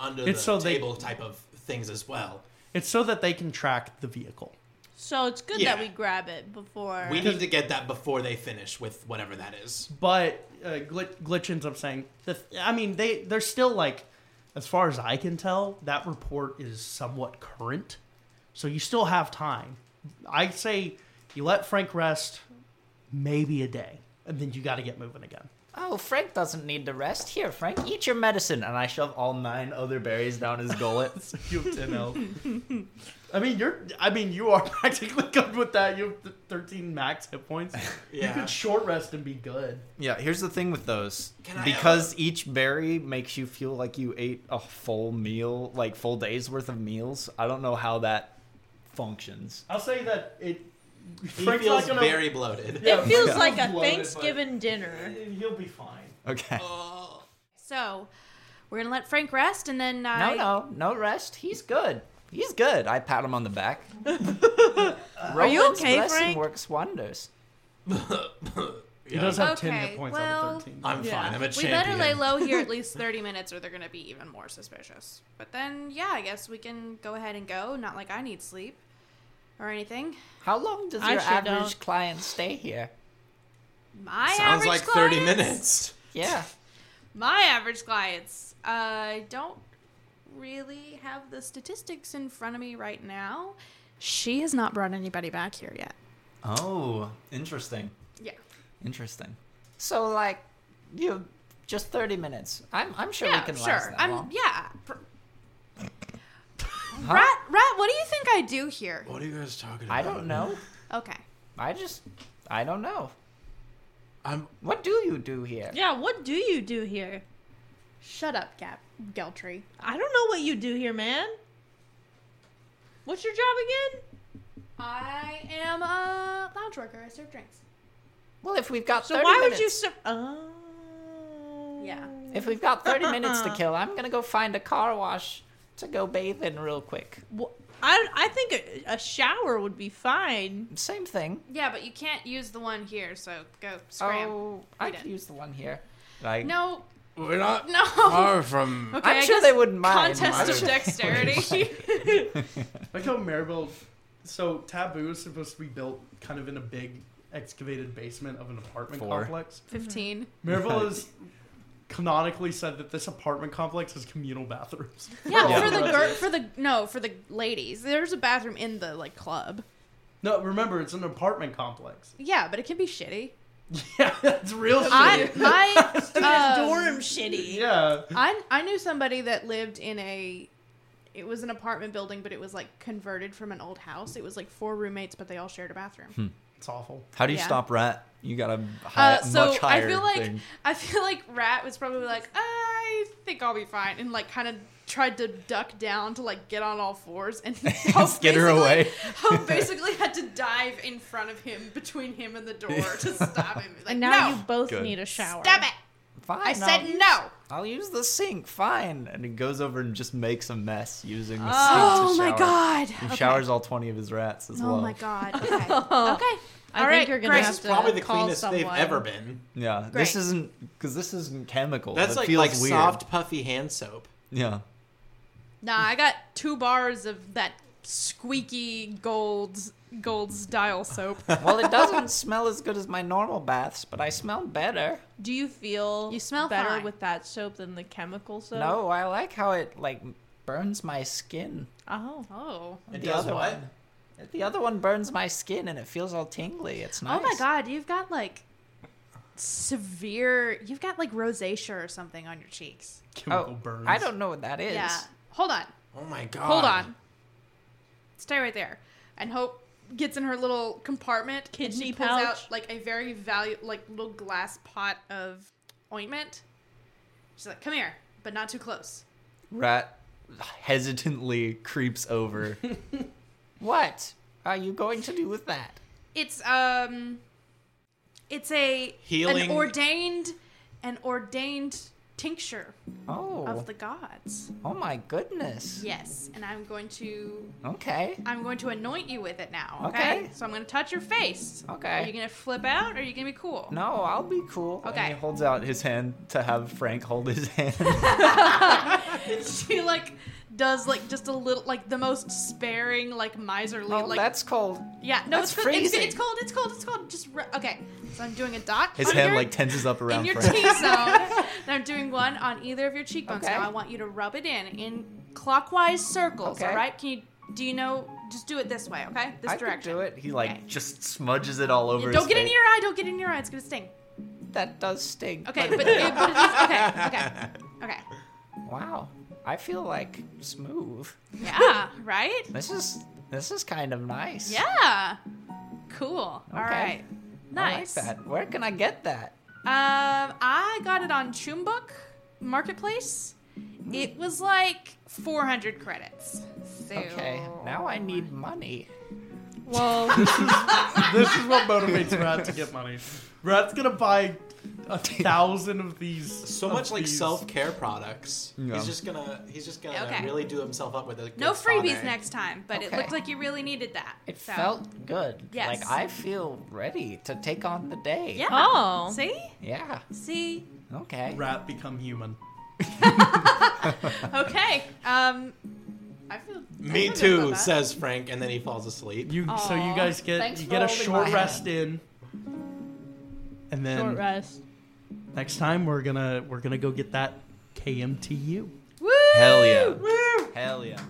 Speaker 4: under
Speaker 2: It's
Speaker 4: the
Speaker 2: so they-
Speaker 4: table type of things as well.
Speaker 2: it's so that they can track the vehicle
Speaker 5: So it's good
Speaker 4: Yeah.
Speaker 5: that we grab it before.
Speaker 4: We need to get that before they finish with whatever that is.
Speaker 2: But uh, Glitch, Glitch ends up saying, the th- I mean, they they're still like, as far as I can tell, that report is somewhat current, so you still have time. I say you let Frank rest, maybe a day, and then you got to get moving again.
Speaker 7: oh, Frank doesn't need to rest. Here, Frank, eat your medicine. And I shove all nine other berries down his gullet.
Speaker 2: You have ten health. I mean, you're. I mean, you are practically good with that. You have th- thirteen max hit points. You
Speaker 4: Yeah.
Speaker 2: could short rest and be good.
Speaker 3: Yeah, here's the thing with those.
Speaker 4: Can I
Speaker 3: because each berry makes you feel like you ate a full meal, like full day's worth of meals. I don't know how that functions.
Speaker 2: I'll say that it.
Speaker 4: He feels very bloated.
Speaker 5: it feels
Speaker 2: Yeah.
Speaker 5: like a
Speaker 2: Bloated, but-
Speaker 5: Thanksgiving dinner.
Speaker 2: You'll be fine.
Speaker 4: Oh,
Speaker 3: Okay.
Speaker 6: So, we're gonna let Frank rest, and then
Speaker 7: No,
Speaker 6: I
Speaker 7: no, no rest. He's good. He's good. I pat him on the back. Are
Speaker 5: you okay, Frank?
Speaker 7: works wonders.
Speaker 2: He does have ten
Speaker 6: Okay,
Speaker 2: hit points out
Speaker 6: well,
Speaker 2: of thirteen.
Speaker 4: I'm fine. I'm a
Speaker 6: we
Speaker 4: champion.
Speaker 6: better lay low here at least thirty minutes, or they're gonna be even more suspicious. But then, yeah, I guess we can go ahead and go. Not like I need sleep or anything.
Speaker 7: How long does
Speaker 5: I
Speaker 7: your
Speaker 5: sure
Speaker 7: average
Speaker 5: don't.
Speaker 7: client stay here?
Speaker 6: My
Speaker 4: Sounds
Speaker 6: average
Speaker 4: like 30
Speaker 6: clients-
Speaker 4: minutes.
Speaker 7: Yeah.
Speaker 6: My average clients. I don't really have the statistics in front of me right now. She has not brought anybody back here yet.
Speaker 3: Oh, interesting.
Speaker 6: Yeah.
Speaker 3: Interesting.
Speaker 7: So like you Just 30 minutes. I'm, I'm sure
Speaker 5: yeah,
Speaker 7: we can
Speaker 5: sure.
Speaker 7: last that
Speaker 5: I'm
Speaker 7: long.
Speaker 5: yeah. Pr- Rat, rat. What do you think I do here?
Speaker 4: What are you guys talking about?
Speaker 7: I don't know.
Speaker 5: Okay.
Speaker 7: I just, I don't know.
Speaker 4: I'm
Speaker 7: What do you do here?
Speaker 1: Yeah, what do you do here?
Speaker 6: Shut up, Gap Geltry.
Speaker 1: I don't know what you do here, man. What's your job again?
Speaker 5: I am a lounge worker. I serve drinks.
Speaker 7: Well, if we've got
Speaker 1: So
Speaker 7: 30
Speaker 1: why
Speaker 7: minutes,
Speaker 1: would you serve? Oh.
Speaker 6: Yeah.
Speaker 7: if we've got 30 minutes to kill, I'm gonna go find a car wash to go bathe in real quick.
Speaker 1: Wh- I I think a, a shower would be fine.
Speaker 7: Same thing.
Speaker 5: Yeah, but you can't use the one here, so go scram.
Speaker 7: Oh, I
Speaker 5: Eat
Speaker 7: could
Speaker 5: it.
Speaker 7: use the one here. Like,
Speaker 5: No,
Speaker 4: We're not
Speaker 5: no.
Speaker 4: far from.
Speaker 7: Oh. I'm
Speaker 5: I
Speaker 7: sure
Speaker 5: guess
Speaker 7: they wouldn't mind.
Speaker 5: Contest of dexterity.
Speaker 2: Like how Maribel. So Taboo is supposed to be built kind of in a big excavated basement of an apartment
Speaker 3: Four.
Speaker 2: complex.
Speaker 5: Fifteen.
Speaker 2: Maribel has canonically said that this apartment complex has communal bathrooms.
Speaker 5: Yeah,
Speaker 3: Yeah.
Speaker 5: for the gir- for the no for the ladies. There's a bathroom in the like club.
Speaker 2: No, remember it's an apartment complex.
Speaker 5: Yeah, but it can be shitty.
Speaker 2: Yeah, that's real shit.
Speaker 5: I my um,
Speaker 1: Dorm shitty.
Speaker 2: yeah.
Speaker 5: I I knew somebody that lived in a it was an apartment building, but it was like converted from an old house. It was like four roommates, but they all shared a bathroom.
Speaker 2: It's awful.
Speaker 3: How do you
Speaker 5: Yeah.
Speaker 3: stop Rat? You got a high,
Speaker 5: Uh, so
Speaker 3: much
Speaker 5: I
Speaker 3: higher
Speaker 5: feel like
Speaker 3: thing.
Speaker 5: I feel like Rat was probably like, I think I'll be fine, and like kind of tried to duck down to like get on all fours and Hope
Speaker 3: get her
Speaker 5: basically-
Speaker 3: away.
Speaker 5: Hope basically had to dive in front of him between him and the door to stop him. Like,
Speaker 1: And now
Speaker 5: no,
Speaker 1: you both
Speaker 3: Good.
Speaker 1: need a shower.
Speaker 5: stop it!
Speaker 7: Fine,
Speaker 5: I
Speaker 7: I'll
Speaker 5: said
Speaker 7: use-
Speaker 5: no.
Speaker 7: I'll use the sink. Fine.
Speaker 3: And he goes over and just makes a mess using the
Speaker 5: Oh
Speaker 3: sink to
Speaker 5: my
Speaker 3: shower.
Speaker 5: god!
Speaker 3: He showers all 20 of his rats as
Speaker 5: Oh
Speaker 3: well.
Speaker 5: my god! Okay.
Speaker 1: Okay. I
Speaker 5: All
Speaker 1: think
Speaker 5: right,
Speaker 1: you're gonna
Speaker 5: great.
Speaker 1: have
Speaker 5: This is
Speaker 1: to
Speaker 4: Probably the
Speaker 1: call
Speaker 4: cleanest
Speaker 1: someone.
Speaker 4: they've ever been.
Speaker 3: Yeah,
Speaker 5: Great.
Speaker 3: this isn't because this isn't chemical.
Speaker 4: That's
Speaker 3: That
Speaker 4: like
Speaker 3: feels
Speaker 4: like
Speaker 3: weird.
Speaker 4: soft, puffy hand soap.
Speaker 3: Yeah,
Speaker 5: Nah, I got two bars of that squeaky gold gold's dial soap.
Speaker 7: well, it doesn't smell as good as my normal baths, but I smell better.
Speaker 1: Do you feel
Speaker 5: You smell
Speaker 1: better
Speaker 5: fine.
Speaker 1: with that soap than the chemical soap?
Speaker 7: No, I like how it like burns my skin.
Speaker 1: Oh.
Speaker 5: Oh.
Speaker 4: It
Speaker 7: The
Speaker 4: does
Speaker 7: other
Speaker 4: what?
Speaker 7: one. The other one burns my skin and it feels all tingly. It's nice.
Speaker 5: Oh my god, you've got like severe you've got like rosacea or something on your cheeks.
Speaker 2: Chemical burns.
Speaker 7: Oh, I don't know what that is.
Speaker 5: Yeah. Hold on.
Speaker 4: Oh my god.
Speaker 5: Hold on. Stay right there. And Hope gets in her little compartment. and
Speaker 1: Kidney
Speaker 5: she pulls
Speaker 1: pouch.
Speaker 5: out like a very value like little glass pot of ointment. She's like, "Come here, but not too close."
Speaker 3: rat hesitantly creeps over.
Speaker 7: What are you going to do with that?
Speaker 5: It's um it's a
Speaker 4: Healing-
Speaker 5: an ordained an ordained tincture
Speaker 7: Oh.
Speaker 5: of the gods.
Speaker 7: oh my goodness.
Speaker 5: Yes, and I'm going to
Speaker 7: Okay.
Speaker 5: I'm going to anoint you with it now. Okay.
Speaker 7: Okay.
Speaker 5: So I'm going to touch your face.
Speaker 7: Okay.
Speaker 5: Are you going to flip out or are you going to be cool?
Speaker 7: No, I'll be cool.
Speaker 3: He
Speaker 5: Okay.
Speaker 3: holds out his hand to have Frank hold his hand.
Speaker 5: she like does like just a little like the most sparing like miserly
Speaker 7: Oh,
Speaker 5: like
Speaker 7: that's cold.
Speaker 5: yeah no
Speaker 7: that's
Speaker 5: it's good, it's, good,
Speaker 7: freezing.
Speaker 5: it's cold it's cold it's cold just re- okay so I'm doing a dot
Speaker 3: His
Speaker 5: on
Speaker 3: hand
Speaker 5: your-
Speaker 3: like tenses up
Speaker 5: in
Speaker 3: around
Speaker 5: your
Speaker 3: Frank.
Speaker 5: T zone and I'm doing one on either of your cheekbones
Speaker 7: Okay.
Speaker 5: now I want you to rub it in in clockwise circles
Speaker 7: Okay.
Speaker 5: all right can you do you know just do it this way okay this
Speaker 7: I could
Speaker 5: direction
Speaker 7: do it.
Speaker 3: He like
Speaker 5: Okay.
Speaker 3: just smudges it all over.
Speaker 5: don't
Speaker 3: his
Speaker 5: get in
Speaker 3: face.
Speaker 5: your eye don't get in your eye it's gonna sting
Speaker 7: That does sting.
Speaker 5: Okay, but, it, but it's okay, okay, okay.
Speaker 7: wow, I feel like smooth.
Speaker 5: Yeah, right?
Speaker 7: This is this is kind of nice.
Speaker 5: Yeah. Cool. All
Speaker 7: Okay.
Speaker 5: right. Nice.
Speaker 7: I like that. Where can I get that?
Speaker 5: Um, I got it on Chumbook Marketplace. It was like 400 credits. So
Speaker 7: Okay, now I need money.
Speaker 1: Well,
Speaker 2: This is what motivates Rat to get money. Rat's gonna buy a thousand of these.
Speaker 4: So
Speaker 2: of
Speaker 4: much like
Speaker 2: these.
Speaker 4: self care products.
Speaker 3: Yeah.
Speaker 4: He's just gonna he's just gonna
Speaker 5: Okay.
Speaker 4: really do himself up with a good
Speaker 5: no freebies
Speaker 4: sade.
Speaker 5: next time, but it
Speaker 7: Okay.
Speaker 5: looked like you really needed that.
Speaker 7: It
Speaker 5: so.
Speaker 7: felt good.
Speaker 5: Yes.
Speaker 7: Like I feel ready to take on the day.
Speaker 5: Yeah.
Speaker 1: Oh.
Speaker 5: See?
Speaker 7: Yeah.
Speaker 5: See?
Speaker 7: Okay.
Speaker 2: Rat become human.
Speaker 5: Okay. Um, I feel. I
Speaker 4: Me
Speaker 5: feel good
Speaker 4: too,
Speaker 5: about that.
Speaker 4: says Frank, and then he falls asleep.
Speaker 2: You so you
Speaker 5: Aw,
Speaker 2: guys get
Speaker 7: thanks
Speaker 2: you
Speaker 7: for
Speaker 2: get a
Speaker 7: holding
Speaker 2: short
Speaker 7: my
Speaker 2: rest in, and
Speaker 1: short
Speaker 2: then
Speaker 1: rest.
Speaker 2: next time we're gonna we're gonna go get that KMTU.
Speaker 5: Woo!
Speaker 3: Hell yeah! Hell yeah!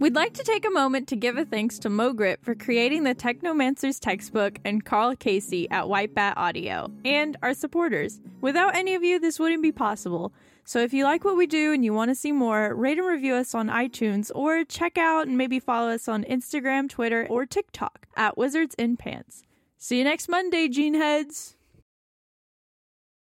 Speaker 1: We'd like to take a moment to give a thanks to Mogrit for creating the Technomancer's textbook and Carl Casey at White Bat Audio, and our supporters. Without any of you, this wouldn't be possible. So if you like what we do and you want to see more, rate and review us on iTunes or check out and maybe follow us on Instagram, Twitter, or TikTok at Wizards in Pants. See you next Monday, Gene Heads!